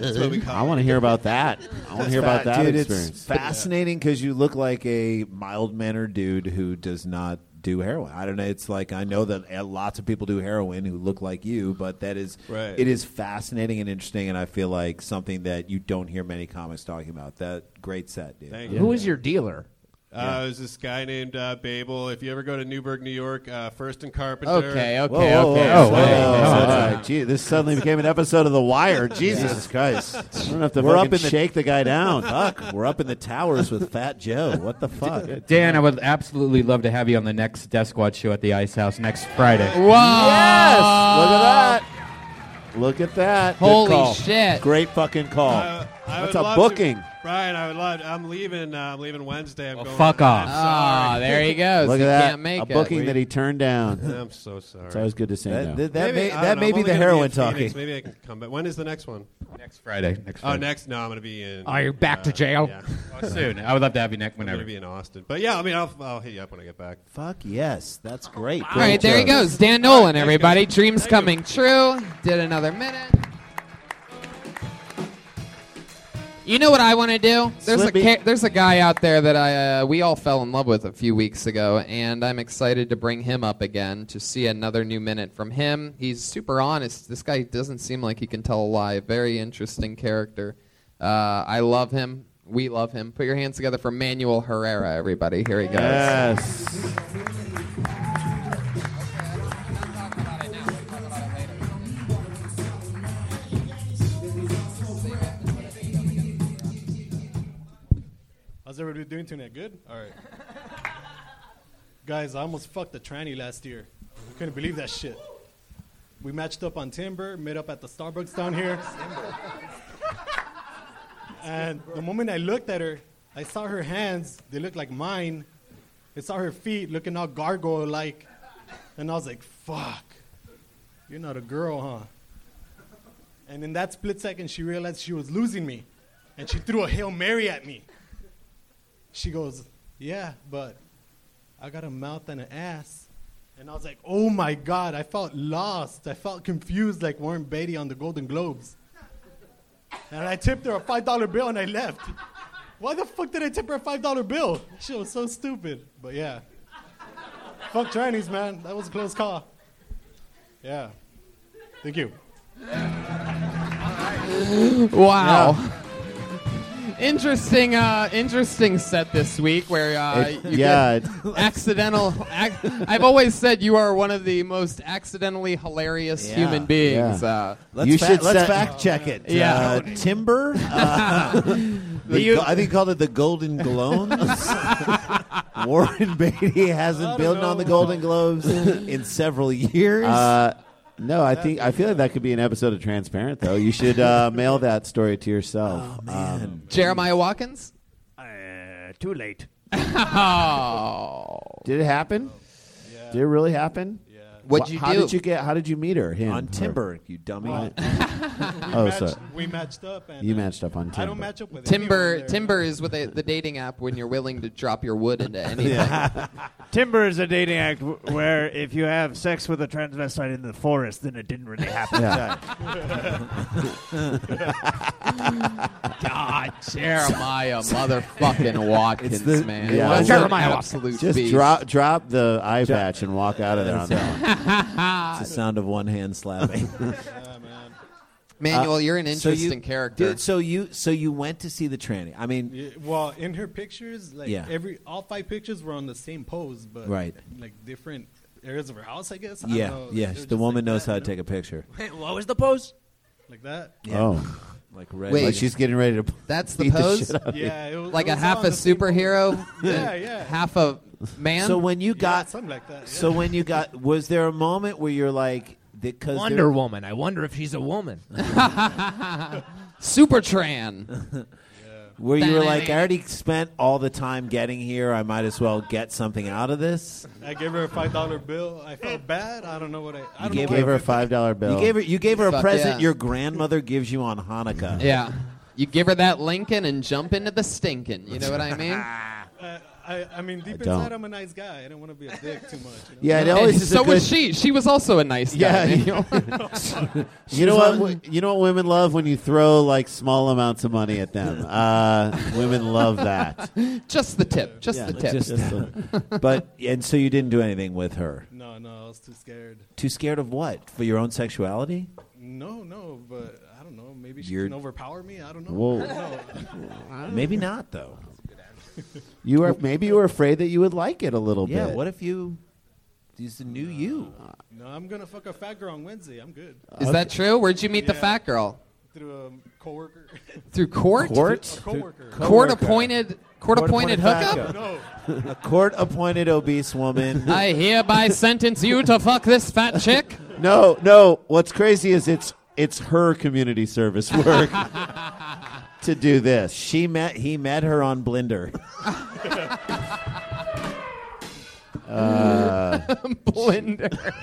G: That's what we call
E: I want to hear about that. I want to hear about that
N: dude, It's
E: experience.
N: fascinating because you look like a mild mannered dude who does not do heroin. I don't know. It's like I know that uh, lots of people do heroin who look like you, but that is
G: Right.
N: it is fascinating and interesting, and I feel like something that you don't hear many comics talking about. That great set, dude.
G: Thank
N: Who is
G: you. Who
J: was your dealer?
G: Uh, There's this guy named uh, Babel. If you ever go to Newburgh, New York, uh, First and Carpenter.
C: Oh,
E: whoa, Oh, all right. Gee, this suddenly became an episode of The Wire. Jesus Christ! I don't have to
N: We're up
E: fucking
N: in the-
E: shake the guy down.
N: Fuck, we're up in the towers with Fat Joe. What the fuck?
B: Dan, I would absolutely love to have you on the next Death Squad show at the Ice House next Friday.
C: Wow. Yes.
E: Look at that. Look at that. Good
C: Holy
E: call.
C: shit.
E: Great fucking call.
G: I- I
E: That's
G: would
E: a
G: love
E: booking.
G: To, Brian, I would love. I'm leaving. Uh, I'm leaving Wednesday. I'm going.
E: fuck off.
G: I'm sorry.
C: Ah, there he goes.
E: Look
C: he
E: at that.
C: Can't make
E: a
C: it.
E: booking that he turned down.
G: I'm so sorry.
E: It's always good to say
N: That-
E: no.
N: that- that
G: Maybe-
N: may-
G: I don't
N: that
G: know.
N: may be
G: I'm only
N: the
G: gonna
N: heroin
G: in Phoenix.
N: talking.
G: Maybe I can come back. When is the next one?
B: Next Friday. Next
G: Oh,
B: Friday.
G: next. No, I'm going to be in. uh,
B: Are you Oh, back to jail?
G: yeah.
B: Oh, soon. I would love to have you next-
G: I'm going
B: whenever.
G: to be in Austin. But yeah, I mean, I'll, I'll hit you up when I get back.
N: Fuck yes, that's great.
C: All right, there he goes. Dan Nolan, everybody. Dreams coming true. Did another minute. You know what I want to do? There's a
E: Slippy.
C: ca- there's a guy out there that I uh, we all fell in love with a few weeks ago, and I'm excited to bring him up again to see another new minute from him. He's super honest. This guy doesn't seem like he can tell a lie. Very interesting character. Uh, I love him. We love him. Put your hands together for Manuel Herrera, everybody. Here he goes.
E: Yes.
W: How's everybody doing tonight? Good? All right. Guys, I almost fucked a tranny last year. I couldn't believe that shit. We matched up on Timber, met up at the Starbucks down here. and the moment I looked at her, I saw her hands, they looked like mine. I saw her feet looking all gargoyle like. And I was like, fuck, you're not a girl, huh? And in that split second, she realized she was losing me. And she threw a Hail Mary at me. She goes, Yeah, but I got a mouth and an ass. And I was like, Oh my God, I felt lost. I felt confused like Warren Beatty on the Golden Globes. And I tipped her a $5 bill and I left. Why the fuck did I tip her a $5 bill? She was so stupid. But yeah. fuck trannies, man. That was a close call. Yeah. Thank you.
C: wow. Interesting, uh, interesting set this week where uh,
E: It-
C: you
E: yeah,
C: get accidental. Ac- I've always said you are one of the most accidentally hilarious
E: Yeah.
C: human beings. Uh,
E: you should let's fact check it.
C: Yeah.
E: Uh, timber. Uh,
D: The go- I think he called it the Golden Globes. Warren Beatty hasn't been on the Golden Globes in several years.
E: Uh, no, I think I feel like that could be an episode of Transparent, though. You should uh, mail that story to
D: Oh,
E: yourself.
D: man.
E: Um,
C: Jeremiah Watkins?
S: Uh, too late.
C: oh.
E: did it happen? Did it really happen? Yeah.
C: What'd you
E: how
C: do?
E: did you get? How did you meet her? Him
N: On
E: her?
N: Timber, you dummy.
E: Right.
N: We
E: oh,
N: matched-
E: sorry.
N: we matched up and,
E: you
N: uh,
E: matched up on Timber.
N: I don't match up with
C: Timber Timber is with a, the dating app when you're willing to drop your wood into anything.
X: Timber is a dating act w- where if you have sex with a transvestite in the forest, then it didn't really happen.
C: Yeah.
X: God,
C: Jeremiah motherfucking Watkins,
E: It's the-
C: man.
E: yeah,
C: What
E: it's
C: Jeremiah
E: the-
C: Watkins.
E: Just
C: beast.
E: drop drop the eye patch and walk out of there on
N: That's
E: that.
N: it's the sound of one hand slapping.
C: Manuel,
N: Uh,
C: you're an
N: so you-
C: interesting character.
N: Dude, so you so you went to see the tranny. I mean,
W: Yeah, well, in her pictures, like
N: Yeah.
W: every all five pictures were on the same pose, but
N: Right.
W: like different areas of her house, I guess. I don't
N: yeah,
W: know.
N: yeah.
W: They were
N: The
W: just
N: woman
W: like
N: knows
W: that,
N: how
W: you
N: to
W: know?
N: take a picture.
J: Wait, what was the pose?
W: Like that?
E: Oh.
N: Like red.
C: Wait.
E: Like she's getting ready to.
C: That's the
E: beat the
C: pose.
E: shit out of you.
W: Yeah, it was-
C: like
W: it
C: a
W: was
C: half
W: on
C: a
W: the same
C: superhero.
W: Yeah,
C: and
W: yeah.
C: Half a man.
E: So when you
W: Yeah,
E: got
W: something like that.
E: So when you got, was there a moment where you're like, because
J: Wonder Woman. I wonder if she's a woman.
C: Super Tran.
E: where you were like, I already spent all the time getting here. I might as well get something out of this.
W: I gave her a five dollar bill. I felt bad. I don't know what I. I
E: You
W: don't
E: gave,
W: know why
E: gave
W: I
E: her a
W: felt-
E: five dollar bill.
N: You gave her you gave her a
C: Fuck
N: present
C: yeah.
N: your grandmother gives you on Hanukkah.
C: yeah. You give her that Lincoln and jump into the stinking. You know what I mean?
W: Uh, I, I mean, deep
C: I don't.
W: inside, I'm a nice guy. I don't want to be a dick too much. you know?
E: Yeah, it
C: And
E: always is a
C: so was
E: good-
C: she. She was also a nice
E: Yeah,
C: guy.
E: you-
C: Manuel.
E: You know what? wo- You know what women love when you throw like small amounts of money at them. Uh, women love that.
C: Just the tip. Just
E: Yeah,
C: the tip.
E: just the-
N: but and so you didn't do anything with her.
W: No, no, I was too scared.
N: Too scared of what? For your own sexuality?
W: No, no, but I don't know. Maybe she
N: You're-
W: can overpower me. I don't know.
N: Whoa.
W: I don't know.
N: Maybe not though.
E: You were maybe you were afraid that you would like it a little
N: Yeah,
E: bit.
N: what if you he's the new you?
W: No, I'm gonna fuck a fat girl on Wednesday. I'm good.
C: Is that true? Where'd you meet the
W: Yeah.
C: fat girl?
W: Through a coworker.
C: Through court?
E: Court?
W: A coworker.
C: Court appointed court appointed hookup?
E: A court appointed obese woman.
C: I hereby sentence you to fuck this fat chick.
E: No, no. What's crazy is it's it's her community service work to do this.
N: She met he met her on Blender.
E: Uh,
C: Blender.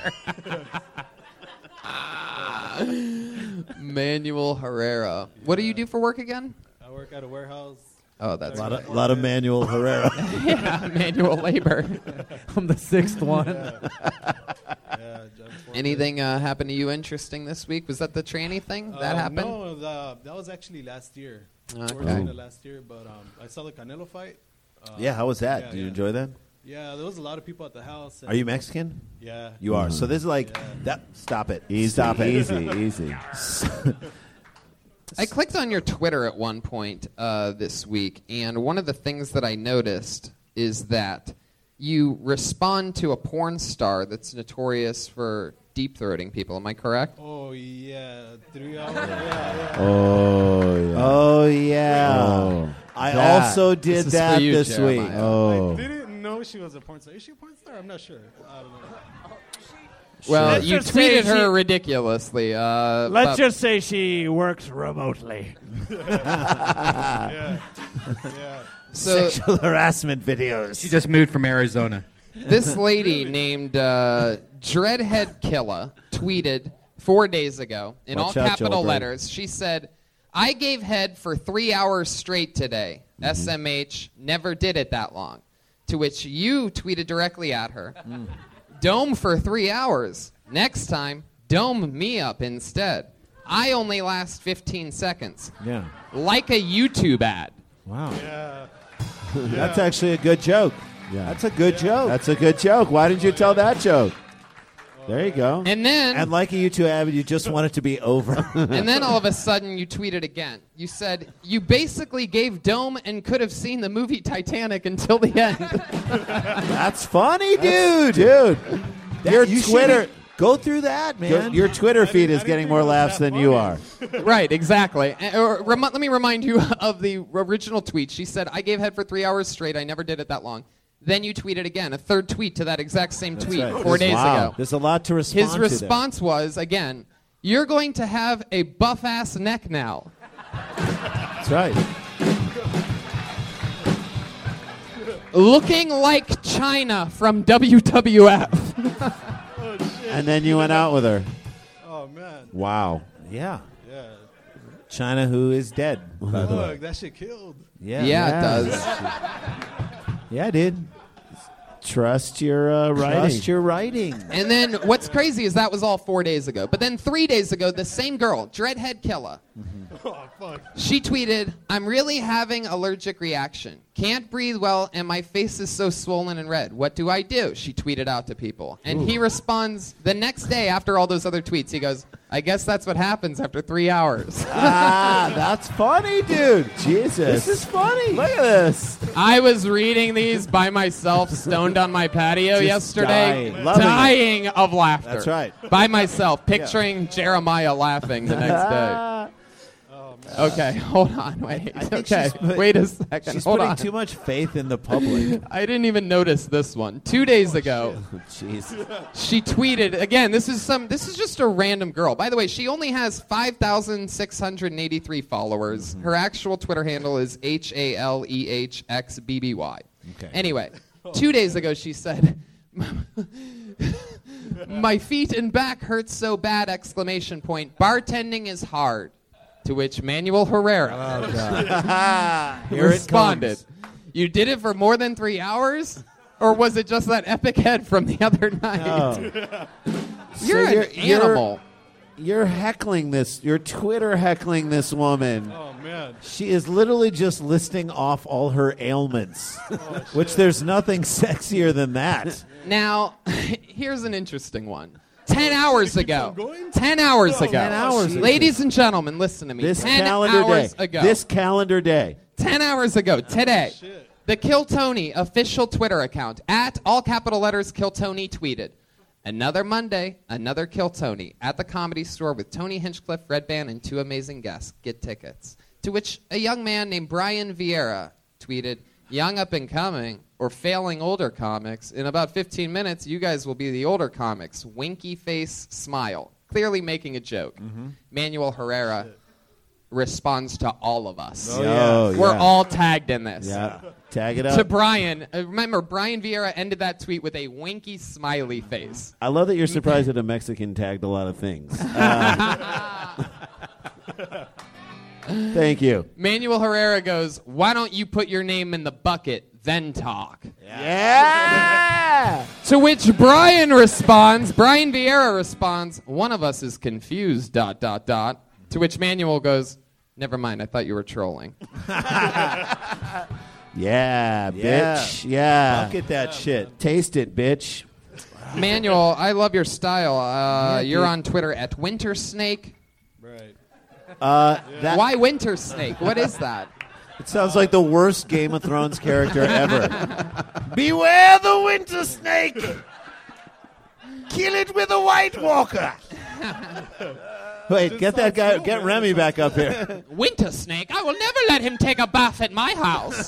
C: Manuel Herrera. What do you do for work again?
W: I work at a warehouse.
C: Oh, that's
N: lot of, lot of manual Herrera.
C: yeah, manual labor.
A: I'm the sixth one.
C: Anything uh, happened to you interesting this week? Was that the tranny thing that
W: Uh,
C: happened?
W: No, the, that was actually last year.
C: Okay.
W: Unfortunately, last year, but um, I saw the Canelo fight. Uh,
N: yeah, how was that?
W: yeah,
N: Did you
W: yeah.
N: enjoy that?
W: Yeah, there was a lot of people at the house. and-
N: Are you Mexican?
W: Yeah.
N: You are.
E: Mhm.
N: So this is like that stop it.
E: Easy,
N: Stop it.
E: easy, easy.
C: I clicked on your Twitter at one point uh, this week, and one of the things that I noticed is that you respond to a porn star that's notorious for deep throating people. Am I correct?
W: Oh yeah, three hours. yeah, yeah.
E: Oh yeah. Oh yeah.
N: Oh.
E: I
N: That.
E: also
N: This
E: did
N: is
E: that
N: for you,
E: this
N: Jeremiah.
E: week.
W: I didn't know she was a porn star. Is she a porn star? I'm not sure. I don't know.
C: Well,
X: Let's
C: you
X: just say
C: tweeted her
X: she-
C: ridiculously. Uh,
X: Let's
C: about-
X: just say she works remotely.
W: yeah. Yeah.
C: So-
N: Sexual harassment videos.
B: She just moved from Arizona.
C: this lady named uh, Dreadhead Killa tweeted four days ago in
B: Watch
C: all
B: out,
C: capital
B: children.
C: letters. She said, I gave head for three hours straight today. SMH never did it that long. To which you tweeted directly at her, Dome for three hours. Next time, dome me up instead. I only last 15 seconds.
N: Yeah.
C: Like a YouTube ad.
N: Wow.
W: Yeah.
E: That's actually a good joke. Yeah. That's a good joke. That's a good joke. Why didn't you tell that joke?
N: There you go.
C: And then
N: And like a YouTube ad, you just want it to be over.
C: And then all of a sudden, you tweeted again. You said, You basically gave Dome and could have seen the movie Titanic until the end.
N: That's funny, dude.
E: Dude. Your
N: you
E: Twitter
N: shouldn't-
E: Go through that, man. Your, your Twitter feed is getting more laughs than you are.
C: right, exactly. And- or remi- let me remind you of the original tweet. She said, I gave head for three hours straight. I never did it that long. Then you tweeted again, a third tweet to that exact same tweet
E: Right.
C: four
E: There's-
C: days
E: wow.
C: ago.
E: There's a lot to respond
C: His
E: to there.
C: response was, again, you're going to have a buff ass neck now.
E: That's right.
C: Looking like China from WWF.
E: And then you went out with her.
W: Oh man.
E: Wow.
N: Yeah.
W: Yeah.
E: China, who is dead, by the way.
W: Look, that shit killed.
E: Yeah.
C: Yeah, it
E: does. yeah, dude. Trust your uh, writing.
C: Trust
E: your writing.
C: And then what's crazy is that was all four days ago. But then three days ago, the same girl, Dreadhead Killa,
W: Oh fuck.
C: she tweeted, I'm really having allergic reaction. Can't breathe well and my face is so swollen and red. What do I do? She tweeted out to people. And he responds the next day after all those other tweets. He goes, I guess that's what happens after three hours.
E: ah, that's funny, dude. Jesus.
C: This is
E: funny. Look at this.
C: I was reading these by myself, stoned on my patio
E: Just
C: yesterday,
E: dying.
C: dying,
E: Loving it.
C: of laughter.
E: That's right.
C: By myself, picturing Jeremiah laughing the next day.
N: Uh,
C: okay, hold on, wait. okay, wait a second.
N: She's
C: hold
N: putting
C: on.
N: too much faith in the public. Oh,
C: I didn't even notice this one. Two days ago, she tweeted again. This is some. This is just a random girl. By the way, she only has five thousand six hundred eighty-three followers.
N: Mm-hmm.
C: Her actual Twitter handle is h a l e h x b b y.
O: Okay.
C: Anyway, two days ago she said, "My feet and back hurt so bad!" Exclamation point. Bartending is hard. To which Manuel Herrera
E: Oh, Here it
C: responded,
E: comes.
C: "You did it for more than three hours, or was it just that epic head from the other night?" You're
E: So
C: an animal.
E: You're, heckling this. You're Twitter heckling this woman.
W: Oh man.
E: She is literally just listing off all her ailments,
W: Oh,
E: which there's nothing sexier than that.
C: Now, here's an interesting one. Ten hours ago. Ten hours ago.
E: Ten hours ago.
C: Ladies and gentlemen, listen to me.
E: This
C: ten
E: calendar
C: hours
E: day.
C: ago.
E: This calendar day. Oh,
C: ten hours ago today. The Kill Tony official Twitter account at all capital letters Kill Tony tweeted. Another Monday, another Kill Tony at the comedy store with Tony Hinchcliffe, Red Band, and two amazing guests. Get tickets. To which a young man named Brian Vieira tweeted, Young up and coming or failing older comics. In about 15 minutes, you guys will be the older comics. Winky face smile. Clearly making a joke. Manuel Herrera responds to all of us.
E: Oh, yeah. Oh,
C: We're
E: yeah.
C: all tagged in this.
E: Yeah. Tag it
C: To
E: up.
C: Brian, uh, remember Brian Vieira ended that tweet with a winky smiley face.
E: I love that you're surprised that a Mexican tagged a lot of things. Uh, thank you.
C: Manuel Herrera goes, "Why don't you put your name in the bucket then talk?"
E: Yeah.
C: to which Brian responds, Brian Vieira responds, "One of us is confused dot dot dot." To which Manuel goes, "Never mind, I thought you were trolling."
N: Uh,
E: Yeah,
C: Yeah.
E: bitch. Yeah.
C: Bucket
E: Bucket that shit. Taste it, bitch.
C: Manuel, I love your style. Uh,
E: Yeah,
C: you're
E: dude.
C: on Twitter at Winter Snake.
E: Uh, that,
C: Why Winter Snake? What is that?
E: It sounds like the worst Game of Thrones character ever.
L: Beware the winter snake! Kill it with a white walker!
E: Wait, get that guy, get Remy back up here.
C: Winter Snake? I will never let him take a bath at my house.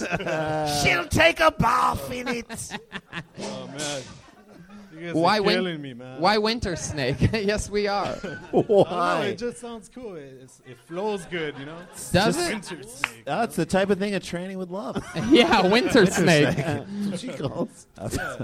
L: She'll take a bath in it!
W: Oh man. You guys
C: why
W: are
C: win-
W: killing me, man.
C: Why Winter Snake? yes, we are.
W: I don't know, it just sounds cool. It, it's, it flows good, you know.
C: Does
W: Just
C: it?
W: Winter snake.
E: That's the type of thing a tranny would love.
C: Yeah, winter snake.
E: That's what she calls. Uh,
W: That's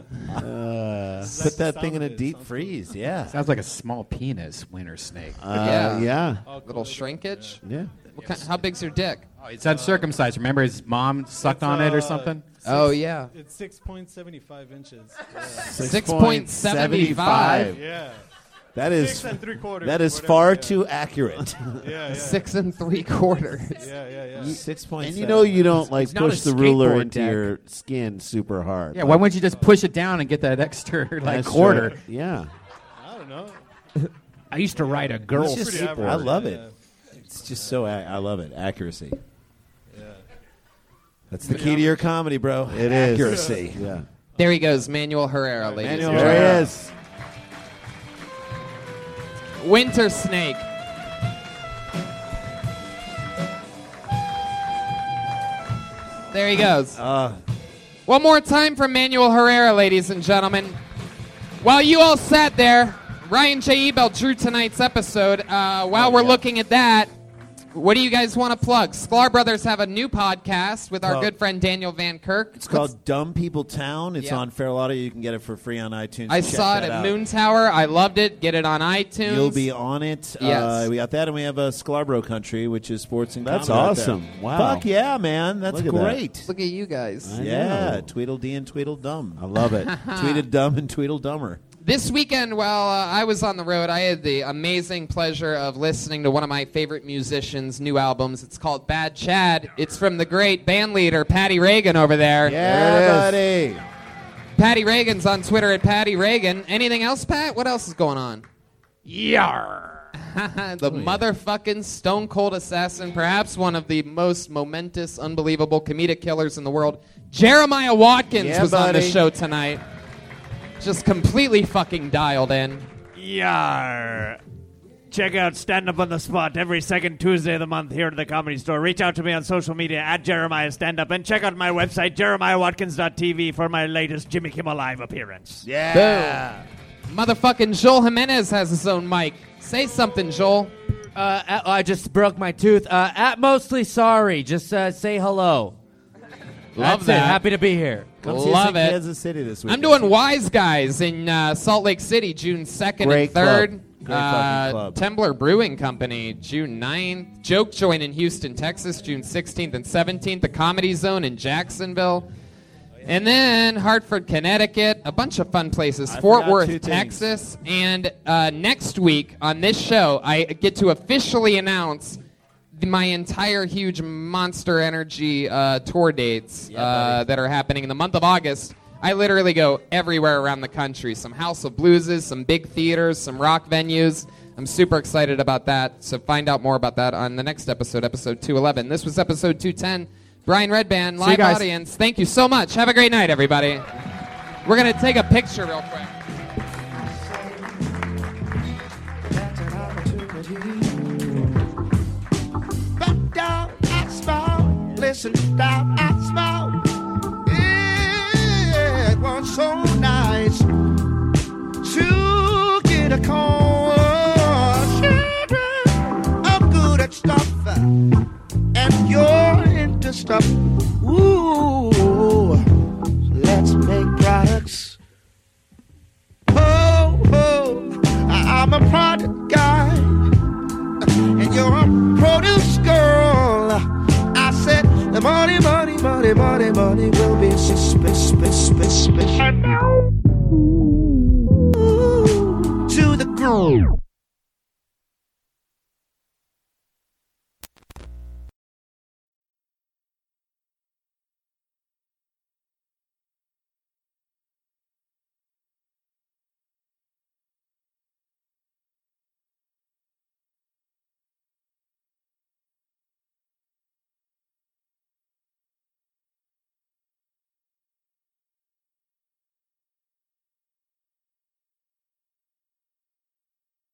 E: put
W: the
E: that
W: sound
E: thing in
W: of
E: a
W: it. It
E: deep
W: sounds
E: freeze. Yeah.
R: Sounds like a small penis, winter snake.
E: Uh, yeah. yeah.
C: Little shrinkage.
E: Yeah.
C: What kind, how big's your dick?
R: Oh, it's uncircumcised. Remember his mom sucked on it or something?
W: Six-
E: Oh,
W: It's six point seventy five inches. Yeah.
E: Six point 6.75.
W: Yeah.
E: That is
W: six and three quarters.
E: That is
W: whatever,
E: far
W: yeah.
E: too accurate.
W: Yeah, yeah.
C: Six and three quarters.
W: Yeah, yeah, yeah.
E: Six point. And you know you don't like
R: It's not a
E: push the ruler
R: skateboard
E: into
R: deck.
E: your skin super hard.
R: Yeah, why wouldn't you just push it down and get that extra like
E: That's
R: quarter?
E: right. Yeah.
W: I don't know.
R: I used to ride a
N: It's just- I love it. It's just so ac- I love it. Accuracy.
E: That's the key to your comedy, bro. It is
N: Accuracy.
E: Yeah.
C: There he goes, Manuel Herrera, ladies. and
E: Manuel
C: gentlemen.
E: Herrera. There he is.
C: Winter Snake. There he goes.
G: Uh.
C: One more time for Manuel Herrera, ladies and gentlemen. While you all sat there, Ryan J. Ebel drew tonight's episode. Uh, while we're looking at that, what do you guys want to plug? Sklar Brothers have a new podcast with our
E: Oh.
C: good friend Daniel Van Kirk.
E: It's called Dumb People Town. It's
C: Yeah.
E: on Fair Audio. You can get it for free on iTunes.
C: I
E: Check
C: saw it
E: that
C: at
E: out.
C: Moon Tower. I loved it. Get it on iTunes.
E: You'll be on it.
C: Yes.
E: Uh, we got that, and we have a uh, Scarborough Country, which is sports and
G: That's
E: comedy out there.
G: awesome. Wow.
E: Fuck yeah, man. That's
G: Look at that.
E: great.
C: Look at you guys.
E: yeah, Tweedledee and Tweedledum. I
G: love it.
E: Tweedledum and Tweedledumber.
C: This weekend, while uh, I was on the road, I had the amazing pleasure of listening to one of my favorite musicians' new albums. It's called Bad Chad. It's from the great band leader, Patty Reagan, over there.
E: Yeah, buddy.
C: Patty Reagan's on Twitter at Patty Reagan. Anything else, Pat? What else is going on? Yar. the motherfucking stone cold assassin, perhaps one of the most momentous, unbelievable comedic killers in the world. Jeremiah Watkins
S: Yeah,
C: was on the
S: buddy.
C: show tonight. Just completely fucking dialed in.
F: Yar. Check out Stand Up on the Spot every second Tuesday of the month here at the Comedy Store. Reach out to me on social media at Jeremiah Stand Up and check out my website, jeremiahwatkins.tv, for my latest Jimmy Kimmel Live appearance.
C: Yeah. Motherfucking Joel Jimenez has his own mic. Say something, Joel.
K: Uh, at- I just broke my tooth. Uh, at mostly sorry. Just uh, say hello.
C: Love
K: That's
C: that.
K: It. Happy to be here.
C: Come see us Love in it. Kansas
E: City this
C: I'm doing Wise Guys in uh, Salt Lake City, June 2nd and
K: Great
C: 3rd.
K: club.
E: Great
C: uh,
E: fucking club.
C: Tembler Brewing Company, June 9th. Joke Joint in Houston, Texas, June 16th and 17th. The Comedy Zone in Jacksonville. And then Hartford, Connecticut, a bunch of fun places.
K: I
C: Fort
K: forgot two
C: Worth,
K: things.
C: Texas. And uh, next week on this show, I get to officially announce th- my entire huge Monster Energy uh, tour dates uh, that are happening in the month of August. I literally go everywhere around the country some House of Blueses, some big theaters, some rock venues. I'm super excited about that. So find out more about that on the next episode, episode 211. This was episode 210. Brian Redband,
S: See you
C: live
S: guys.
C: audience. Thank you so much. Have a great night, everybody. We're going to take a picture real quick.
S: Back down at small, listen down at small. It was so Oh,